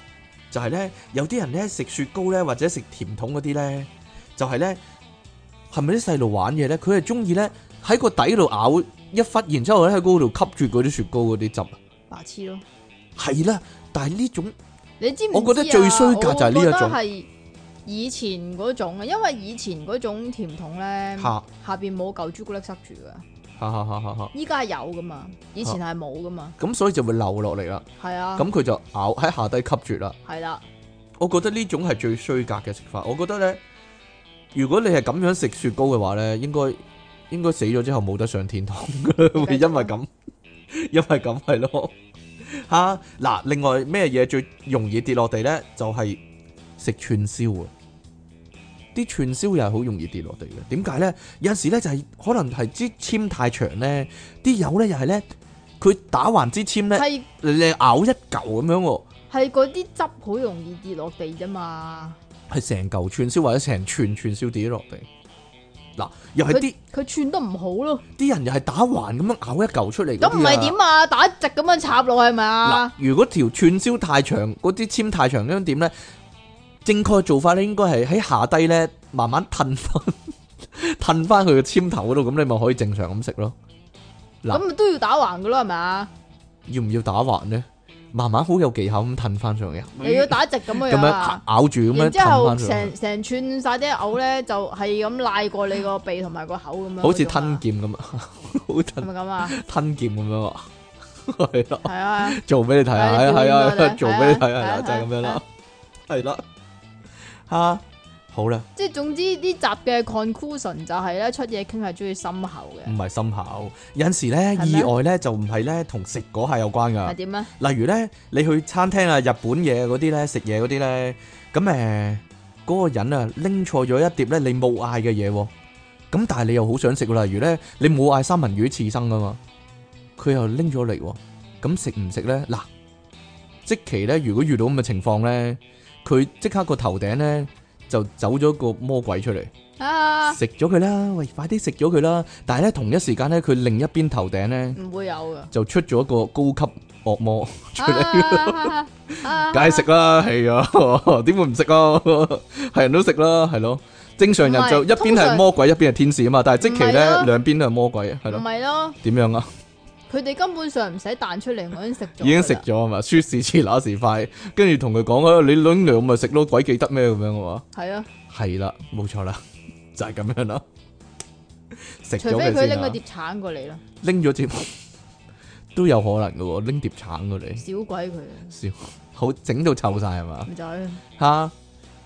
S1: 就係咧，有啲人咧食雪糕咧，或者食甜筒嗰啲咧，就係咧，係咪啲細路玩嘢咧？佢係中意咧喺個底度咬一忽，然之後咧喺嗰度吸住嗰啲雪糕嗰啲汁。啊
S2: 白痴咯！
S1: 係啦，但係呢種
S2: 你知唔知啊？
S1: 我覺得最衰格就係呢一種
S2: 我覺得係以前嗰種啊，因為以前嗰種甜筒咧，
S1: 嚇
S2: 下邊冇嚿朱古力塞住噶。
S1: 哈哈哈哈哈，
S2: 依家有噶嘛，以前係冇噶嘛，
S1: 咁所以就會漏落嚟啦。
S2: 係啊，
S1: 咁佢就咬喺下低吸住啦。
S2: 係啦，
S1: 我覺得呢種係最衰格嘅食法。我覺得咧，如果你係咁樣食雪糕嘅話咧，應該應該死咗之後冇得上天堂嘅，會因為咁，因為咁係咯。吓、嗱，另外咩嘢最容易跌落地咧？就係、食串燒啊！啲串燒又係好容易跌落地嘅。點解咧？有陣時咧就係、可能係支籤太長咧，啲油咧又係咧，佢打橫支籤咧，
S2: 係
S1: 你你咬一嚿咁樣喎。
S2: 係嗰啲汁好容易跌落地啫嘛，
S1: 係成嚿串燒或者成串串燒跌落地，嗱，又係啲
S2: 佢佢串得唔好咯，
S1: 啲人又係打環咁樣咬一嚿出嚟嗰啲啊。
S2: 咁唔係點啊？打直咁樣插落係咪
S1: 嗱
S2: 啊？，
S1: 如果條串燒太長，嗰啲籤太長咁點咧？正確做法咧，應該係喺下低咧，慢慢褪翻， 褪翻佢個籤頭嗰度，咁你咪可以正常咁食咯。嗱
S2: 咁都要打橫噶啦，係咪啊？
S1: 要唔要打橫咧？慢慢好有技巧咁褪翻上去，啊
S2: 又要打直咁樣
S1: 咁
S2: 樣
S1: 樣
S2: 啊？
S1: 咬住咁樣
S2: 哎然之
S1: 褪
S2: 後
S1: 翻上去，
S2: 成成串晒啲嘔咧，就係咁賴過你個鼻同埋個口咁樣嗰種啊，
S1: 好似吞劍咁啊， 好
S2: 係
S1: 吞
S2: 咪 咁啊？
S1: 吞劍咁樣啊，係咯，
S2: 係啊，
S1: 做俾你睇啊，
S2: 係你
S1: 係啊，係
S2: 表演過
S1: 啊，
S2: 你
S1: 做俾你睇啊，
S2: 係啊
S1: 就係咁樣
S2: 係
S1: 啦
S2: 啊，
S1: 係啦，吓，好啦。
S2: 即係總之呢集嘅 conclusion 就係咧，出嘢傾係中意深厚嘅，
S1: 唔係心口，有陣時咧
S2: 係咩
S1: 意外咧就唔係咧同食嗰下有關
S2: 係
S1: 噶。
S2: 點咧？
S1: 例如咧，你去餐廳啊、日本嘢嗰啲咧、食嘢嗰啲咧，咁誒嗰個人啊拎錯咗一碟咧你冇嗌嘅嘢喎，咁但係你又好想食喎。例如咧，你冇嗌三文魚刺身噶嘛，佢又拎咗嚟喎，咁食唔食咧？嗱，即期咧，如果遇到咁嘅情況咧，佢即刻個頭頂咧就走咗個魔鬼出嚟。
S2: 啊，
S1: 食咗佢啦，喂，快啲食咗佢啦！但係咧，同一時間咧，佢另一邊頭頂咧
S2: 唔會有噶，
S1: 就出咗個高級惡魔 出嚟，
S2: 啊啊
S1: 梗係食啦，係啊， 點會唔食啊？係人都食啦，係咯。正常人就
S2: 唔係
S1: 一邊
S2: 通
S1: 係
S2: 常
S1: 魔鬼，一邊係天使啊嘛。但係即期咧，
S2: 唔係啊
S1: 兩邊都係魔鬼，係
S2: 唔
S1: 咯。
S2: 係咯，
S1: 點樣啊？
S2: 佢哋根本上唔使彈出嚟，我已經食咗，
S1: 已經食。咗啊嘛，説時遲那時快，跟住同佢講啊，你拎嚟我咪食咯，鬼記得咩咁樣啊嘛。
S2: 係啊，
S1: 係啦，冇錯啦， 就係咁樣啦。食咗
S2: 除非
S1: 佢
S2: 佢
S1: 先
S2: 拎
S1: 啊
S2: 個碟橙過嚟啦，
S1: 拎咗碟 都有可能嘅喎，拎碟橙過嚟，
S2: 少鬼佢，
S1: 笑好整到臭晒係嘛
S2: 咪就係
S1: 吓？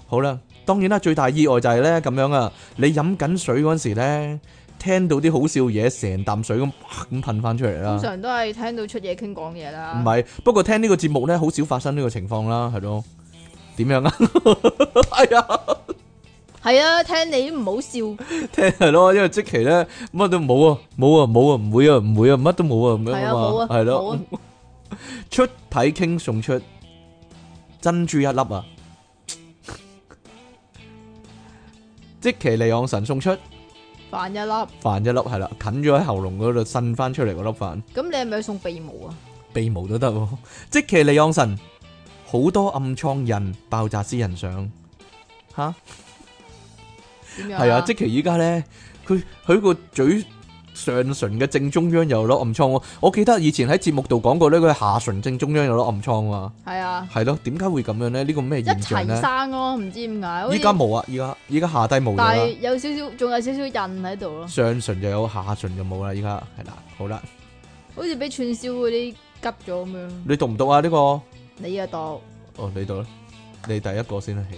S1: 好啦，當然啦，最大意外就係咧咁樣啊！你飲緊水嗰陣時咧，聽到啲好笑嘢，成啖水咁啪咁噴翻出嚟
S2: 通
S1: 啦。
S2: 常都啊係聽到出嘢傾講嘢
S1: 唔
S2: 啦。
S1: 係，不過聽呢個節目咧，好少發生呢個情況啦，係咯？點樣啊？ 哎呀，
S2: 係啊，聽你都唔好笑，
S1: 聽係咯，因為即期咧乜都冇啊，冇啊，冇啊，唔會啊，唔會啊，乜都冇啊，咁樣
S2: 係啊，冇
S1: 啊
S2: 啊，
S1: 嘛，係
S2: 冇
S1: 咯
S2: 啊。
S1: 出體傾送出珍珠一粒啊！ 即其利昂神送出
S2: 飯一粒，
S1: 飯一粒係啦，近咗喺喉嚨嗰度呻翻出嚟嗰粒飯，
S2: 咁你係咪送鼻毛啊？
S1: 鼻毛都得喎。 即其利昂神好多暗瘡印爆炸私人相吓，
S2: 點樣？
S1: 係啊！即其依家咧，佢佢個嘴上唇嘅正中央有粒暗瘡喎。我記得以前喺節目度講過咧，佢下唇正中央有粒暗瘡嘛。
S2: 係啊，
S1: 係咯，點解會咁樣咧？呢個咩
S2: 一
S1: 現象咧
S2: 齊？生咯，唔知點解。好似
S1: 依家冇啊，依家依家下低冇咗
S2: 但
S1: 啦
S2: 係，有少少，仲有少少印喺度咯，
S1: 上唇就有，下唇就冇啦。依家係啦，好啦，
S2: 好似俾串燒嗰啲急咗咁樣。
S1: 你讀唔讀啊？呢個哦，
S2: 你啊度，
S1: 你讀啦，你第一個先啦。起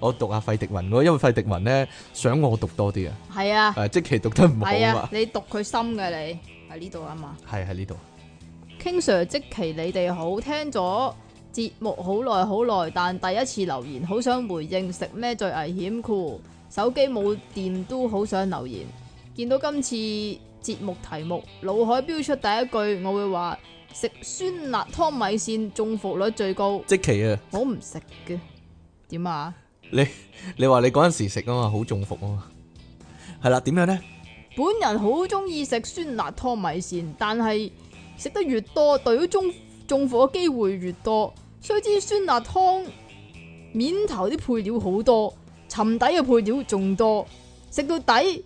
S1: 我讀下費迪雲咯，因為費迪雲咧想我讀多啲啊，
S2: 係啊，
S1: 誒即其讀得唔好
S2: 係
S1: 啊
S2: 啊
S1: 嘛，，
S2: 你讀佢心嘅你喺呢度啊嘛。
S1: 係喺呢度，
S2: King Sir 即期你哋好，聽咗節目好耐好耐，但第一次留言好想回應食咩最危險酷，手機冇電都好想留言。見到今次節目題目，腦海飆出第一句，我會話食酸辣湯米線中伏率最高，
S1: 即其啊，
S2: 我唔食嘅。點啊？
S1: 你話你嗰陣時食啊嘛，好中伏啊嘛，係啦，點樣咧？
S2: 本人好中意食酸辣湯米線，但係食得越多，對於中中火嘅機會越多。雖知酸辣湯面頭啲配料好多，沉底嘅配料仲多，食到底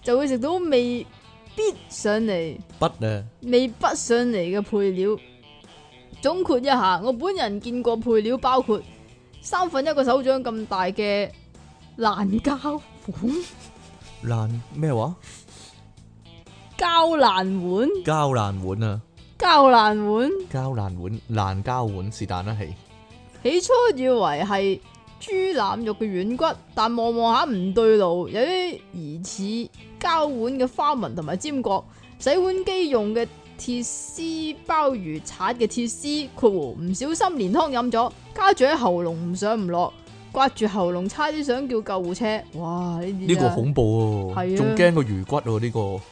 S2: 就會食到未必上嚟、
S1: 筆啊，
S2: 未不上嚟嘅配料。總括一下，我本人見過配料包括三分一個手掌咁大嘅爛膠碗、
S1: 爛咩話？
S2: 膠爛碗、
S1: 膠爛碗啊，
S2: 膠爛碗。
S1: 膠爛碗，爛膠碗是但啦，係
S2: 起初以為係豬腩肉嘅軟骨，但望望下唔對路，有啲疑似膠碗嘅花紋同埋尖角。洗碗機用嘅鐵絲鮑魚刷嘅鐵絲括弧，唔小心連湯飲咗，加住喺喉嚨唔上唔落，刮住喉嚨差啲想叫救護車。哇！呢啲
S1: 呢個
S2: 真係
S1: 恐怖喎，
S2: 係啊
S1: 仲驚過魚骨喎呢個。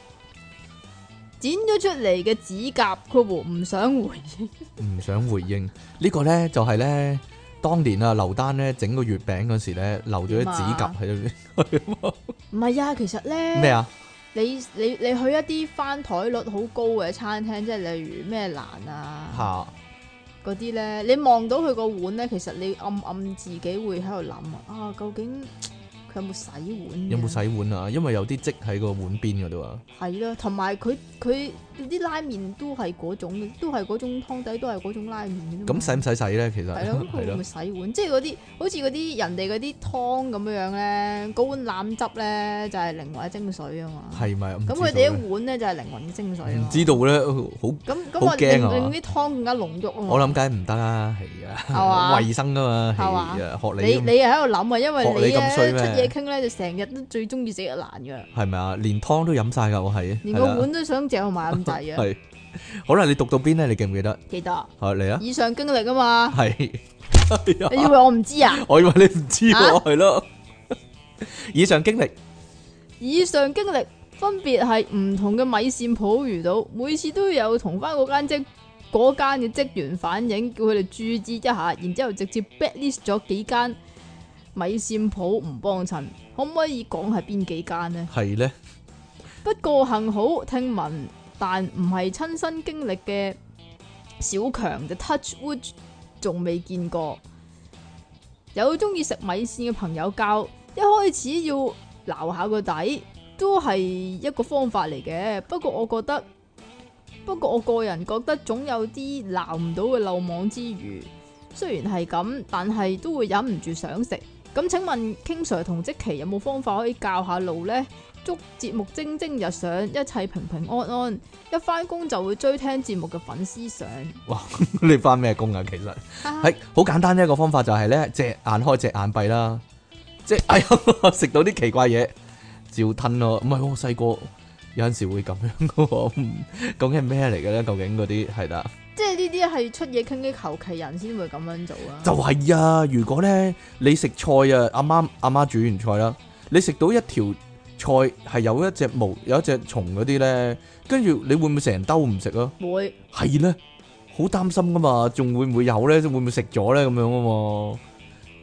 S2: 剪咗出嚟嘅指甲括弧，唔想回應。
S1: 唔想回應呢個呢，就係呢當年啊，劉丹咧整個月餅嗰時咧，留咗啲指甲喺
S2: 啊
S1: 度。
S2: 唔係啊，其實咧
S1: 咩啊？
S2: 你你你去一啲翻台率好高嘅餐廳，即係例如咩蘭啊
S1: 嚇！
S2: 嗰啲咧，你望到佢個碗咧，其實你暗暗自己會喺度諗啊，啊究竟佢有冇洗碗？
S1: 有冇？洗碗啊？因為有啲積喺個碗邊嗰度啊。
S2: 係啦，同埋佢佢啲拉麵都係嗰種，都係嗰種湯底，都係嗰種拉麵。
S1: 咁使唔使洗咧？其實
S2: 係咯，
S1: 係
S2: 佢會唔
S1: 咯
S2: 會，洗碗？即係嗰啲好似嗰啲人哋嗰啲湯咁樣樣咧，嗰碗腩汁咧就係靈魂嘅精髓啊嘛。
S1: 係咪啊？唔
S2: 咁
S1: 知
S2: 佢
S1: 道
S2: 哋
S1: 咧
S2: 一碗咧就係靈魂嘅精髓啊
S1: 唔
S2: 嘛。
S1: 知道咧，好
S2: 咁
S1: 好
S2: 咁我
S1: 驚
S2: 令
S1: 啊
S2: 令啲湯更加濃郁啊嘛。
S1: 我諗梗係唔得啦，係啊，
S2: 係嘛
S1: 衞生啊嘛，係
S2: 係嘛
S1: 啊，學
S2: 你
S1: 你咁
S2: 你又喺度諗啊，因為
S1: 學
S2: 你
S1: 你咁
S2: 咧
S1: 衰咩
S2: 出嘢傾咧就成日都最中意食一蘭噶，
S1: 係咪啊？連湯都飲晒㗎，我係
S2: 連
S1: 係
S2: 個
S1: 啦
S2: 碗都想嚼埋咁滯啊！
S1: 係。好啦，你讀到邊咧？你記唔記得？
S2: 記得
S1: 係你啊，
S2: 以上經歷 啊嘛，
S1: 係。係啊
S2: 你以為我唔知啊？
S1: 我以為你唔知
S2: 啊
S1: 喎，係咯。以上經歷
S2: 以上經歷分別係唔同嘅米線鋪遇到，每次都有同翻嗰間職嗰間嘅職員反映，叫佢哋注意一下，然之後直接 blacklist 咗幾間米線鋪唔幫襯，可唔可以講係邊幾間呢？
S1: 係咧，
S2: 不過幸好聽聞，但唔係親身經歷嘅小強就 touch wood 仲未見過。有中意食米線嘅朋友教，一開始要撈下個底，都係一個方法嚟嘅。不過我覺得，不過我個人覺得總有啲撈唔到嘅漏網之魚。雖然係咁，但係都會忍唔住想食。咁請問 King Sir 同積奇有冇方法可以教下路呢？祝節目蒸蒸日上，一切平平安安。一翻工就會追聽節目嘅粉絲上。
S1: 你翻咩工啊？其實係好簡單一個方法就係咧，隻眼開隻眼閉啦，即係哎 呀食到啲奇怪嘢，照吞咯。唔係喎，細個有陣時會咁樣嘅喎，嗯究竟係咩嚟嘅咧？究竟嗰啲係啦，
S2: 即係呢啲係出嘢傾嘅求其人先會咁樣做啊！
S1: 就係啊。如果咧你食菜啊，阿媽阿媽煮完菜啦，你食到一條菜係有一隻毛有一隻蟲嗰啲咧，跟住你會唔會成兜唔食啊？
S2: 會
S1: 係咧，好擔心噶嘛，仲會唔會有咧？會唔會食咗咧？咁樣啊嘛，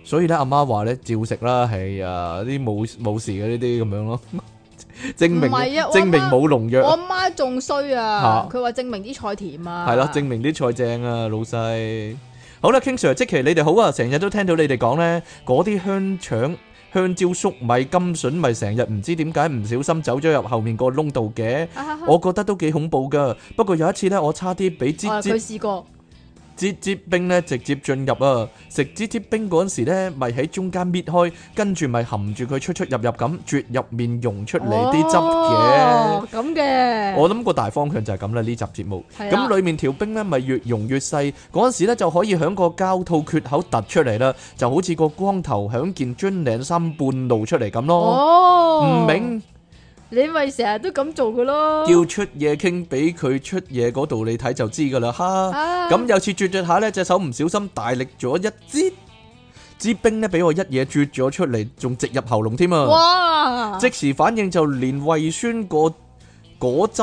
S1: 所以咧阿媽話咧，照食啦，係啊，啲冇冇事嘅呢啲咁樣咯， 證明
S2: 唔係啊我阿媽
S1: 證明冇農
S2: 我
S1: 藥，
S2: 阿媽仲衰啊！
S1: 嚇
S2: 佢話證明啲菜甜啊！
S1: 係啦，證明啲菜正啊，老細。好啦，King Sir，即其你哋好啊，成日都聽到你哋講咧，嗰啲香腸、香蕉、粟米、甘筍，咪成日唔知點解唔小心走咗入後面個窿度嘅，我覺得都幾恐怖噶。不過有一次咧，我差啲俾吱
S2: 啊佢
S1: 吱。
S2: 試過
S1: 支支冰咧直接進入啊！食支支冰嗰陣時咧，咪喺中間搣開，跟住咪含住佢出出入入咁，啜入面溶出嚟啲汁嘅。
S2: 哦咁嘅。
S1: 我諗個大方向就係咁啦，呢集節目。
S2: 係啦
S1: 咁裡面條冰咧咪越溶越細，嗰陣時咧就可以喺個膠套缺口突出嚟啦，就好似個光頭響件樽領衫半露出嚟咁咯。唔、
S2: 哦，
S1: 明
S2: 你咪成日都咁做嘅咯。
S1: 叫出嘢傾俾佢出嘢嗰度，你睇就知噶啦，哈。
S2: 啊
S1: 咁有次啜啜下呢隻手唔小心大力咗一支支冰呢，俾我一嘢啜咗出嚟，仲直入喉嚨添啊！
S2: 哇！
S1: 即時反應就連胃酸個果汁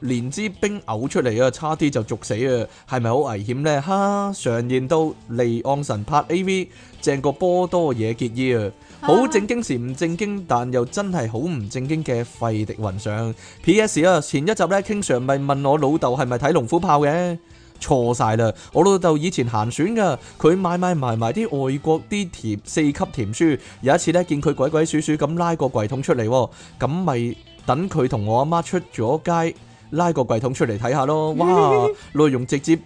S1: 連支冰嘔出嚟啊，差啲就毒死啊！係咪好危險呢？哈！常言道，離岸神拍 A.V. 正過波多野結衣啊！好正經時唔正經，但又真係好唔正經嘅費迪雲上。P.S. 啊，前一集呢，King Sir 咪問我老豆係咪睇龍虎豹嘅，錯晒啦！我老豆以前行選噶，佢買買埋埋啲外國啲甜四級甜書。有一次呢，見佢鬼鬼祟祟咁拉個櫃桶出嚟喎，咁咪等佢同我阿媽出咗街，拉個櫃桶出嚟睇下咯。哇，內容直接〜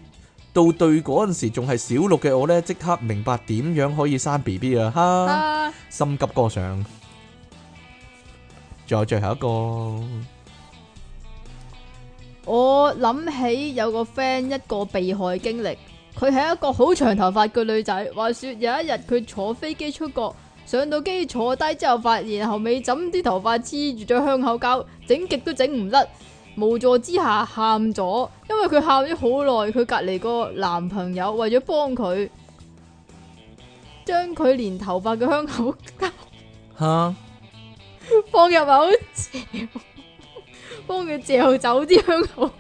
S1: 到對嗰陣時仲係小六嘅我呢，即刻明白點樣可以生 B B 啊！哈。
S2: 啊
S1: 心急歌上，仲有最後一個
S2: 我諗起有個 friend 一個被害經歷，佢係一個好長頭髮嘅女仔。話說有一日佢坐飛機出國，上到機坐低之後，發現後尾枕啲頭髮黐住咗香口膠，整極都整唔甩。無助之下喊咗，因為佢喊咗好耐，佢隔離個男朋友為咗幫佢， 將佢連頭髮嘅香口膠
S1: 吓，
S2: 放入口 嚼，幫佢嚼走啲香口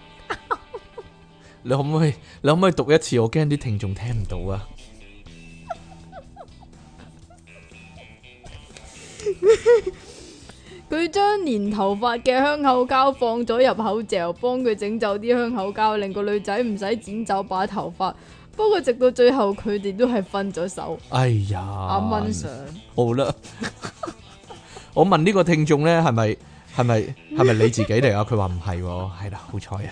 S1: 你可唔可以你可唔可以讀一次？我驚啲聽眾聽唔到啊！
S2: 佢將連頭髮嘅香口膠放咗入口嚼，幫佢整走啲香口膠，令個女仔唔使剪走把頭髮。不過直到最後，佢哋都係分咗手。
S1: 哎呀，
S2: 阿蚊
S1: 好
S2: 上
S1: 啦，我問呢個聽眾咧，係咪係咪係咪你自己嚟啊？佢話唔係喎，係啦，好彩啊，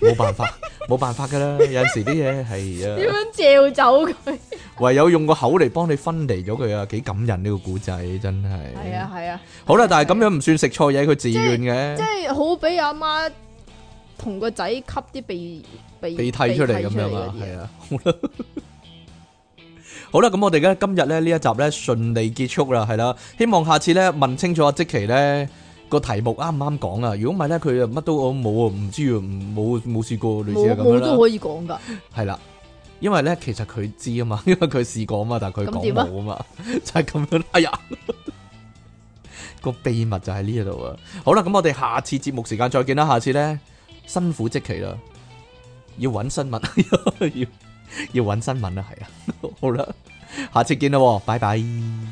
S1: 冇辦法，冇辦法噶啦，有陣時啲嘢係啊。
S2: 點樣嚼走佢？
S1: 唯有用個口嚟幫你分離咗佢啊，幾感人呢個古仔真係。
S2: 係啊係啊，
S1: 好啦，但係咁樣唔算食錯嘢，佢自願
S2: 即
S1: 嘅，
S2: 係好俾阿媽同個仔吸啲鼻鼻
S1: 被剃出嚟咁樣啊，係啊， 好啦。好啦，咁我哋咧今日咧呢一集咧順利結束啦，係啦，希望下次咧問清楚阿即奇咧個題目啱唔啱講啊，如果唔係咧佢啊乜都我冇啊，唔知啊，唔冇冇試過類似
S2: 冇
S1: 係咁樣
S2: 冇都
S1: 啦，
S2: 可以講㗎。
S1: 係啦，因為咧其實佢知啊嘛， 因為佢試過啊嘛，但係佢
S2: 咁
S1: 講
S2: 點啊
S1: 冇啊嘛， 就係咁樣啦，哎呀！個秘密就喺呢一度啊！好啦，咁我哋下次節目時間再見啦。下次咧辛苦即期啦，要揾新 啊聞，要要揾新聞啦，係啊！好啦，下次見啦喎，拜拜。